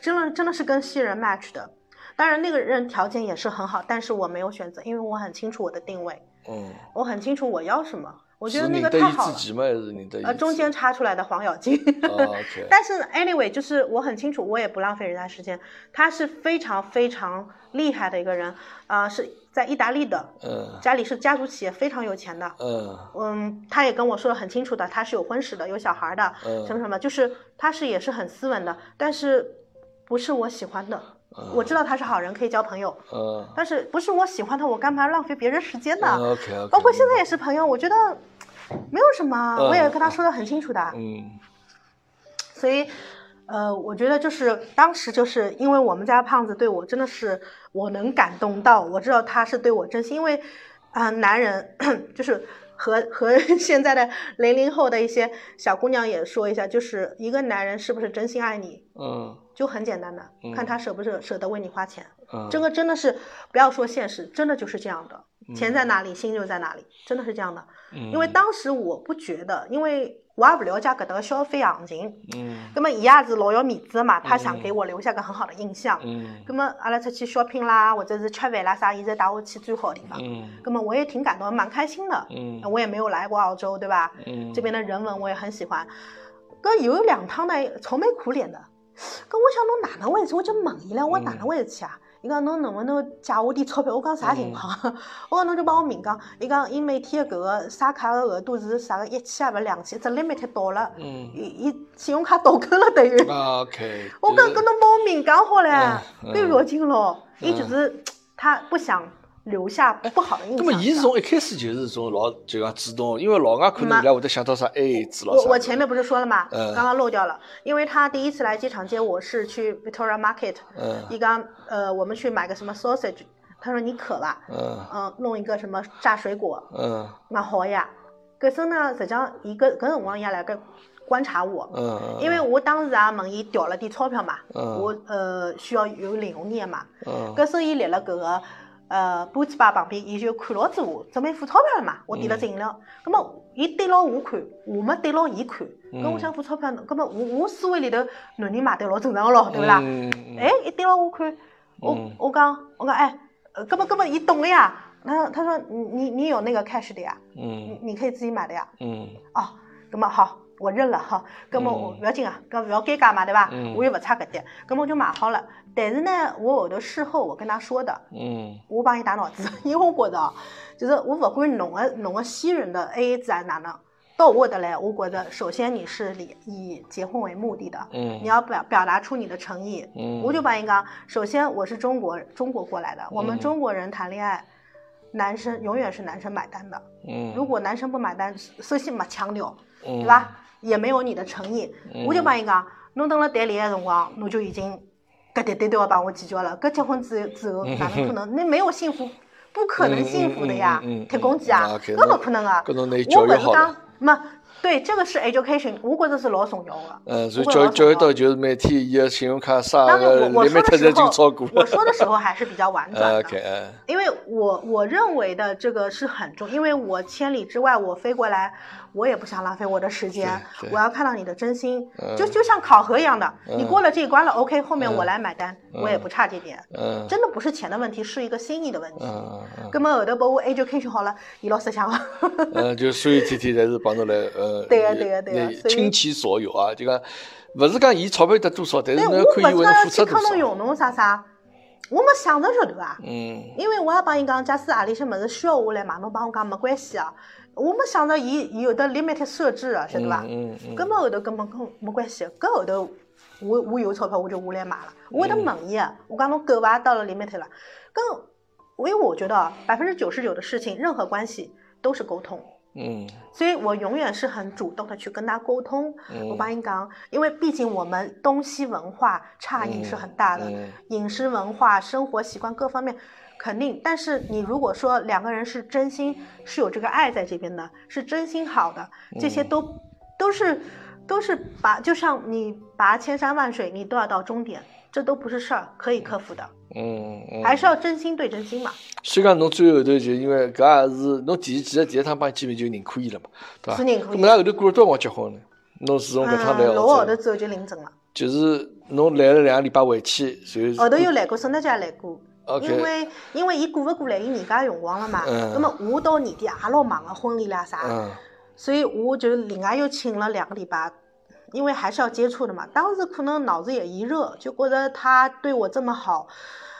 [SPEAKER 2] 真的真的是跟西人 match 的。当然那个人条件也是很好，但是我没有选择，因为我很清楚我的定位，
[SPEAKER 1] 嗯，
[SPEAKER 2] 我很清楚我要什么。我
[SPEAKER 1] 我
[SPEAKER 2] 觉得那
[SPEAKER 1] 认
[SPEAKER 2] 个
[SPEAKER 1] 得
[SPEAKER 2] 太
[SPEAKER 1] 伊
[SPEAKER 2] 好
[SPEAKER 1] 自
[SPEAKER 2] 了。
[SPEAKER 1] 己嘛，还是认得伊
[SPEAKER 2] 呃，中间插出来的黄咬金。
[SPEAKER 1] o k
[SPEAKER 2] 但是 anyway，就是我很清楚，我也不浪费人家时间。他是非常非常厉害的一个人，啊、是在意大利的，
[SPEAKER 1] 嗯
[SPEAKER 2] 家里是家族企业，非常有钱的。
[SPEAKER 1] 嗯
[SPEAKER 2] 嗯，他也跟我说的很清楚的，他是有婚史的，有小孩的，什么
[SPEAKER 1] 嗯，
[SPEAKER 2] 什么，就是他是也是很斯文的，但是不是我喜欢的。我知道他是好人，可以交朋友，
[SPEAKER 1] 嗯
[SPEAKER 2] 但是不是我喜欢他，我干嘛浪费别人时间呢？
[SPEAKER 1] ，OK OK，
[SPEAKER 2] 包括现在也是朋友，我觉得没有什么，
[SPEAKER 1] 嗯
[SPEAKER 2] 我也跟他说的很清楚的。
[SPEAKER 1] 嗯
[SPEAKER 2] 所以，呃，我觉得就是当时就是因为我们家胖子对我真的是我能感动到，我知道他是对我真心，因为啊、男人 就是。和和 现在的零零后的一些小姑娘也说一下，就是一个男人是不是真心爱你，
[SPEAKER 1] 嗯
[SPEAKER 2] 就很简单的
[SPEAKER 1] 嗯
[SPEAKER 2] 看他舍不舍舍得为你花钱。
[SPEAKER 1] 嗯，
[SPEAKER 2] 这个真的是不要说现实，真的就是这样的，钱在哪里心就在哪里，真的是这样的。
[SPEAKER 1] 嗯
[SPEAKER 2] 因为当时我不觉得，因为我也不了解搿搭个消费啊行情，
[SPEAKER 1] 嗯
[SPEAKER 2] 那么伊也是老有面子的嘛，他想给我留下个很好的印象。
[SPEAKER 1] 嗯
[SPEAKER 2] 那么阿拉出去 shopping 啦，或者是吃饭啦啥，伊侪带我去最好的地方。
[SPEAKER 1] 嗯
[SPEAKER 2] 那么我也挺感动，蛮开心的。
[SPEAKER 1] 嗯
[SPEAKER 2] 我也没有来过澳洲，对吧？
[SPEAKER 1] 嗯，
[SPEAKER 2] 这边的人文我也很喜欢。搿有两趟呢，愁眉苦脸的。搿我想侬哪能回事？我就问伊
[SPEAKER 1] 嗯
[SPEAKER 2] 了，我哪能回事去啊？伊讲侬能不能借我点钞票？我讲啥情况？
[SPEAKER 1] 嗯
[SPEAKER 2] 我讲侬就帮我明讲。伊讲伊每天的搿个刷卡的额度是啥个一千啊，勿两千，只 limit 到了。
[SPEAKER 1] 嗯
[SPEAKER 2] 伊伊信用卡倒扣了等于。
[SPEAKER 1] 啊，OK，
[SPEAKER 2] 我讲搿侬帮我明讲好唻，
[SPEAKER 1] 嗯
[SPEAKER 2] 对勿要紧咯。
[SPEAKER 1] 嗯
[SPEAKER 2] 伊就是他不想留下不好的印
[SPEAKER 1] 那
[SPEAKER 2] 象。
[SPEAKER 1] 么，伊是从一开始就是从老就讲主动，因为老外可能伊拉会得想到啥 AA 制咯
[SPEAKER 2] 我
[SPEAKER 1] 啥的。
[SPEAKER 2] 我前面不是说了嘛，
[SPEAKER 1] 嗯
[SPEAKER 2] 刚刚漏掉了，因为他第一次来机场接我是去 Victoria Market，
[SPEAKER 1] 嗯
[SPEAKER 2] 伊讲呃我们去买个什么 sausage，他说你渴吧，
[SPEAKER 1] 嗯
[SPEAKER 2] 嗯、弄一个什么炸水果，
[SPEAKER 1] 嗯
[SPEAKER 2] 蛮好呀。搿身呢，实际上伊搿搿辰光伊也来搿观察我，
[SPEAKER 1] 嗯，
[SPEAKER 2] 因为我当时啊也问伊调了点钞票嘛，
[SPEAKER 1] 嗯
[SPEAKER 2] 我呃需要有零用眼嘛，
[SPEAKER 1] 嗯
[SPEAKER 2] 搿时候伊立辣搿个呃 b o o t 吧旁边，伊就看牢住我，准备付钞票了嘛，我
[SPEAKER 1] 嗯
[SPEAKER 2] 点了只饮料，葛末伊对牢我看，我没对牢伊看，搿我
[SPEAKER 1] 嗯
[SPEAKER 2] 想付钞票，葛末我我思维里头男人买单老正常个咯，对勿啦？
[SPEAKER 1] 嗯
[SPEAKER 2] 哎，伊对牢我看，我
[SPEAKER 1] 嗯
[SPEAKER 2] 我讲我讲哎，呃葛末葛末伊懂了呀，他他说你你你有那个 cash 的呀，你
[SPEAKER 1] 嗯
[SPEAKER 2] 你可以自己买的呀，
[SPEAKER 1] 嗯
[SPEAKER 2] 哦，葛末好，我认了哈，葛末我
[SPEAKER 1] 嗯
[SPEAKER 2] 不要紧啊，搿勿要尴尬嘛，对伐？
[SPEAKER 1] 嗯
[SPEAKER 2] 我又勿差搿点，葛末我就买好了。但是呢，我后头事后我跟他说的，
[SPEAKER 1] 嗯
[SPEAKER 2] 我帮伊打脑子， 因为我觉得啊，就是我勿管侬个侬个西人的 AA 制啊哪能，到我的来，我觉得首先你是以以结婚为目的的，
[SPEAKER 1] 嗯，
[SPEAKER 2] 你要表表达出你的诚意。
[SPEAKER 1] 嗯，
[SPEAKER 2] 我就帮伊讲，首先我是中国中国过来的，我们
[SPEAKER 1] 嗯
[SPEAKER 2] 中国人谈恋爱，男生永远是男生买单的，
[SPEAKER 1] 嗯，
[SPEAKER 2] 如果男生不买单，首先没强调，
[SPEAKER 1] 对
[SPEAKER 2] 对？吧？也没有你的诚意。
[SPEAKER 1] 嗯
[SPEAKER 2] 我就帮伊讲，侬等了谈恋爱辰光，侬就已经搿点点都要帮我解决了。搿结婚之之后，
[SPEAKER 1] 嗯
[SPEAKER 2] 哪能可能？那没有幸福，不可能幸福的呀
[SPEAKER 1] 嗯嗯嗯嗯嗯！
[SPEAKER 2] 铁公鸡啊，
[SPEAKER 1] 啊，OK，
[SPEAKER 2] 搿勿可能啊！
[SPEAKER 1] 搿侬拿伊
[SPEAKER 2] 我
[SPEAKER 1] 教
[SPEAKER 2] 勿
[SPEAKER 1] 育
[SPEAKER 2] 是
[SPEAKER 1] 好
[SPEAKER 2] 讲
[SPEAKER 1] 了。，
[SPEAKER 2] 没对，这个是 education，我觉着是老重要的。
[SPEAKER 1] 嗯，所以教教育到就是每天伊个信用卡啥
[SPEAKER 2] 当然
[SPEAKER 1] 个
[SPEAKER 2] 我，我说
[SPEAKER 1] limit
[SPEAKER 2] 的时
[SPEAKER 1] 已经超
[SPEAKER 2] 候
[SPEAKER 1] 过，啊
[SPEAKER 2] 我说的时候还是比较婉转
[SPEAKER 1] OK，
[SPEAKER 2] 的。
[SPEAKER 1] 嗯
[SPEAKER 2] 因为我我认为的这个是很重，因为我千里之外我飞过来，我也不想浪费我的时间
[SPEAKER 1] 对，对
[SPEAKER 2] 我要看到你的真心，
[SPEAKER 1] 嗯
[SPEAKER 2] 就就像考核一样的，
[SPEAKER 1] 嗯
[SPEAKER 2] 你过了这一关了，OK，后面
[SPEAKER 1] 嗯
[SPEAKER 2] 我来买单，
[SPEAKER 1] 嗯
[SPEAKER 2] 我也不差这点，
[SPEAKER 1] 嗯
[SPEAKER 2] 真的不是钱的问题，是一个心意的问题。
[SPEAKER 1] 嗯嗯，
[SPEAKER 2] 那么后头把我 education 好了，伊老师想了，
[SPEAKER 1] 嗯，就所有天天侪是帮侬来呃，
[SPEAKER 2] 对个对个对个
[SPEAKER 1] 来
[SPEAKER 2] 所以
[SPEAKER 1] 倾其所有啊，就讲勿是讲伊钞票得多少，但是
[SPEAKER 2] 但
[SPEAKER 1] 侬
[SPEAKER 2] 我
[SPEAKER 1] 要
[SPEAKER 2] 不
[SPEAKER 1] 看
[SPEAKER 2] 知
[SPEAKER 1] 伊为
[SPEAKER 2] 道
[SPEAKER 1] 侬
[SPEAKER 2] 要
[SPEAKER 1] 付
[SPEAKER 2] 去
[SPEAKER 1] 出多
[SPEAKER 2] 坑侬
[SPEAKER 1] 少。
[SPEAKER 2] 用侬啥啥，我没想着晓得啊。
[SPEAKER 1] 嗯
[SPEAKER 2] 因为我也帮伊讲，假使何里些物事需要我来买，侬帮我讲没关系啊。我没想着伊伊有得 limit 设置啊，晓得伐？
[SPEAKER 1] 嗯嗯
[SPEAKER 2] 根本后头根本跟没关系，搿后头我我有钞票我就我来买了，我
[SPEAKER 1] 嗯
[SPEAKER 2] 会得问伊，我讲侬够伐？到了 limit 了，跟因为我觉得啊百分之九十九的事情，任何关系都是沟通。
[SPEAKER 1] 嗯
[SPEAKER 2] 所以我永远是很主动的去跟他沟通，
[SPEAKER 1] 嗯
[SPEAKER 2] 我帮你讲，因为毕竟我们东西文化差异是很大的，
[SPEAKER 1] 嗯嗯
[SPEAKER 2] 饮食文化、生活习惯各方面肯定。但是你如果说两个人是真心是有这个爱在这边的，是真心好的，这
[SPEAKER 1] 嗯
[SPEAKER 2] 些都、都是都是拔，就像你拔千山万水，你都要到终点，这都不是事儿，可以克服的，
[SPEAKER 1] 嗯嗯。
[SPEAKER 2] 还是要真心对真心嘛。
[SPEAKER 1] 所以讲，侬最后头就因为搿也是侬第一其实第一趟帮伊见面就认可伊了嘛，对伐？
[SPEAKER 2] 是认可伊
[SPEAKER 1] 伊。后头过了多少辰光结婚呢？侬自从搿趟来
[SPEAKER 2] 嗯，六个
[SPEAKER 1] 澳
[SPEAKER 2] 号头
[SPEAKER 1] 洲，
[SPEAKER 2] 之后就领证了。
[SPEAKER 1] 就是侬来了两个礼拜回去，然后
[SPEAKER 2] 后头又来过，圣诞节也来过。
[SPEAKER 1] OK
[SPEAKER 2] 哦因为因为伊过勿过来，伊年假辰光了嘛。
[SPEAKER 1] 嗯
[SPEAKER 2] 那么我到年底也老忙个婚礼啦啥，
[SPEAKER 1] 嗯
[SPEAKER 2] 所以我就另外又请了两个礼拜，因为还是要接触的嘛。当时可能脑子也一热，就觉得他对我这么好，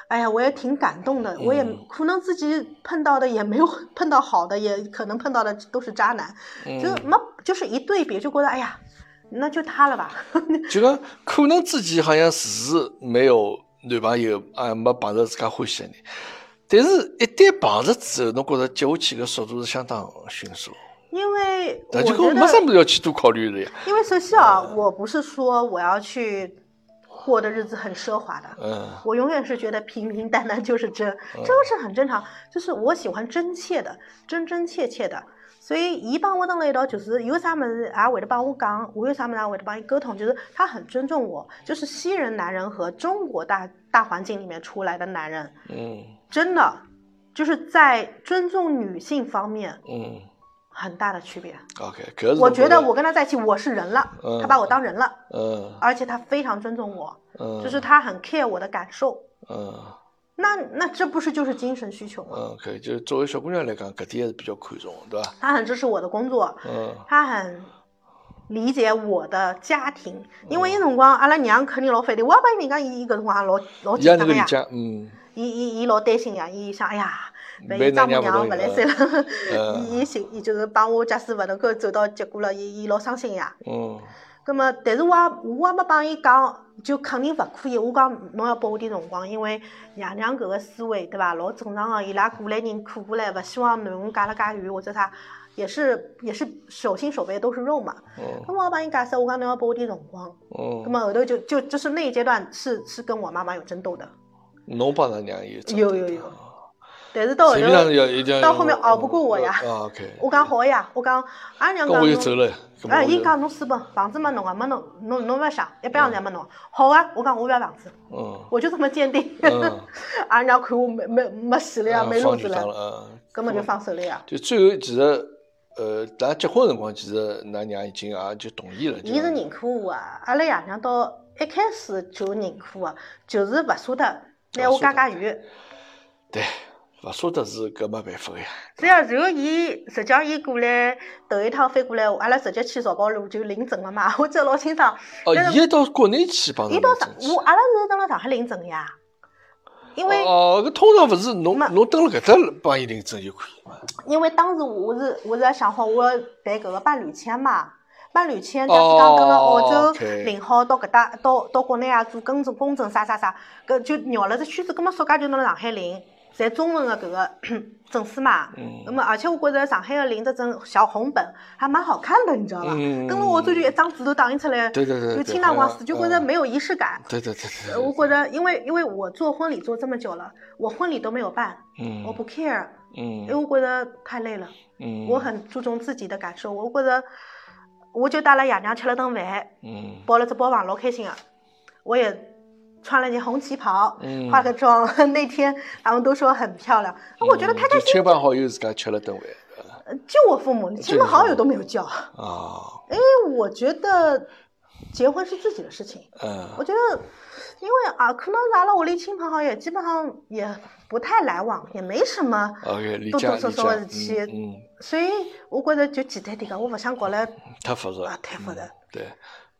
[SPEAKER 2] 哎呀，我也挺感动的。我也
[SPEAKER 1] 嗯
[SPEAKER 2] 可能自己碰到的也没有碰到好的，也可能碰到的都是渣男，就
[SPEAKER 1] 嗯，
[SPEAKER 2] 没就是一对比就觉得哎呀，那就他了吧。
[SPEAKER 1] 就讲可能自己好像迟迟没有男朋友，啊，没碰着自家欢喜的人，但是一旦碰着之后，侬觉着接下去搿速度是相当迅速，
[SPEAKER 2] 因为我
[SPEAKER 1] 但就
[SPEAKER 2] 觉
[SPEAKER 1] 讲
[SPEAKER 2] 得
[SPEAKER 1] 没啥物事要去多考虑的呀，
[SPEAKER 2] 因为首先啊，
[SPEAKER 1] 嗯
[SPEAKER 2] 我不是说我要去过的日子很奢华的，
[SPEAKER 1] 嗯
[SPEAKER 2] 我永远是觉得平平淡淡就是真，这个是很正常。就是我喜欢真切的，真真切切的。所以，伊帮我蹲了一道，就是有啥么子也会得帮我讲，我有啥么子也会得帮伊沟通。就是他很尊重我，就是西人男人和中国大大环境里面出来的男人，
[SPEAKER 1] 嗯
[SPEAKER 2] 真的就是在尊重女性方面
[SPEAKER 1] 嗯
[SPEAKER 2] 很大的区别。
[SPEAKER 1] ，OK，搿是
[SPEAKER 2] 我
[SPEAKER 1] 侬
[SPEAKER 2] 觉得我跟他在一起，我是人了，
[SPEAKER 1] 嗯
[SPEAKER 2] 他把我当人了。
[SPEAKER 1] 嗯
[SPEAKER 2] 而且他非常尊重我，
[SPEAKER 1] 嗯，
[SPEAKER 2] 就是他很 care 我的感受。
[SPEAKER 1] 嗯。
[SPEAKER 2] 那那这不是就是精神需求吗？
[SPEAKER 1] 嗯，可以，就是作为小姑娘来讲，搿点还是比较看重的，对伐？
[SPEAKER 2] 他很支持我的工作，
[SPEAKER 1] 嗯
[SPEAKER 2] 他很理解我的家庭，因
[SPEAKER 1] 哦
[SPEAKER 2] 为有辰光阿拉娘肯定老反对，我也帮人家伊搿辰光也老老，
[SPEAKER 1] 伊
[SPEAKER 2] 紧
[SPEAKER 1] 也能够
[SPEAKER 2] 张的
[SPEAKER 1] 理
[SPEAKER 2] 哦呀，
[SPEAKER 1] 解，嗯，
[SPEAKER 2] 伊伊伊老担心呀，伊想哎呀，万
[SPEAKER 1] 万一
[SPEAKER 2] 一丈
[SPEAKER 1] 咱
[SPEAKER 2] 母
[SPEAKER 1] 娘
[SPEAKER 2] 娘
[SPEAKER 1] 不
[SPEAKER 2] 勿
[SPEAKER 1] 同意
[SPEAKER 2] 来三了，
[SPEAKER 1] 嗯
[SPEAKER 2] 伊伊心伊就是帮我假使勿能够走到结果了，伊伊老伤心呀。
[SPEAKER 1] 嗯
[SPEAKER 2] 葛么，但是我也我也没帮伊讲，就肯定勿可以。我讲侬要拨我点辰光，因为爷娘搿个思维对伐，老正常个。伊拉过来人苦过来，勿希望囡恩嫁了介远或者啥，也是也是手心手背都是肉嘛。
[SPEAKER 1] 嗯
[SPEAKER 2] 那么我帮伊解释，我讲侬要拨我点辰光。葛
[SPEAKER 1] 嗯，
[SPEAKER 2] 么后头就就就是那一阶段是是跟我妈妈有争斗的，
[SPEAKER 1] 侬帮㑚娘有
[SPEAKER 2] 有有有。但是到后
[SPEAKER 1] 前面上
[SPEAKER 2] 头
[SPEAKER 1] 要一定要
[SPEAKER 2] 到后面熬不过我呀
[SPEAKER 1] 啊，OK，
[SPEAKER 2] 我讲好个呀，我讲阿拉娘
[SPEAKER 1] 搿
[SPEAKER 2] 讲
[SPEAKER 1] 我就
[SPEAKER 2] 侬
[SPEAKER 1] 走了。搿
[SPEAKER 2] 哎，
[SPEAKER 1] 么
[SPEAKER 2] 伊
[SPEAKER 1] 我就
[SPEAKER 2] 讲侬私奔，房子没侬个，没侬侬侬勿要想，一般样侪没侬。好啊，我讲我勿要房子。
[SPEAKER 1] 嗯
[SPEAKER 2] 我就这么坚定。
[SPEAKER 1] 嗯
[SPEAKER 2] 阿拉娘看我没没 没戏了呀，
[SPEAKER 1] 嗯，
[SPEAKER 2] 没路
[SPEAKER 1] 放
[SPEAKER 2] 子
[SPEAKER 1] 你当
[SPEAKER 2] 了，
[SPEAKER 1] 了，嗯，
[SPEAKER 2] 根本就放手了呀。
[SPEAKER 1] 就最后其实呃，咱结婚的辰光，其实㑚娘已经也就同意了，就
[SPEAKER 2] 伊是认可我啊，阿拉爷娘到一开始就认可我，就是勿舍得拿我
[SPEAKER 1] 舍得
[SPEAKER 2] 嫁嫁远。
[SPEAKER 1] 对，勿舍得是搿没办法 个呀，
[SPEAKER 2] 对啊，然后伊实际上伊过来头一趟飞过来，阿拉直接去漕跑路就领证了嘛， 我记得老清爽。
[SPEAKER 1] 哦
[SPEAKER 2] 但，
[SPEAKER 1] 伊
[SPEAKER 2] 是
[SPEAKER 1] 还到国内去帮
[SPEAKER 2] 伊
[SPEAKER 1] 侬
[SPEAKER 2] 到
[SPEAKER 1] 们
[SPEAKER 2] 上
[SPEAKER 1] 争取。
[SPEAKER 2] 我阿拉是蹲辣上海领证呀，因为
[SPEAKER 1] 哦，搿通常勿是侬
[SPEAKER 2] 没
[SPEAKER 1] 侬登了搿搭帮伊领证就可以嘛？
[SPEAKER 2] 因为当时我是我是想好我要办搿个伴侣签嘛，伴侣签假
[SPEAKER 1] 哦
[SPEAKER 2] 使讲跟了澳洲
[SPEAKER 1] OK
[SPEAKER 2] 领好到搿搭到到国内啊做公证公证啥啥啥，搿就绕了只圈子，葛末暑假就拿了上海领，侪中文的搿个 证书嘛。
[SPEAKER 1] 嗯
[SPEAKER 2] 那么而且我觉着上海的领这种小红本还蛮好看的，你知道伐？
[SPEAKER 1] 嗯
[SPEAKER 2] 跟了澳洲就一张纸头打印出来，
[SPEAKER 1] 对对对对
[SPEAKER 2] 就清亮光
[SPEAKER 1] 好嗯
[SPEAKER 2] 水，
[SPEAKER 1] 像
[SPEAKER 2] 就觉着没有仪式感。
[SPEAKER 1] 对对对对
[SPEAKER 2] 呃我觉着，因为因为我做婚礼做这么久了，我婚礼都没有办，
[SPEAKER 1] 嗯
[SPEAKER 2] 我不 care，因为
[SPEAKER 1] 嗯
[SPEAKER 2] 我觉着太累了。
[SPEAKER 1] 嗯，
[SPEAKER 2] 我很注重自己的感受，我觉着我就带了爷娘吃了顿饭，
[SPEAKER 1] 嗯
[SPEAKER 2] 包了只包房，老开心啊！我也穿了件红旗袍，
[SPEAKER 1] 嗯
[SPEAKER 2] 化个妆， 那天他们都说很漂亮，那我觉得太开
[SPEAKER 1] 嗯就
[SPEAKER 2] 心。
[SPEAKER 1] 亲朋好友自家吃了顿饭
[SPEAKER 2] 就我父母，亲
[SPEAKER 1] 这个
[SPEAKER 2] 朋好
[SPEAKER 1] 是
[SPEAKER 2] 友都没有叫，
[SPEAKER 1] 啊，
[SPEAKER 2] 因为我觉得结婚是自己的事情。我
[SPEAKER 1] 嗯
[SPEAKER 2] 觉得，因为啊，可能阿拉屋里亲朋好友基本上也不太来往，也没什么。
[SPEAKER 1] ，OK，理
[SPEAKER 2] 多
[SPEAKER 1] 解
[SPEAKER 2] 多
[SPEAKER 1] 理
[SPEAKER 2] 少少的事
[SPEAKER 1] 解，
[SPEAKER 2] 体
[SPEAKER 1] 嗯嗯，
[SPEAKER 2] 所以我觉得就简单点讲，我不想搞了
[SPEAKER 1] 太复杂
[SPEAKER 2] 啊，太复杂。
[SPEAKER 1] 对，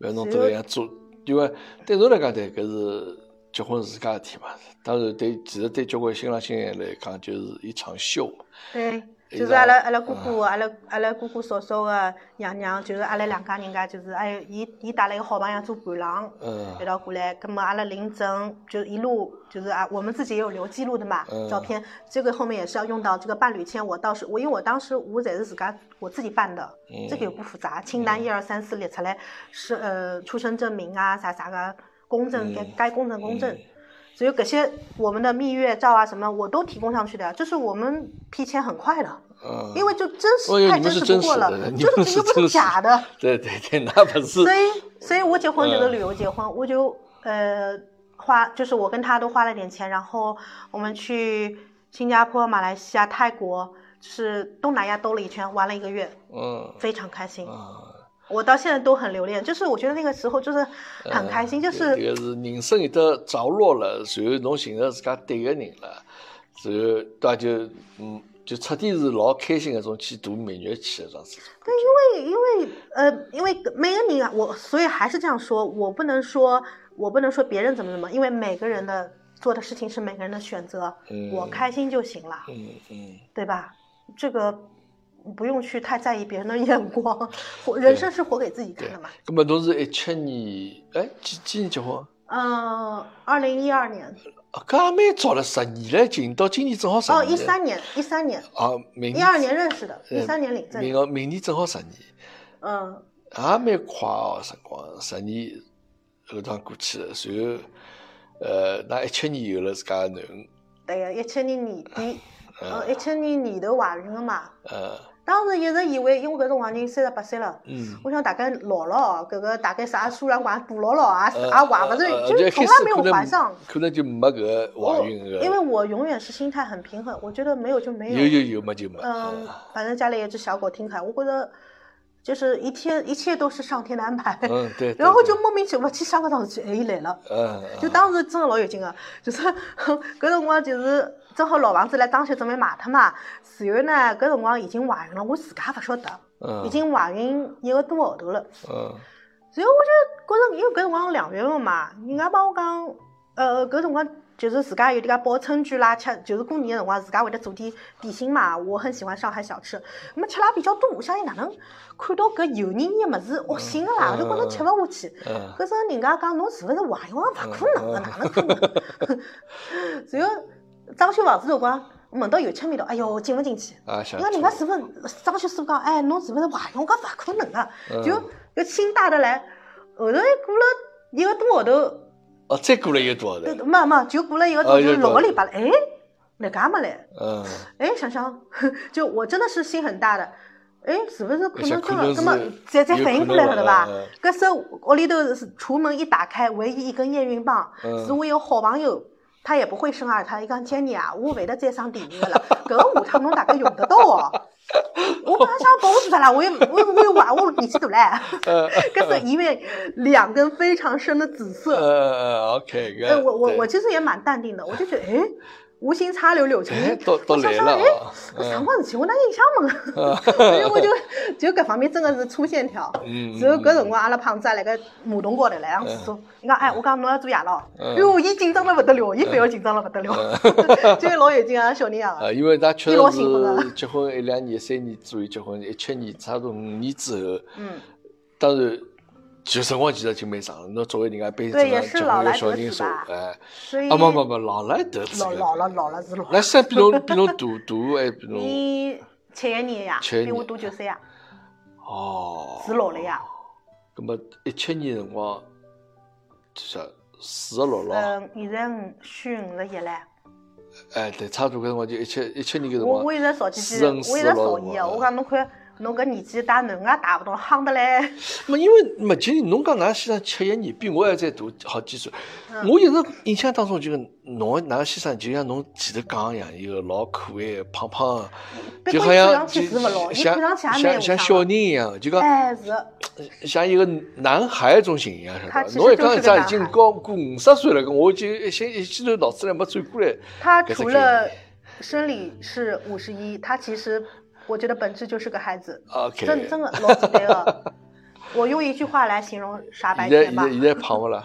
[SPEAKER 1] 勿要弄
[SPEAKER 2] 所
[SPEAKER 1] 得
[SPEAKER 2] 以
[SPEAKER 1] 搿样做，因为对侬来讲对，搿是结婚自家事体嘛。当然对，其实对交关新郎新娘来讲，就是一场秀嘛。
[SPEAKER 2] 对，
[SPEAKER 1] 一
[SPEAKER 2] 就是
[SPEAKER 1] 张
[SPEAKER 2] 阿拉阿拉姑姑，阿拉阿拉姑姑嫂嫂个爷娘，就是阿拉两家人家，就是哎，伊伊带了一个好朋友做伴郎，
[SPEAKER 1] 嗯
[SPEAKER 2] 一道过来，葛么阿拉领证，就一路就是啊，我们自己也有留记录的嘛，
[SPEAKER 1] 嗯
[SPEAKER 2] 照片，这个后面也是要用到这个伴侣签，我倒是我因为我当时我侪是自家我自己办的，
[SPEAKER 1] 嗯
[SPEAKER 2] 这个也不复杂，清单一二三四列出来，是呃出生证明啊啥啥个公证，该
[SPEAKER 1] 嗯
[SPEAKER 2] 该公证公证。
[SPEAKER 1] 嗯
[SPEAKER 2] 所以搿些我们的蜜月照啊什么，我都提供上去的，就是我们批签很快的，
[SPEAKER 1] 嗯，
[SPEAKER 2] 因为就真
[SPEAKER 1] 哎呦
[SPEAKER 2] 实太
[SPEAKER 1] 你们
[SPEAKER 2] 真
[SPEAKER 1] 是
[SPEAKER 2] 实
[SPEAKER 1] 真
[SPEAKER 2] 不
[SPEAKER 1] 实
[SPEAKER 2] 过
[SPEAKER 1] 的
[SPEAKER 2] 了，
[SPEAKER 1] 你
[SPEAKER 2] 就
[SPEAKER 1] 们
[SPEAKER 2] 是
[SPEAKER 1] 是
[SPEAKER 2] 又不
[SPEAKER 1] 真
[SPEAKER 2] 是
[SPEAKER 1] 实
[SPEAKER 2] 假的，
[SPEAKER 1] 对对对，那勿是
[SPEAKER 2] 所以所以我结婚就是
[SPEAKER 1] 嗯
[SPEAKER 2] 旅游结婚，我就呃花，就是我跟他都花了点钱，然后我们去新加坡、马来西亚、泰国，就是东南亚兜了一圈，玩了一个月，
[SPEAKER 1] 嗯
[SPEAKER 2] 非常开心。
[SPEAKER 1] 啊，
[SPEAKER 2] 我到现在都很留恋，就是我觉得那个时候就是很开心，就
[SPEAKER 1] 这
[SPEAKER 2] 是
[SPEAKER 1] 个是人生嗯有得着落了，然后侬寻着自家对个人了，然后对伐？就嗯，就彻底是老开心个种去度蜜月去个样子。
[SPEAKER 2] 因为因为呃，因为每个人啊我所以还是这样说，我不能说我不能说别人怎么怎么，因为每个人的做的事情是每个人的选择，
[SPEAKER 1] 嗯
[SPEAKER 2] 我开心就行了，
[SPEAKER 1] 嗯嗯，
[SPEAKER 2] 对吧？这个不用去太在意别人的眼光， 活人生是活给自己看
[SPEAKER 1] 对
[SPEAKER 2] 的嘛。。
[SPEAKER 1] 那么侬是一七年，哎，几几年结婚？
[SPEAKER 2] 嗯，二零一二年
[SPEAKER 1] 啊，搿也蛮早了，十年了，已经到今年正好十年
[SPEAKER 2] 哦，
[SPEAKER 1] 了。
[SPEAKER 2] 一三年一三年
[SPEAKER 1] 啊，明
[SPEAKER 2] 一
[SPEAKER 1] 年
[SPEAKER 2] 二年认识的，
[SPEAKER 1] 呃
[SPEAKER 2] 一三年领证
[SPEAKER 1] 明
[SPEAKER 2] 的，
[SPEAKER 1] 个明年正好十年，
[SPEAKER 2] 嗯。
[SPEAKER 1] 也蛮快哦，辰光十年后趟过去了，然后呃，那一七年有了自家个囡恩，
[SPEAKER 2] 对个，一七年年底，呃，
[SPEAKER 1] 嗯
[SPEAKER 2] 一七年年头怀孕个嘛。
[SPEAKER 1] 呃
[SPEAKER 2] 当时一直以为，因为搿辰光已经三十八岁了，
[SPEAKER 1] 嗯。
[SPEAKER 2] 我想大概老了哦，搿个大概啥输卵管堵牢牢啊，
[SPEAKER 1] 呃
[SPEAKER 2] 也怀勿
[SPEAKER 1] 呃
[SPEAKER 2] 着，
[SPEAKER 1] 呃
[SPEAKER 2] 就是
[SPEAKER 1] 一
[SPEAKER 2] 从
[SPEAKER 1] 开
[SPEAKER 2] 来
[SPEAKER 1] 始
[SPEAKER 2] 没有
[SPEAKER 1] 可能
[SPEAKER 2] 怀上。
[SPEAKER 1] 可能就没搿个怀孕搿
[SPEAKER 2] 我
[SPEAKER 1] 个，
[SPEAKER 2] 因为我永远是心态很平衡，我觉得没有就没
[SPEAKER 1] 呃有有有没就没， 啊
[SPEAKER 2] 嗯， 反正家里有只小狗挺可爱，我觉得就是一天一切都是上天的安排。
[SPEAKER 1] 嗯对，对
[SPEAKER 2] 然后
[SPEAKER 1] 对
[SPEAKER 2] 就莫名其妙去上个堂去，哎，伊来了。
[SPEAKER 1] 嗯，嗯
[SPEAKER 2] 就当时真的老有劲个，就是 搿辰光就是正好老房子来装修准备卖脱嘛，随后呢搿辰光已经怀孕了，我自家勿晓得，
[SPEAKER 1] 嗯
[SPEAKER 2] 已经怀孕一个多号头了。
[SPEAKER 1] 嗯
[SPEAKER 2] 然后我就觉着，因为搿辰光两月份嘛，人家帮我讲，呃，搿辰光就是自家有点介报春卷啦，吃就是过年个辰光自家会得做点点心嘛。我很喜欢上海小吃，那么吃了也比较多，我相信哪能看到搿油腻腻个物事恶心个啦，我就觉着吃勿下去。
[SPEAKER 1] 嗯
[SPEAKER 2] 搿时候人家讲侬是勿是怀孕了？勿可能个，哪能可能？然后装修房子辰光，闻到油漆味道，哎哟，进勿进去？
[SPEAKER 1] 啊，想
[SPEAKER 2] 你看人家是不是张学师傅讲，哎，侬是不是怀孕？我讲勿可能啊，
[SPEAKER 1] 嗯
[SPEAKER 2] 就搿心大得来。后头过了一个多号头，
[SPEAKER 1] 哦，再过了一个多少
[SPEAKER 2] 呃
[SPEAKER 1] 头，
[SPEAKER 2] 没没，就过了一个
[SPEAKER 1] 哦
[SPEAKER 2] 多号
[SPEAKER 1] 一
[SPEAKER 2] 头，
[SPEAKER 1] 个
[SPEAKER 2] 六
[SPEAKER 1] 多
[SPEAKER 2] 个礼拜了，哎，哪家没来？
[SPEAKER 1] 嗯，
[SPEAKER 2] 哎，想想， 就我真的是心很大的。哎，是不是可
[SPEAKER 1] 想
[SPEAKER 2] 能
[SPEAKER 1] 可
[SPEAKER 2] 真
[SPEAKER 1] 能
[SPEAKER 2] 的？那么
[SPEAKER 1] 是
[SPEAKER 2] 才才
[SPEAKER 1] 有
[SPEAKER 2] 反应
[SPEAKER 1] 可
[SPEAKER 2] 过来
[SPEAKER 1] 能
[SPEAKER 2] 了，对
[SPEAKER 1] 的
[SPEAKER 2] 吧
[SPEAKER 1] 嗯？
[SPEAKER 2] 搿时候屋里头是厨门一打开，唯一一根验孕棒，
[SPEAKER 1] 嗯
[SPEAKER 2] 是我一个好朋友，他也不会生二胎，伊讲姐你啊，我会得再生第二个了，搿个下趟侬大概用得到哦。我本来想保护住他啦，我也我也我也娃我年纪大了，
[SPEAKER 1] 呃
[SPEAKER 2] 搿时候因为两根非常深的紫
[SPEAKER 1] 呃
[SPEAKER 2] 色，
[SPEAKER 1] 呃，OK，搿
[SPEAKER 2] 哎，我我
[SPEAKER 1] 对
[SPEAKER 2] 我其实也蛮淡定的，我就觉得哎，无心插柳柳成
[SPEAKER 1] 哎，
[SPEAKER 2] 荫，
[SPEAKER 1] 到到
[SPEAKER 2] 我想
[SPEAKER 1] 来
[SPEAKER 2] 想
[SPEAKER 1] 了
[SPEAKER 2] 哎。
[SPEAKER 1] 啊，
[SPEAKER 2] 啥
[SPEAKER 1] 嗯
[SPEAKER 2] 光事体，我哪印象没个？ 所以 我就就搿方面真的是粗线条。
[SPEAKER 1] 嗯，
[SPEAKER 2] 然后搿辰光，阿拉胖子也辣盖马桶高头来上厕所，伊讲哎，我讲侬要做夜老，
[SPEAKER 1] 嗯
[SPEAKER 2] 哟，伊紧张得勿得了，伊反而紧张得勿得了， 就是老有劲啊，小人啊，
[SPEAKER 1] 啊，因为㑚确
[SPEAKER 2] 伊老
[SPEAKER 1] 实
[SPEAKER 2] 幸福的
[SPEAKER 1] 是结婚一两年、三年左右结婚，一七年差不多五年之后，
[SPEAKER 2] 嗯，
[SPEAKER 1] 当然就辰光其实就蛮长了。侬作为人家辈
[SPEAKER 2] 对也
[SPEAKER 1] 子
[SPEAKER 2] 是
[SPEAKER 1] 结
[SPEAKER 2] 老
[SPEAKER 1] 婚
[SPEAKER 2] 来
[SPEAKER 1] 个小
[SPEAKER 2] 得
[SPEAKER 1] 人
[SPEAKER 2] 子
[SPEAKER 1] 数，
[SPEAKER 2] 吧
[SPEAKER 1] 哎，
[SPEAKER 2] 所以
[SPEAKER 1] 啊，没没没，老来得子
[SPEAKER 2] 老
[SPEAKER 1] 了
[SPEAKER 2] 老了老了是老了。
[SPEAKER 1] 那现在比 侬比侬大大还哎比侬
[SPEAKER 2] 伊七一年呀，
[SPEAKER 1] 七一
[SPEAKER 2] 比我
[SPEAKER 1] 年
[SPEAKER 2] 大九岁呀，
[SPEAKER 1] 哦，
[SPEAKER 2] 是老了呀。
[SPEAKER 1] 那么一七年辰光，就是四十六哦了，
[SPEAKER 2] 嗯，现在五虚五十一唻。
[SPEAKER 1] 哎，对，差不多搿辰光就一七一七年搿辰
[SPEAKER 2] 我
[SPEAKER 1] 光
[SPEAKER 2] 我，一直吵起
[SPEAKER 1] 四
[SPEAKER 2] 去，
[SPEAKER 1] 十
[SPEAKER 2] 我
[SPEAKER 1] 五
[SPEAKER 2] 一
[SPEAKER 1] 四
[SPEAKER 2] 直
[SPEAKER 1] 十六
[SPEAKER 2] 吵
[SPEAKER 1] 辰光
[SPEAKER 2] 伊个，啊我讲侬看侬搿年纪带囡恩也带勿动，夯得来。
[SPEAKER 1] 没，因为没其实侬讲㑚先生七一年，比我还再大好几岁。
[SPEAKER 2] 嗯
[SPEAKER 1] 我一直印象当中就是侬的㑚先生，就像侬前头讲一样，一个老可爱、胖胖的，
[SPEAKER 2] 别
[SPEAKER 1] 就
[SPEAKER 2] 看
[SPEAKER 1] 好
[SPEAKER 2] 伊看
[SPEAKER 1] 像
[SPEAKER 2] 上去
[SPEAKER 1] 就是
[SPEAKER 2] 勿老伊看上
[SPEAKER 1] 像
[SPEAKER 2] 去也蛮
[SPEAKER 1] 像像
[SPEAKER 2] 有想
[SPEAKER 1] 小
[SPEAKER 2] 法
[SPEAKER 1] 人一样，就讲
[SPEAKER 2] 哎，是的，
[SPEAKER 1] 像一个男孩种形象，晓
[SPEAKER 2] 他
[SPEAKER 1] 得伐？
[SPEAKER 2] 其
[SPEAKER 1] 侬
[SPEAKER 2] 实
[SPEAKER 1] 一讲
[SPEAKER 2] 就
[SPEAKER 1] 一
[SPEAKER 2] 是个
[SPEAKER 1] 张已
[SPEAKER 2] 男
[SPEAKER 1] 经
[SPEAKER 2] 孩
[SPEAKER 1] 高过五十岁了，搿我就一心一记头脑子里没转过来。
[SPEAKER 2] 他
[SPEAKER 1] 搿只
[SPEAKER 2] 除
[SPEAKER 1] 概
[SPEAKER 2] 了
[SPEAKER 1] 念
[SPEAKER 2] 生理是五十一，他其实我觉得本质就是个孩子，
[SPEAKER 1] OK，
[SPEAKER 2] 真真的老简单 了。我用一句话来形容傻白
[SPEAKER 1] 现在现
[SPEAKER 2] 甜吧啊
[SPEAKER 1] 在，现在胖勿啦？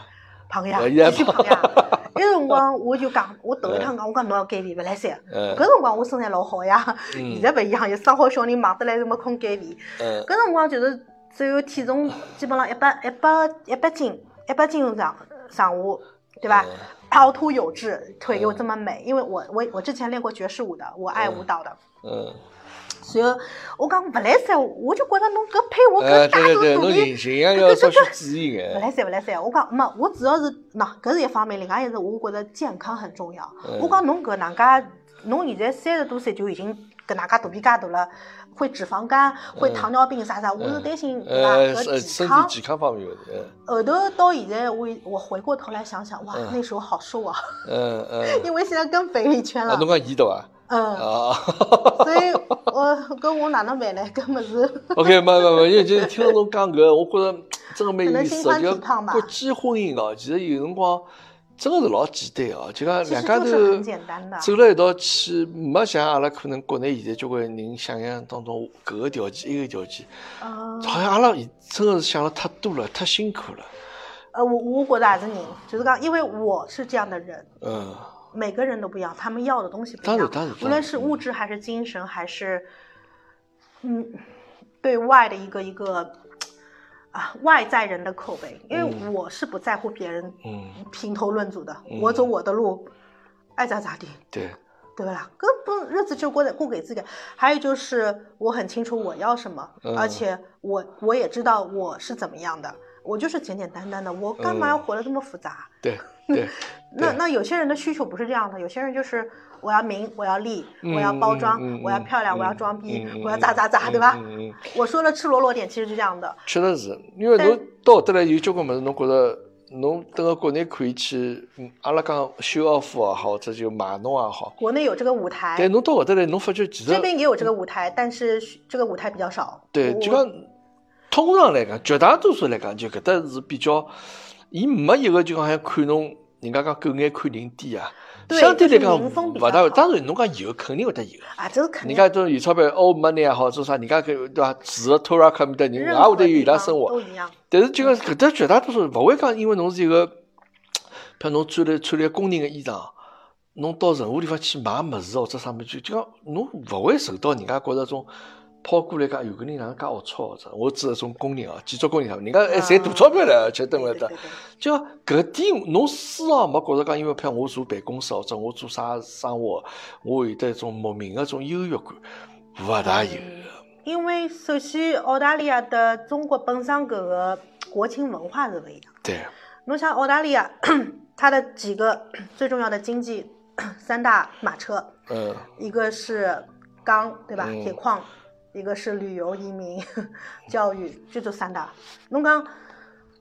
[SPEAKER 2] 胖呀，
[SPEAKER 1] 现在
[SPEAKER 2] 必须胖呀。 那辰光我就讲，我头一趟讲，我讲侬要减肥勿来三。
[SPEAKER 1] 嗯
[SPEAKER 2] 搿辰光我身材老好呀，
[SPEAKER 1] 嗯
[SPEAKER 2] 现在勿一样，有生好小人忙得来就没空减肥。
[SPEAKER 1] 嗯
[SPEAKER 2] 搿辰光就是只有体重基本上一百一百一百斤一百斤上上下，对吧
[SPEAKER 1] 嗯？
[SPEAKER 2] 凹凸有致，腿又这么美，因为我我我之前练过爵士舞的，我爱舞蹈的。
[SPEAKER 1] 嗯，
[SPEAKER 2] 然后我讲勿来三，我就觉着侬搿配我
[SPEAKER 1] 哎，
[SPEAKER 2] 搿大
[SPEAKER 1] 对对对，
[SPEAKER 2] 头
[SPEAKER 1] 侬
[SPEAKER 2] 大
[SPEAKER 1] 形
[SPEAKER 2] 眼。
[SPEAKER 1] 形象要稍许注意
[SPEAKER 2] 勿
[SPEAKER 1] 眼
[SPEAKER 2] 来。三，勿来三，我讲没，我主要是喏，搿是一方面，另外一个是我觉着健康很重要。
[SPEAKER 1] 嗯
[SPEAKER 2] 我讲侬搿能介，侬现在三十多岁就已经搿能介肚皮介大了，会脂肪肝、会糖尿病啥啥，我是担心对伐
[SPEAKER 1] 呃，
[SPEAKER 2] 搿
[SPEAKER 1] 身
[SPEAKER 2] 健
[SPEAKER 1] 身
[SPEAKER 2] 康
[SPEAKER 1] 体。健康方面问题，
[SPEAKER 2] 后头到现在，我我回过头来想想，哇，
[SPEAKER 1] 嗯
[SPEAKER 2] 那时候好瘦啊，
[SPEAKER 1] 嗯嗯
[SPEAKER 2] 因为现在更肥了一圈
[SPEAKER 1] 嗯，啊，
[SPEAKER 2] 了
[SPEAKER 1] 侬。讲伊对伐？
[SPEAKER 2] 嗯，
[SPEAKER 1] 啊
[SPEAKER 2] 所以我搿我哪能办呢？ 搿么是
[SPEAKER 1] ，OK，没没没，因为就是听了侬讲搿，我觉着真个蛮有意思
[SPEAKER 2] 可能
[SPEAKER 1] 的。就
[SPEAKER 2] 心宽体胖吧
[SPEAKER 1] 国际婚姻哦，其实有辰光真个是老简单哦，就讲
[SPEAKER 2] 其
[SPEAKER 1] 两
[SPEAKER 2] 实
[SPEAKER 1] 家头
[SPEAKER 2] 就是很简单的。
[SPEAKER 1] 走了一道去，没像阿拉可能国内现在交关人想象当中搿个条件、埃个条件，
[SPEAKER 2] 嗯，
[SPEAKER 1] 好像阿拉真个是想了太多了，太辛苦了。
[SPEAKER 2] 呃，我我觉得也是人，就是讲，因为我是这样的人，
[SPEAKER 1] 嗯
[SPEAKER 2] 每个人都不一样，他们要的东西不一
[SPEAKER 1] 当然
[SPEAKER 2] 样
[SPEAKER 1] 当然，
[SPEAKER 2] 无论是物质还是精神，还是嗯对外的一个一个啊外在人的口碑，因为我是不在乎别人
[SPEAKER 1] 嗯，
[SPEAKER 2] 评头论足的，
[SPEAKER 1] 嗯
[SPEAKER 2] 我走我的路，爱咋咋地，
[SPEAKER 1] 对，
[SPEAKER 2] 对吧？根本日子就过得过给自己。还有就是我很清楚我要什么，
[SPEAKER 1] 嗯
[SPEAKER 2] 而且我我也知道我是怎么样的，我就是简简单单的，我干嘛
[SPEAKER 1] 嗯
[SPEAKER 2] 要活得这么复杂？
[SPEAKER 1] 对对，
[SPEAKER 2] 那
[SPEAKER 1] 对
[SPEAKER 2] 那有些人的需求不是这样的，有些人就是我要名，我要利，我要包装，
[SPEAKER 1] 嗯嗯嗯
[SPEAKER 2] 我要漂亮，
[SPEAKER 1] 嗯
[SPEAKER 2] 我要装逼，
[SPEAKER 1] 嗯嗯
[SPEAKER 2] 我要咋咋咋，对吧？
[SPEAKER 1] 嗯嗯嗯
[SPEAKER 2] 我说了赤裸裸点，其实是这样的。
[SPEAKER 1] 确实是，因为
[SPEAKER 2] 但
[SPEAKER 1] 侬到后头来有交关物事，侬觉着侬等个国内可以去，嗯阿拉讲 show off 也好，或者就卖弄也好，
[SPEAKER 2] 国内有这个舞台，
[SPEAKER 1] 但侬到后头来，侬发觉其实
[SPEAKER 2] 这边也有这个舞台，但是这个舞台比较少。
[SPEAKER 1] 嗯对，
[SPEAKER 2] 我
[SPEAKER 1] 就讲通常来讲，绝大多数来讲，就搿搭是比较，伊没一个就讲像看侬，人家讲狗眼看人低啊，
[SPEAKER 2] 对
[SPEAKER 1] 相对来
[SPEAKER 2] 就是
[SPEAKER 1] 讲
[SPEAKER 2] 民风比较
[SPEAKER 1] 勿大
[SPEAKER 2] 好
[SPEAKER 1] 有。当然侬讲有，肯定会得有。
[SPEAKER 2] 啊，这个肯
[SPEAKER 1] 人
[SPEAKER 2] 定
[SPEAKER 1] 家这种有钞票，欧美呢也好，做啥，人家搿对伐，住个拖拉克面搭人，也会得有伊拉生活。
[SPEAKER 2] 任何地方都一样。
[SPEAKER 1] 但是就讲搿搭绝大多数勿会讲，因为侬是一个，譬如侬穿了穿了工人个衣裳，侬到任何地方去买物事或者啥物事，就就讲侬勿会受到人家觉着种抛过来讲有个人哪能介龌龊或者，我指的种工人哦，建筑工人啥，人家还赚大钞票了，而且蹲辣
[SPEAKER 2] 啊对对
[SPEAKER 1] 搭
[SPEAKER 2] 对，
[SPEAKER 1] 就讲搿点侬丝毫没觉着讲，因为譬如我坐办公室或者我做啥生活，我有得一种莫名个种优越感，勿大有。
[SPEAKER 2] 嗯因为首先澳大利亚的中国本身搿个国情文化是勿一样。
[SPEAKER 1] 对，
[SPEAKER 2] 侬像澳大利亚， 它的几个 最重要的经济 三大马车，
[SPEAKER 1] 嗯
[SPEAKER 2] 一个是钢，对吧？
[SPEAKER 1] 嗯
[SPEAKER 2] 铁矿，一个是旅游、移民、 教育，这就三大。侬讲，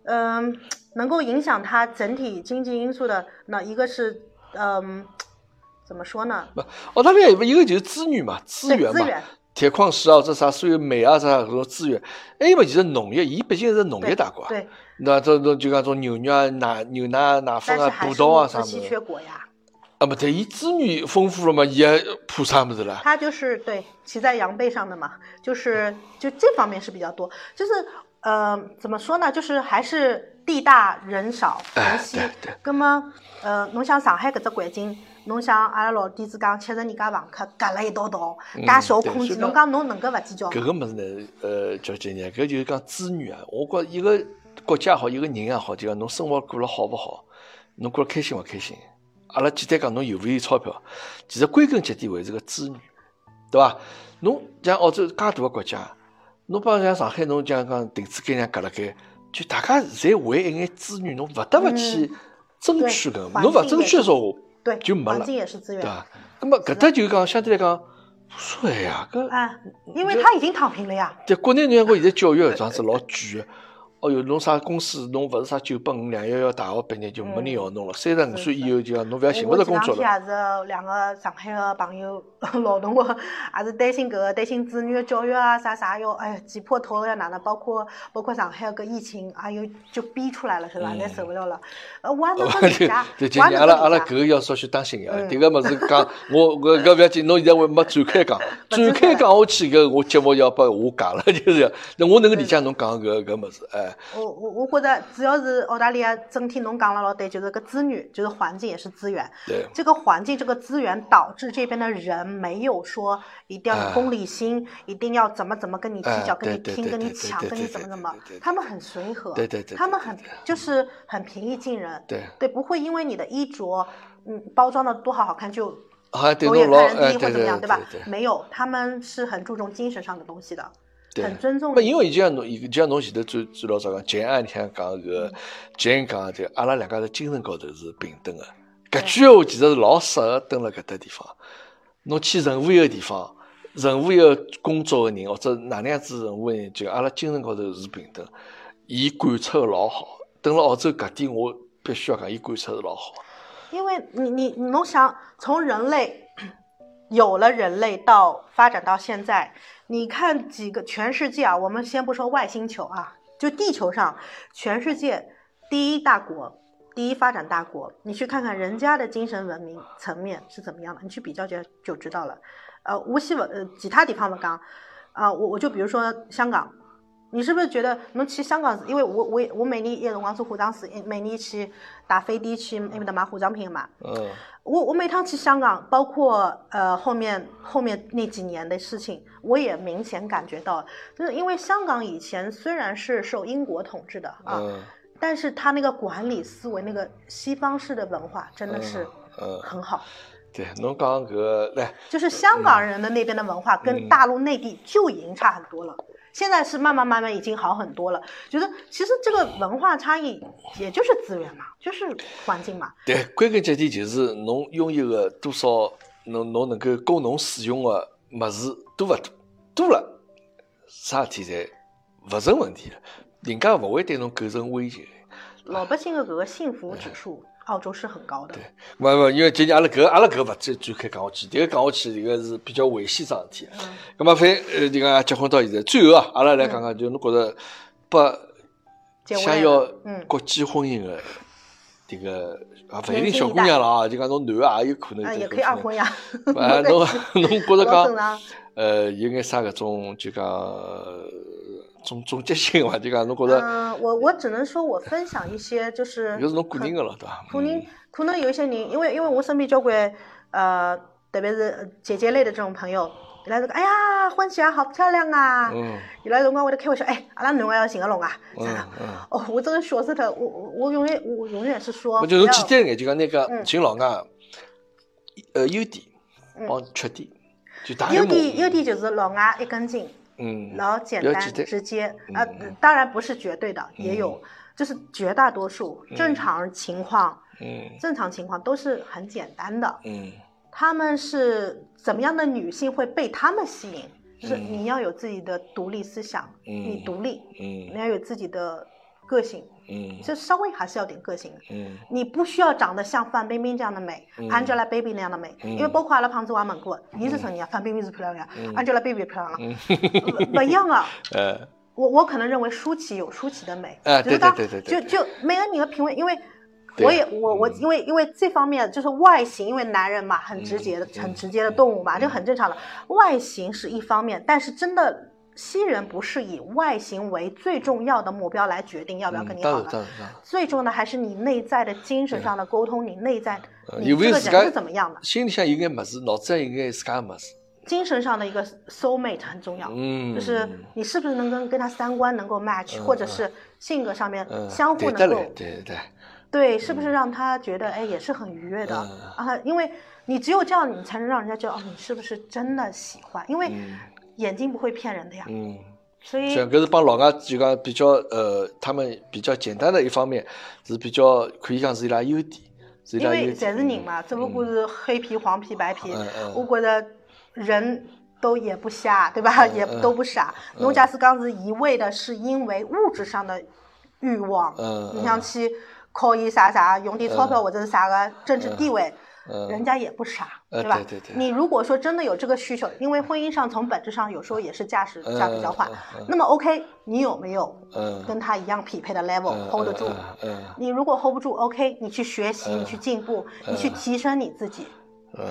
[SPEAKER 2] 嗯、能够影响它整体经济因素的，那一个是，嗯、怎么说呢？
[SPEAKER 1] 不，澳大利亚一个就是资源嘛，资
[SPEAKER 2] 对
[SPEAKER 1] 源
[SPEAKER 2] 资
[SPEAKER 1] 嘛。
[SPEAKER 2] 源，
[SPEAKER 1] 铁矿石啊，这啥所有煤啊，啥搿种资源，还有么就是农业，伊毕竟是农业大国啊，
[SPEAKER 2] 对，
[SPEAKER 1] 那这种就讲种牛肉啊、奶牛奶啊、奶
[SPEAKER 2] 但
[SPEAKER 1] 粉
[SPEAKER 2] 是
[SPEAKER 1] 啊、
[SPEAKER 2] 还
[SPEAKER 1] 葡
[SPEAKER 2] 是
[SPEAKER 1] 萄啊
[SPEAKER 2] 物
[SPEAKER 1] 啥
[SPEAKER 2] 资
[SPEAKER 1] 么
[SPEAKER 2] 稀
[SPEAKER 1] 子，
[SPEAKER 2] 缺国呀，
[SPEAKER 1] 啊不对，伊资源丰富了嘛，伊还怕啥么子啦？
[SPEAKER 2] 它就是对骑在羊背上的嘛，就是就这方面是比较多，就是呃怎么说呢，就是还是地大人少
[SPEAKER 1] 哎
[SPEAKER 2] 人稀
[SPEAKER 1] 对对。
[SPEAKER 2] 那么呃，侬像上海搿只环境，侬像阿拉老底子讲吃着人家房客隔了一道道，介小
[SPEAKER 1] 嗯对
[SPEAKER 2] 空
[SPEAKER 1] 所
[SPEAKER 2] 间，
[SPEAKER 1] 以
[SPEAKER 2] 侬讲侬能够勿计较
[SPEAKER 1] 搿个
[SPEAKER 2] 吗？
[SPEAKER 1] 物事呢，呃，叫经验，搿就是讲资源啊。我觉一个国家也好，一个人也好，就讲侬生活过了好勿好，侬过得开心勿开心。阿拉简单讲，侬有勿有钞票，其实归根结底还是个资源，对伐？侬像澳洲介大个国家，侬帮像上海，侬讲讲亭子间样搿辣盖，就大家侪为一眼资源，侬勿得勿去争取搿个物事，
[SPEAKER 2] 对
[SPEAKER 1] 侬勿
[SPEAKER 2] 环境
[SPEAKER 1] 争取
[SPEAKER 2] 也
[SPEAKER 1] 的
[SPEAKER 2] 是
[SPEAKER 1] 时候，
[SPEAKER 2] 对，
[SPEAKER 1] 就没
[SPEAKER 2] 环
[SPEAKER 1] 了
[SPEAKER 2] 境也是资
[SPEAKER 1] 对啊
[SPEAKER 2] 源。
[SPEAKER 1] 伐？那么搿搭就讲相对来讲无所谓啊，搿。
[SPEAKER 2] 啊，因为
[SPEAKER 1] 这
[SPEAKER 2] 他已经躺平了呀。
[SPEAKER 1] 在国内侬像讲现在教育搿桩子老卷个，哦哟，侬啥公司侬勿是啥九八五、两幺幺大学毕业就没人要侬了，三十五岁以后就讲侬勿要寻勿
[SPEAKER 2] 嗯哎
[SPEAKER 1] 着
[SPEAKER 2] 我前
[SPEAKER 1] 工作
[SPEAKER 2] 两 天
[SPEAKER 1] 了。
[SPEAKER 2] 也是两个上海的朋友劳动过，也是担心搿个担心子女的教育啊啥啥要，哎呀挤破头了要哪能？包括包括上海搿疫情，哎呦就逼出来了是吧？那受不了了，呃，我还能够理解，
[SPEAKER 1] 就
[SPEAKER 2] 我
[SPEAKER 1] 今
[SPEAKER 2] 还
[SPEAKER 1] 年阿拉阿
[SPEAKER 2] 能
[SPEAKER 1] 拉
[SPEAKER 2] 够
[SPEAKER 1] 搿
[SPEAKER 2] 理解。
[SPEAKER 1] 个要稍许当心个，
[SPEAKER 2] 嗯
[SPEAKER 1] 迭个物事讲我搿搿勿要紧，侬现在我没展开 讲，展开讲下去搿我节目要把我讲了， 就是那我能够理解侬讲搿搿物事，哎，
[SPEAKER 2] 我我我觉着主要是澳大利亚整体侬讲了老对，就是搿资源，就是环境也是资源。
[SPEAKER 1] 对，
[SPEAKER 2] 这个环境、这个资源导致这边的人没有说一定要有公理心，一定要怎么怎么跟你计较、
[SPEAKER 1] 哎
[SPEAKER 2] 跟
[SPEAKER 1] 对
[SPEAKER 2] 你
[SPEAKER 1] 对
[SPEAKER 2] 拼、
[SPEAKER 1] 对
[SPEAKER 2] 跟你
[SPEAKER 1] 对对
[SPEAKER 2] 抢、
[SPEAKER 1] 对
[SPEAKER 2] 跟你
[SPEAKER 1] 对
[SPEAKER 2] 怎么
[SPEAKER 1] 对
[SPEAKER 2] 怎么
[SPEAKER 1] 对对对，
[SPEAKER 2] 他们很随和，
[SPEAKER 1] 对对对
[SPEAKER 2] 他
[SPEAKER 1] 对
[SPEAKER 2] 们
[SPEAKER 1] 对
[SPEAKER 2] 很
[SPEAKER 1] 对
[SPEAKER 2] 就是很平易近人，
[SPEAKER 1] 对。
[SPEAKER 2] 对，不会因为你的衣着，嗯，包装的多好好看就
[SPEAKER 1] 好像对
[SPEAKER 2] 狗
[SPEAKER 1] 侬
[SPEAKER 2] 眼
[SPEAKER 1] 老
[SPEAKER 2] 看
[SPEAKER 1] 哎，
[SPEAKER 2] 人低
[SPEAKER 1] 对
[SPEAKER 2] 或
[SPEAKER 1] 对
[SPEAKER 2] 怎么样，
[SPEAKER 1] 对
[SPEAKER 2] 吧？
[SPEAKER 1] 对
[SPEAKER 2] 没有，他们是很注重精神上的东西的，
[SPEAKER 1] 对，
[SPEAKER 2] 很尊重
[SPEAKER 1] 不，
[SPEAKER 2] 你
[SPEAKER 1] 因。为就像侬，就像侬前头最最老早讲，前安里向讲搿个，前讲的这个阿拉两家头精神高头是平等的。搿句闲话其实是老适合蹲辣搿搭地方。侬去任何一个地方，任何一个工作的人或者哪能样子任何人，就阿拉精神高头是平等。伊贯彻老好，等了澳洲搿点我必须要讲，伊贯彻是老好。
[SPEAKER 2] 因为你你你侬想，从人类有了人类到发展到现在，你看几个全世界啊，我们先不说外星球啊，就地球上，全世界第一大国、第一发展大国，你去看看人家的精神文明层面是怎么样的，你去比较就就知道了。呃，无锡文呃其他地方的讲，啊、我我就比如说香港，你是不是觉得侬去香港？因为我我也我每年有辰光做化妆师，每年去打飞的去埃面搭买化妆品嘛。
[SPEAKER 1] 嗯，
[SPEAKER 2] 我我每趟去香港，包括呃后面后面那几年的事情，我也明显感觉到，就是因为香港以前虽然是受英国统治的啊，
[SPEAKER 1] 嗯，
[SPEAKER 2] 但是他那个管理思维，那个西方式的文化真的是
[SPEAKER 1] 嗯，
[SPEAKER 2] 很好，
[SPEAKER 1] 对，侬讲搿个来，
[SPEAKER 2] 就是香港人的那边的文化
[SPEAKER 1] 嗯
[SPEAKER 2] 跟大陆内地就已经差很多了。现在是慢慢慢慢已经好很多了，觉得其实这个文化差异也就是资源嘛，就是环境嘛，
[SPEAKER 1] 对，归根结底就是侬拥有个多少，侬侬能够供侬使用个物事多勿多，多了，啥事体侪勿成问题了，人家勿会对侬构成威胁。
[SPEAKER 2] 老百姓的这个幸福指数，澳洲是很高的。
[SPEAKER 1] 哎对勿勿，因为今天阿拉搿阿拉搿勿展展开讲下去，迭个讲下去迭个是比较危险桩事体。
[SPEAKER 2] 嗯
[SPEAKER 1] 咁么反呃，就讲结婚到现在，最后啊，阿拉来讲讲，就侬觉着把
[SPEAKER 2] 结婚
[SPEAKER 1] 想
[SPEAKER 2] 了
[SPEAKER 1] 要
[SPEAKER 2] 嗯
[SPEAKER 1] 国际婚姻的迭个啊，勿一
[SPEAKER 2] 年
[SPEAKER 1] 定
[SPEAKER 2] 轻
[SPEAKER 1] 小
[SPEAKER 2] 一
[SPEAKER 1] 姑
[SPEAKER 2] 代
[SPEAKER 1] 娘了啊，就讲侬男个也有可能
[SPEAKER 2] 啊，
[SPEAKER 1] 就
[SPEAKER 2] 也
[SPEAKER 1] 搿
[SPEAKER 2] 可以二
[SPEAKER 1] 种
[SPEAKER 2] 婚呀。
[SPEAKER 1] 啊，侬侬觉着
[SPEAKER 2] 老正
[SPEAKER 1] 讲
[SPEAKER 2] 常，
[SPEAKER 1] 呃，有眼啥搿种就讲呃总总结性伐？就讲侬觉着，
[SPEAKER 2] 嗯，我我只能说我分享一些，就是
[SPEAKER 1] 搿是侬个人个了，对伐？
[SPEAKER 2] 嗯可能可能有一些人，因为因为我身边交关呃，特别是呃姐姐类的这种朋友，伊拉就讲，哎呀，婚前好漂亮啊！
[SPEAKER 1] 嗯
[SPEAKER 2] 伊拉有辰光会得开玩笑，哎，阿拉男个要寻个拢啊！
[SPEAKER 1] 嗯嗯。
[SPEAKER 2] 哦，我真的学死他，我我我永远我永远是说
[SPEAKER 1] 我
[SPEAKER 2] 哦不
[SPEAKER 1] 就
[SPEAKER 2] 要，
[SPEAKER 1] 侬简单眼，就讲那个
[SPEAKER 2] 嗯
[SPEAKER 1] 寻老外，呃，优点
[SPEAKER 2] 嗯
[SPEAKER 1] 帮缺点，就大
[SPEAKER 2] 优
[SPEAKER 1] 一模
[SPEAKER 2] 点优，点就是老外一根筋，
[SPEAKER 1] 嗯，
[SPEAKER 2] 老简
[SPEAKER 1] 比较
[SPEAKER 2] 单
[SPEAKER 1] 简单
[SPEAKER 2] 直接，呃
[SPEAKER 1] 嗯嗯，
[SPEAKER 2] 当然不是绝对的，也
[SPEAKER 1] 嗯
[SPEAKER 2] 有，就是绝大多数正常情况，
[SPEAKER 1] 嗯
[SPEAKER 2] 正常情况都是很简单的。
[SPEAKER 1] 嗯
[SPEAKER 2] 他们是怎么样的女性会被他们吸引？就是
[SPEAKER 1] 嗯
[SPEAKER 2] 你要有自己的独立思想，你
[SPEAKER 1] 嗯
[SPEAKER 2] 独立，你
[SPEAKER 1] 嗯
[SPEAKER 2] 要有自己的个性，
[SPEAKER 1] 嗯
[SPEAKER 2] 就稍微还是要点个性的。
[SPEAKER 1] 嗯
[SPEAKER 2] 你不需要长得像范冰冰这样的美、
[SPEAKER 1] 嗯
[SPEAKER 2] a n g e l a b a b y 那样的美，
[SPEAKER 1] 嗯
[SPEAKER 2] 因为包括阿拉胖子我也问过，你是什么样？范冰冰是漂亮呀、
[SPEAKER 1] 嗯
[SPEAKER 2] a n g e l a b a b y 也漂亮啊，
[SPEAKER 1] 嗯，
[SPEAKER 2] 不不一样啊。
[SPEAKER 1] 呃，
[SPEAKER 2] 我我可能认为舒淇有舒淇的美，
[SPEAKER 1] 啊
[SPEAKER 2] 就是
[SPEAKER 1] 对
[SPEAKER 2] 当
[SPEAKER 1] 对对对对
[SPEAKER 2] 就就每个人的品味，因为
[SPEAKER 1] 对
[SPEAKER 2] 我也我我
[SPEAKER 1] 嗯
[SPEAKER 2] 因为因为这方面就是外形，因为男人嘛很直接的、
[SPEAKER 1] 嗯
[SPEAKER 2] 很直接的动物嘛，这很正常的。外形是一方面，但是真的西人不是以外形为最重要的目标来决定要不要跟
[SPEAKER 1] 嗯
[SPEAKER 2] 你
[SPEAKER 1] 当
[SPEAKER 2] 好
[SPEAKER 1] 然
[SPEAKER 2] 的。
[SPEAKER 1] 当然当然，
[SPEAKER 2] 最重要的还是你内在的精神上的沟通，你内在
[SPEAKER 1] 啊呃
[SPEAKER 2] 你
[SPEAKER 1] 有没
[SPEAKER 2] 这
[SPEAKER 1] 有
[SPEAKER 2] 个
[SPEAKER 1] 自家
[SPEAKER 2] 人是怎么样的，
[SPEAKER 1] 心里向有眼物事，脑子上有眼自家的物事，
[SPEAKER 2] 精神上的一个 soul mate 很重要。
[SPEAKER 1] 嗯，
[SPEAKER 2] 啊就是你是不是能跟跟他三观能够 match，、
[SPEAKER 1] 嗯
[SPEAKER 2] 或者是性格上面
[SPEAKER 1] 嗯
[SPEAKER 2] 相互
[SPEAKER 1] 对得
[SPEAKER 2] 能够、
[SPEAKER 1] 来，对对，
[SPEAKER 2] 对，是不是让他觉得哎也是很愉悦的、
[SPEAKER 1] 嗯
[SPEAKER 2] 啊？因为你只有这样，你才能让人家觉得哦，你是不是真的喜欢？因为
[SPEAKER 1] 嗯
[SPEAKER 2] 眼睛不会骗人的呀，
[SPEAKER 1] 嗯。
[SPEAKER 2] 所以
[SPEAKER 1] 像搿是帮老外就讲比较呃，他们比较简单的一方面是比较可以讲是伊拉优点，是伊
[SPEAKER 2] 因
[SPEAKER 1] 拉优
[SPEAKER 2] 为
[SPEAKER 1] 点。
[SPEAKER 2] 侪是人嘛，只不过是黑皮、黄皮、白皮，
[SPEAKER 1] 嗯嗯
[SPEAKER 2] 我觉得人。都也不瞎，对吧？
[SPEAKER 1] 嗯
[SPEAKER 2] 也
[SPEAKER 1] 嗯
[SPEAKER 2] 都不傻。侬假使讲是一味的是因为物质上的欲望，
[SPEAKER 1] 嗯
[SPEAKER 2] 你想去考伊啥啥，用点钞票
[SPEAKER 1] 嗯
[SPEAKER 2] 或者是啥个政治地位，
[SPEAKER 1] 嗯
[SPEAKER 2] 人家也不傻，
[SPEAKER 1] 呃
[SPEAKER 2] 吧？
[SPEAKER 1] 对对对
[SPEAKER 2] 你如果说真的有这个需求，因为婚姻上从本质上有时候也是价值价值交换
[SPEAKER 1] 嗯，嗯
[SPEAKER 2] 那么 OK，你有没有
[SPEAKER 1] 嗯
[SPEAKER 2] 跟他一样匹配的 level、
[SPEAKER 1] 嗯
[SPEAKER 2] hold 得住？
[SPEAKER 1] 嗯嗯
[SPEAKER 2] 你如果 hold 不住，OK，你去学习，
[SPEAKER 1] 嗯
[SPEAKER 2] 你去进步，
[SPEAKER 1] 嗯
[SPEAKER 2] 你去提升你自己。
[SPEAKER 1] 嗯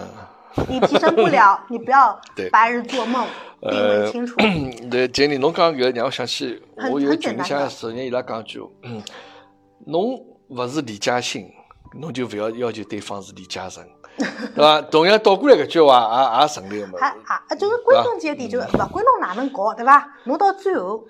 [SPEAKER 2] 你提升不了，你不要
[SPEAKER 1] 对
[SPEAKER 2] 白日做梦，定位清楚。
[SPEAKER 1] 嗯，对，经理，侬讲搿个让我想起，
[SPEAKER 2] 很
[SPEAKER 1] 我有个
[SPEAKER 2] 很
[SPEAKER 1] 群
[SPEAKER 2] 简
[SPEAKER 1] 里
[SPEAKER 2] 单
[SPEAKER 1] 向
[SPEAKER 2] 的
[SPEAKER 1] 昨日伊拉讲一句，嗯，侬勿是李嘉欣，侬就勿要要求对方是李嘉诚，对伐？同样倒过来搿句话也也成立个
[SPEAKER 2] 还
[SPEAKER 1] 嘛。
[SPEAKER 2] 啊，啊
[SPEAKER 1] 嗯
[SPEAKER 2] 就是归根结底就是勿管侬哪能搞，对伐？侬到最后，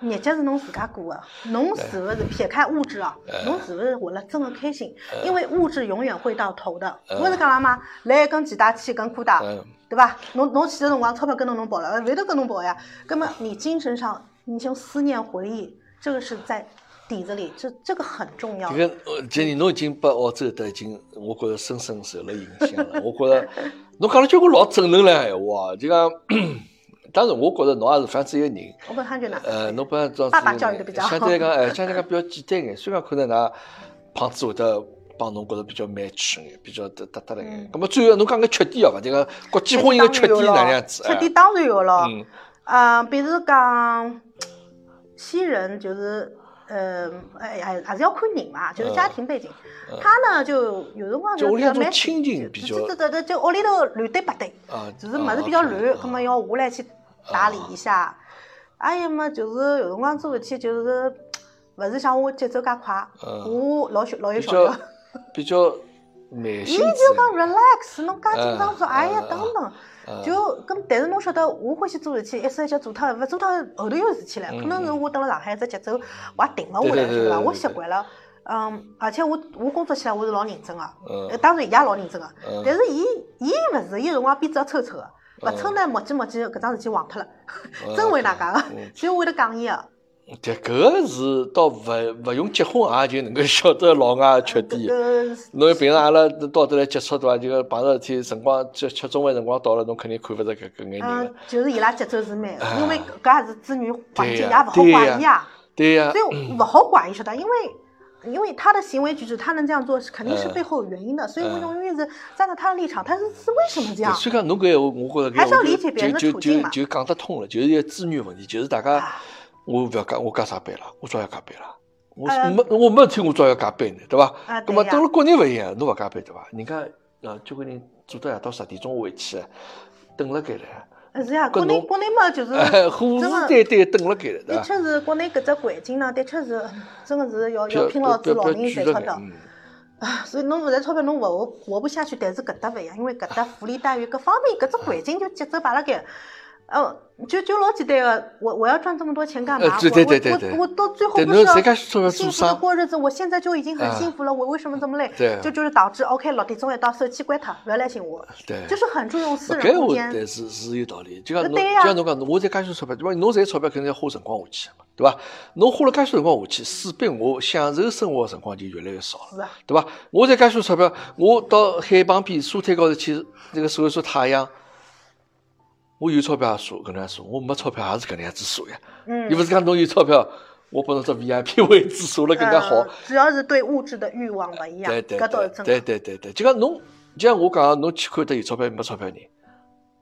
[SPEAKER 2] 日脚是侬自家过的，侬是勿是撇开物质哦，侬是勿是活了真的开心？因为物质永远会到头的。
[SPEAKER 1] 嗯
[SPEAKER 2] 我是讲了嘛，来一根几大去一根裤带，
[SPEAKER 1] 嗯
[SPEAKER 2] 对伐？侬侬去的辰光钞票跟侬侬跑了，勿会得跟侬跑呀。葛么你精神上，你像思念回忆，这个是在底子里，这这个很重要。
[SPEAKER 1] 这个呃杰尼侬已经被澳洲的已经，我觉着深深受了影响 了。我觉着侬讲了交关老正能量闲话啊，就讲， 当然我觉着侬也是反正一个人。
[SPEAKER 2] 我跟他觉得，
[SPEAKER 1] 呃，侬把装
[SPEAKER 2] 爸爸教育得比较好
[SPEAKER 1] 相对来讲，哎，相对来讲比较简单眼。虽然可能㑚胖子会得帮侬觉着比较蛮气眼，比较得得得来眼
[SPEAKER 2] 嗯。
[SPEAKER 1] 咁么最后侬讲个缺点好伐？就讲国际婚姻
[SPEAKER 2] 当
[SPEAKER 1] 个
[SPEAKER 2] 然
[SPEAKER 1] 缺
[SPEAKER 2] 有
[SPEAKER 1] 点
[SPEAKER 2] 咯
[SPEAKER 1] 哪能样子？
[SPEAKER 2] 缺
[SPEAKER 1] 哎
[SPEAKER 2] 点当然有咯。
[SPEAKER 1] 嗯
[SPEAKER 2] 嗯，比如讲，西人就是，呃，哎，还还是要看人嘛，就是家庭背景。他呢，就有辰
[SPEAKER 1] 嗯
[SPEAKER 2] 光
[SPEAKER 1] 就屋里
[SPEAKER 2] 比较
[SPEAKER 1] 向种
[SPEAKER 2] 蛮
[SPEAKER 1] 亲情比较
[SPEAKER 2] 这这这这这屋里头乱对八对，
[SPEAKER 1] 啊，
[SPEAKER 2] 就是
[SPEAKER 1] 啊
[SPEAKER 2] 么子比较
[SPEAKER 1] ，OK，
[SPEAKER 2] 乱，
[SPEAKER 1] 啊
[SPEAKER 2] 葛末要我来去打理一下。还有么，就是有辰光做事体就是，勿是像我节奏介快，
[SPEAKER 1] 嗯
[SPEAKER 2] 我老小老有
[SPEAKER 1] 比
[SPEAKER 2] 效
[SPEAKER 1] 较
[SPEAKER 2] 率。
[SPEAKER 1] 比较耐心之
[SPEAKER 2] 伊
[SPEAKER 1] 类的。
[SPEAKER 2] 就讲 relax，侬介紧张说，
[SPEAKER 1] 嗯
[SPEAKER 2] 哎呀
[SPEAKER 1] 嗯，
[SPEAKER 2] 等
[SPEAKER 1] 嗯
[SPEAKER 2] 等。
[SPEAKER 1] 啊
[SPEAKER 2] 就咁，但是侬晓得，我欢喜做事体，一时一节做脱，勿做脱后头有事体了。
[SPEAKER 1] 嗯
[SPEAKER 2] 可能是我等了上海，只节奏我也停勿下
[SPEAKER 1] 对
[SPEAKER 2] 来，
[SPEAKER 1] 对对
[SPEAKER 2] 是勿
[SPEAKER 1] 对
[SPEAKER 2] 啦？
[SPEAKER 1] 对
[SPEAKER 2] 我习惯了，嗯，而且我我工作起来我是老认真个，
[SPEAKER 1] 嗯
[SPEAKER 2] 呃当然伊也老认真个
[SPEAKER 1] 嗯，
[SPEAKER 2] 但是伊伊勿是，伊有辰光边只要抽抽个，勿
[SPEAKER 1] 嗯
[SPEAKER 2] 抽呢磨叽磨叽，搿桩事体忘脱了，
[SPEAKER 1] 嗯
[SPEAKER 2] 真会那介个
[SPEAKER 1] 嗯，
[SPEAKER 2] 所以我啊会得讲伊个。
[SPEAKER 1] 对，搿个是到勿勿用结婚啊也就能够晓得老外的缺点。
[SPEAKER 2] 呃，
[SPEAKER 1] 侬平常阿拉到头来接触对伐？就讲碰着事体，辰光吃吃中饭辰光到了，侬肯定看勿着搿搿眼人
[SPEAKER 2] 嗯
[SPEAKER 1] 了。，
[SPEAKER 2] 就是伊拉节奏是慢的
[SPEAKER 1] 啊，
[SPEAKER 2] 因为搿也是子女环
[SPEAKER 1] 对
[SPEAKER 2] 境，也勿
[SPEAKER 1] 呀
[SPEAKER 2] 好啊
[SPEAKER 1] 对
[SPEAKER 2] 怪
[SPEAKER 1] 呀
[SPEAKER 2] 伊呀。
[SPEAKER 1] 对呀
[SPEAKER 2] 所，以我不好管，你晓得，因为因为他的行为举止，他能这样做，是肯定是
[SPEAKER 1] 嗯
[SPEAKER 2] 背后有原因的，所以我
[SPEAKER 1] 嗯
[SPEAKER 2] 永远是站在他的立场，他是是为什么这
[SPEAKER 1] 对
[SPEAKER 2] 样？
[SPEAKER 1] 所以讲侬搿闲话，我觉着
[SPEAKER 2] 还是要理解别人的
[SPEAKER 1] 就就就
[SPEAKER 2] 处境
[SPEAKER 1] 就
[SPEAKER 2] 嘛
[SPEAKER 1] 就讲得通了，就是一个资源问题，就是大家
[SPEAKER 2] 啊
[SPEAKER 1] 我勿要加，我加啥班了？我照样加班了。我
[SPEAKER 2] 呃
[SPEAKER 1] 没我没事体，我照样加班呢，对伐？
[SPEAKER 2] 啊
[SPEAKER 1] 咁么
[SPEAKER 2] 对呀
[SPEAKER 1] 到了国内勿一样，侬勿加班对伐？人家呃交关人做到夜到十点钟回去，等辣盖了。
[SPEAKER 2] 呃是呀，
[SPEAKER 1] 跟
[SPEAKER 2] 国内
[SPEAKER 1] 侬
[SPEAKER 2] 国内嘛，就是
[SPEAKER 1] 虎视
[SPEAKER 2] 真的
[SPEAKER 1] 眈眈等辣盖了，对
[SPEAKER 2] 的
[SPEAKER 1] 伐？
[SPEAKER 2] 确是国内搿只环境呢，的确是真的是要
[SPEAKER 1] 不要
[SPEAKER 2] 要
[SPEAKER 1] 不
[SPEAKER 2] 拼
[SPEAKER 1] 要
[SPEAKER 2] 老
[SPEAKER 1] 不
[SPEAKER 2] 子
[SPEAKER 1] 要
[SPEAKER 2] 老
[SPEAKER 1] 不要
[SPEAKER 2] 命
[SPEAKER 1] 举
[SPEAKER 2] 赚
[SPEAKER 1] 着
[SPEAKER 2] 钞
[SPEAKER 1] 眼
[SPEAKER 2] 票。
[SPEAKER 1] 嗯
[SPEAKER 2] 所以侬勿赚钞票，侬活活不下去。但是搿搭勿一样，因为搿搭福利待遇各方面搿只环境就节奏摆辣盖。呃，就就老简单个，我我要赚这么多钱干嘛？
[SPEAKER 1] 呃对对对对对
[SPEAKER 2] 我我我到最后
[SPEAKER 1] 对
[SPEAKER 2] 不
[SPEAKER 1] 侬
[SPEAKER 2] 是
[SPEAKER 1] 谁干说要
[SPEAKER 2] 要
[SPEAKER 1] 做
[SPEAKER 2] 幸福
[SPEAKER 1] 啥
[SPEAKER 2] 的过日子？我现在就已经很
[SPEAKER 1] 啊
[SPEAKER 2] 幸福了，我为什么这么累？
[SPEAKER 1] 对啊
[SPEAKER 2] 就就是导致 OK 六点钟一到，手机关脱，勿要来寻我。
[SPEAKER 1] 对
[SPEAKER 2] 就是很注重私
[SPEAKER 1] 搿
[SPEAKER 2] 人
[SPEAKER 1] 闲
[SPEAKER 2] 空
[SPEAKER 1] 话
[SPEAKER 2] 间。
[SPEAKER 1] 对是是有道理，就讲
[SPEAKER 2] 呃
[SPEAKER 1] 侬
[SPEAKER 2] 对
[SPEAKER 1] 就
[SPEAKER 2] 呀
[SPEAKER 1] 像侬讲，侬我在介许多钞票，对伐？侬赚钞票肯定要花辰光下去嘛，对伐？侬花了介许多辰光下去，势必我享受生活的辰光就越来越少了。
[SPEAKER 2] 是啊，
[SPEAKER 1] 对伐？我在介许多钞票，我到海旁边沙滩高头去，这个晒一晒太阳。我有钞票也晒，搿能样晒；我没钞票也是搿能样子晒呀。
[SPEAKER 2] 嗯
[SPEAKER 1] 又勿是讲侬有钞票，我拨侬只 VIP 位置晒了更加好
[SPEAKER 2] 呃。主要是对物质的欲望勿一样，
[SPEAKER 1] 对对
[SPEAKER 2] 搿倒是真
[SPEAKER 1] 对
[SPEAKER 2] 的。
[SPEAKER 1] 对对对，就讲侬，就像我讲的，侬去看得有钞票没钞票人，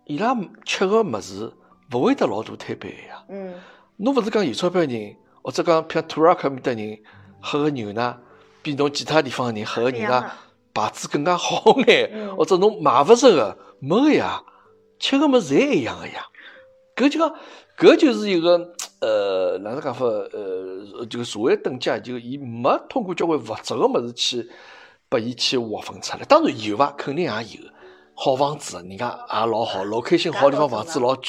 [SPEAKER 1] 伊拉吃个物事勿会得老大摊板呀。
[SPEAKER 2] 嗯，
[SPEAKER 1] 侬勿是讲有钞票人，或者讲像土耳其面的人喝个牛奶，比侬其他地方的人喝个牛
[SPEAKER 2] 一样啊
[SPEAKER 1] 奶
[SPEAKER 2] 的
[SPEAKER 1] 牌子更加好眼，
[SPEAKER 2] 嗯
[SPEAKER 1] 或者侬买勿着个没个呀，吃个物事侪一样个呀。搿就讲，搿就是一个呃，哪能讲法？呃，这个社会等级啊，就伊没通过交关物质个物事去，拨伊去划分出来。当然有伐，肯定也有。好房子，人家也老好，location 好地方，房子老贵，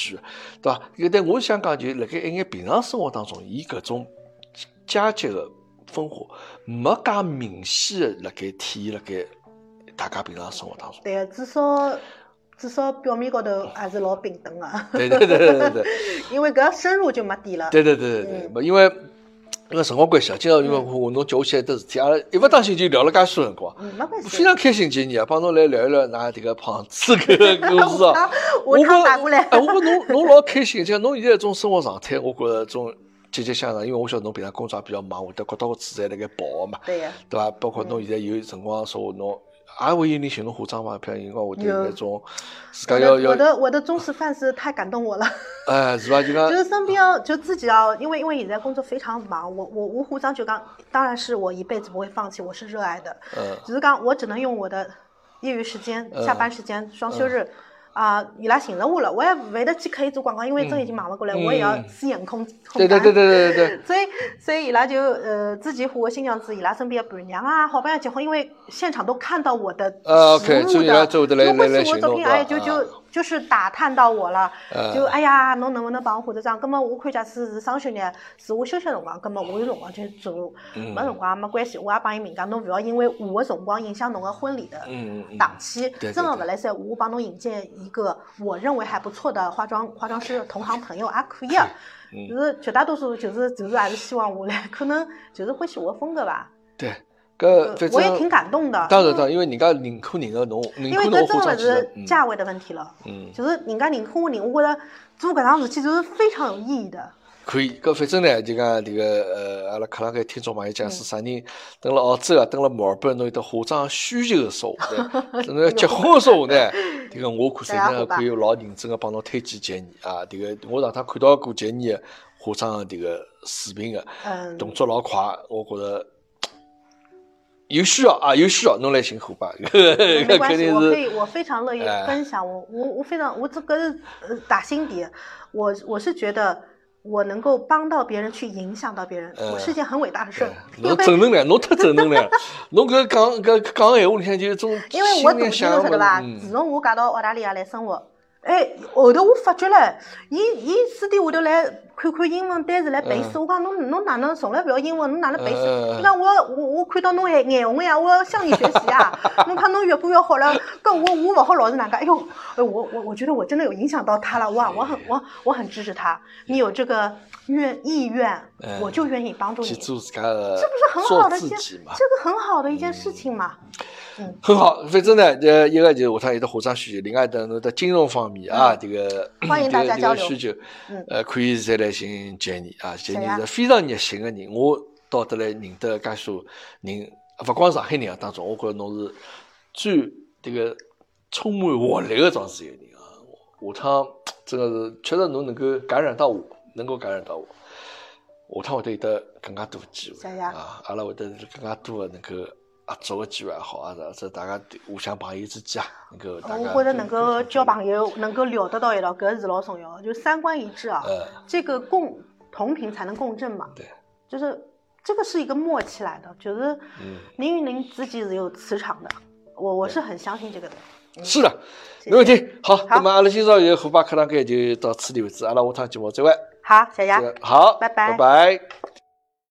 [SPEAKER 1] 对伐？搿但我想讲，就是辣盖一眼平常生活当中，伊搿种阶级个分化没介明显个辣盖体现辣盖大家平常生活当中。
[SPEAKER 2] 对，至少至少表面高头还是老平等个。
[SPEAKER 1] 对对对对对对。
[SPEAKER 2] 因为搿深入就没底了。
[SPEAKER 1] 对对对对对，没因为因为辰光关系啊，今朝因为我侬叫我写的事体，阿拉一不当心就聊了介许多辰光，
[SPEAKER 2] 嗯，没关系。
[SPEAKER 1] 非 常开心今日啊，帮侬来聊一聊㑚这个胖子搿个故事啊。
[SPEAKER 2] 我
[SPEAKER 1] 觉
[SPEAKER 2] 刚打过来
[SPEAKER 1] 哎，我觉侬侬老开心，就像侬现在这种生活状态，我觉着种积极向上，因为我晓得侬平常工作也比较忙，会得各到各处侪辣盖跑个嘛，
[SPEAKER 2] 对呀，
[SPEAKER 1] 对伐？包括侬现在有辰光说侬。也会有人寻侬化妆嘛？譬如有辰光会得有
[SPEAKER 2] 有
[SPEAKER 1] 那种，自
[SPEAKER 2] 我
[SPEAKER 1] 家要
[SPEAKER 2] 的我
[SPEAKER 1] 要，
[SPEAKER 2] 的我的忠实粉丝太感动我了，
[SPEAKER 1] 哎，是伐？就讲
[SPEAKER 2] 就，是身边要就自己要，因为因为你在工作非常忙，我我我胡张就刚，当然是我一辈子不会放弃，我是热爱的，
[SPEAKER 1] 嗯，
[SPEAKER 2] 只是刚我只能用我的业余时间、
[SPEAKER 1] 嗯
[SPEAKER 2] 下班时间、双休日。啊，伊拉寻着我了，我也勿会得去刻意做广告，因为真已经忙勿过来，
[SPEAKER 1] 嗯
[SPEAKER 2] 我也要私掩空空
[SPEAKER 1] 对对对
[SPEAKER 2] 间。
[SPEAKER 1] 对对对对，
[SPEAKER 2] 所以，所以伊拉就呃自己和我新娘子，伊拉身边的伴娘啊、好朋友结婚，因为现场都看到我的
[SPEAKER 1] 啊
[SPEAKER 2] 实
[SPEAKER 1] ，OK，
[SPEAKER 2] 物
[SPEAKER 1] 所以伊拉
[SPEAKER 2] 的，
[SPEAKER 1] 就会得来
[SPEAKER 2] 如果
[SPEAKER 1] 来来
[SPEAKER 2] 是我
[SPEAKER 1] 寻
[SPEAKER 2] 作
[SPEAKER 1] 侬
[SPEAKER 2] 品，
[SPEAKER 1] 对吧
[SPEAKER 2] 哎，就就
[SPEAKER 1] 啊
[SPEAKER 2] 就是打探到我了，
[SPEAKER 1] 呃
[SPEAKER 2] 就哎呀，侬能不能帮我化只妆？葛么我看假使是双休日，是我休息的辰光，葛么我有辰光去做，
[SPEAKER 1] 嗯
[SPEAKER 2] 没辰光没关系，我也帮伊明讲，侬勿要因为我的辰光影响侬个婚礼的
[SPEAKER 1] 嗯嗯
[SPEAKER 2] 档期。
[SPEAKER 1] 对对
[SPEAKER 2] 真的
[SPEAKER 1] 对
[SPEAKER 2] 勿来三，我帮侬引荐一个我认为还不错的化妆化妆师的同行朋友，也可以的。
[SPEAKER 1] 嗯
[SPEAKER 2] 就，是绝大多数就是就是还是希望我来，可能就是欢喜我的风格吧。
[SPEAKER 1] 对，搿
[SPEAKER 2] 呃
[SPEAKER 1] 反正
[SPEAKER 2] 我也挺感动的。嗯
[SPEAKER 1] 当然，当然，因为人家认可人家侬，认
[SPEAKER 2] 因为
[SPEAKER 1] 可
[SPEAKER 2] 搿
[SPEAKER 1] 侬
[SPEAKER 2] 真
[SPEAKER 1] 化
[SPEAKER 2] 的
[SPEAKER 1] 妆
[SPEAKER 2] 勿
[SPEAKER 1] 技术
[SPEAKER 2] 是，
[SPEAKER 1] 嗯
[SPEAKER 2] 价位的问题了，
[SPEAKER 1] 嗯，
[SPEAKER 2] 就是人家认可我人，我觉着做搿桩事体就是非常有意义的。
[SPEAKER 1] 可以。搿反正呢，就讲迭个呃，阿拉克朗搿听众朋友讲
[SPEAKER 2] 嗯
[SPEAKER 1] 是啥人，等了澳洲啊，等了墨尔本，侬有得化妆需求的时候 呢，等了结婚的时候呢，迭个我看谁
[SPEAKER 2] 大家
[SPEAKER 1] 呢
[SPEAKER 2] 伙伴
[SPEAKER 1] 可以老认真个帮侬推荐杰尼啊，迭个我上趟看到过杰尼啊个化妆个迭个视频个，
[SPEAKER 2] 嗯，
[SPEAKER 1] 动作老快，我觉着。有需要啊，有需要，侬来寻伙 伴，搿
[SPEAKER 2] 没
[SPEAKER 1] 个
[SPEAKER 2] 关
[SPEAKER 1] 肯
[SPEAKER 2] 系，
[SPEAKER 1] 定
[SPEAKER 2] 我可
[SPEAKER 1] 是
[SPEAKER 2] 以，我非常乐意
[SPEAKER 1] 哎
[SPEAKER 2] 分享。我我我非常，我这个是呃打心底，我我是觉得我能够帮到别人，去影响到别人，
[SPEAKER 1] 嗯
[SPEAKER 2] 我是一件很伟大的事儿。因
[SPEAKER 1] 侬
[SPEAKER 2] 为
[SPEAKER 1] 正能量，侬太正能 量，侬搿讲搿讲闲话里向就是种
[SPEAKER 2] 因为我
[SPEAKER 1] 心里
[SPEAKER 2] 读书
[SPEAKER 1] 想嗯
[SPEAKER 2] 了
[SPEAKER 1] 的
[SPEAKER 2] 晓得伐？
[SPEAKER 1] 物
[SPEAKER 2] 自
[SPEAKER 1] 事
[SPEAKER 2] 从我嫁到澳大利亚来生活，哎，后头我发觉了，伊伊私底下头来看看英文单词来背书，我讲侬侬哪能从来勿要英文，侬哪能
[SPEAKER 1] 嗯
[SPEAKER 2] 背书？伊讲我要我我看到侬眼眼红呀，我要向你学习 啊！侬看侬越过越好了，跟我我勿好老是哪个？哎呦，哎我我我觉得我真的有影响到他了，哇，我很我我很支持他，你有这个愿意愿
[SPEAKER 1] 嗯，
[SPEAKER 2] 我就愿意帮助
[SPEAKER 1] 去
[SPEAKER 2] 你，
[SPEAKER 1] 做自家的，
[SPEAKER 2] 这不是很好的一
[SPEAKER 1] 做
[SPEAKER 2] 件，
[SPEAKER 1] 自己嘛？嗯
[SPEAKER 2] 这个很好的一件事情嘛。
[SPEAKER 1] 很好，反正呢，呃，一个就是下趟有得化妆需求，另外的侬的金融方面啊，这个
[SPEAKER 2] 嗯欢迎大家交流
[SPEAKER 1] 这个需求
[SPEAKER 2] 嗯，
[SPEAKER 1] 呃，可以再来寻杰尼啊，杰尼
[SPEAKER 2] 谁啊
[SPEAKER 1] 是非常热心个人，我到得来认得介许人，勿光是上海人啊当中，我觉着侬是最这个充满活力个装饰一个人啊，下趟真个是确实侬能够感染到我，能够感染到我。下趟会得有得更加多的机会
[SPEAKER 2] 谢谢啊
[SPEAKER 1] 啊！阿拉会得有更加多的能够合作的机会也好啊，或者大家对互相朋友之间啊，能够大家
[SPEAKER 2] 呃我觉着
[SPEAKER 1] 多
[SPEAKER 2] 能
[SPEAKER 1] 多
[SPEAKER 2] 够
[SPEAKER 1] 相交
[SPEAKER 2] 交
[SPEAKER 1] 流
[SPEAKER 2] 朋友，能够聊得到一道，搿是老重要的。就三观一致啊，
[SPEAKER 1] 呃，
[SPEAKER 2] 这个共同频才能共振嘛。
[SPEAKER 1] 对，
[SPEAKER 2] 就是这个是一个默契来的，就是
[SPEAKER 1] 嗯，
[SPEAKER 2] 人与人之间是有磁场的。我我是很相信这个的。
[SPEAKER 1] 是的，
[SPEAKER 2] 谢
[SPEAKER 1] 没问题。好，那
[SPEAKER 2] 好
[SPEAKER 1] 么阿拉今朝有虎爸课堂间就到此地为止，阿拉下趟节目再会。
[SPEAKER 2] 好，谢谢。
[SPEAKER 1] 好，
[SPEAKER 2] 拜
[SPEAKER 1] 拜
[SPEAKER 2] 拜
[SPEAKER 1] 拜。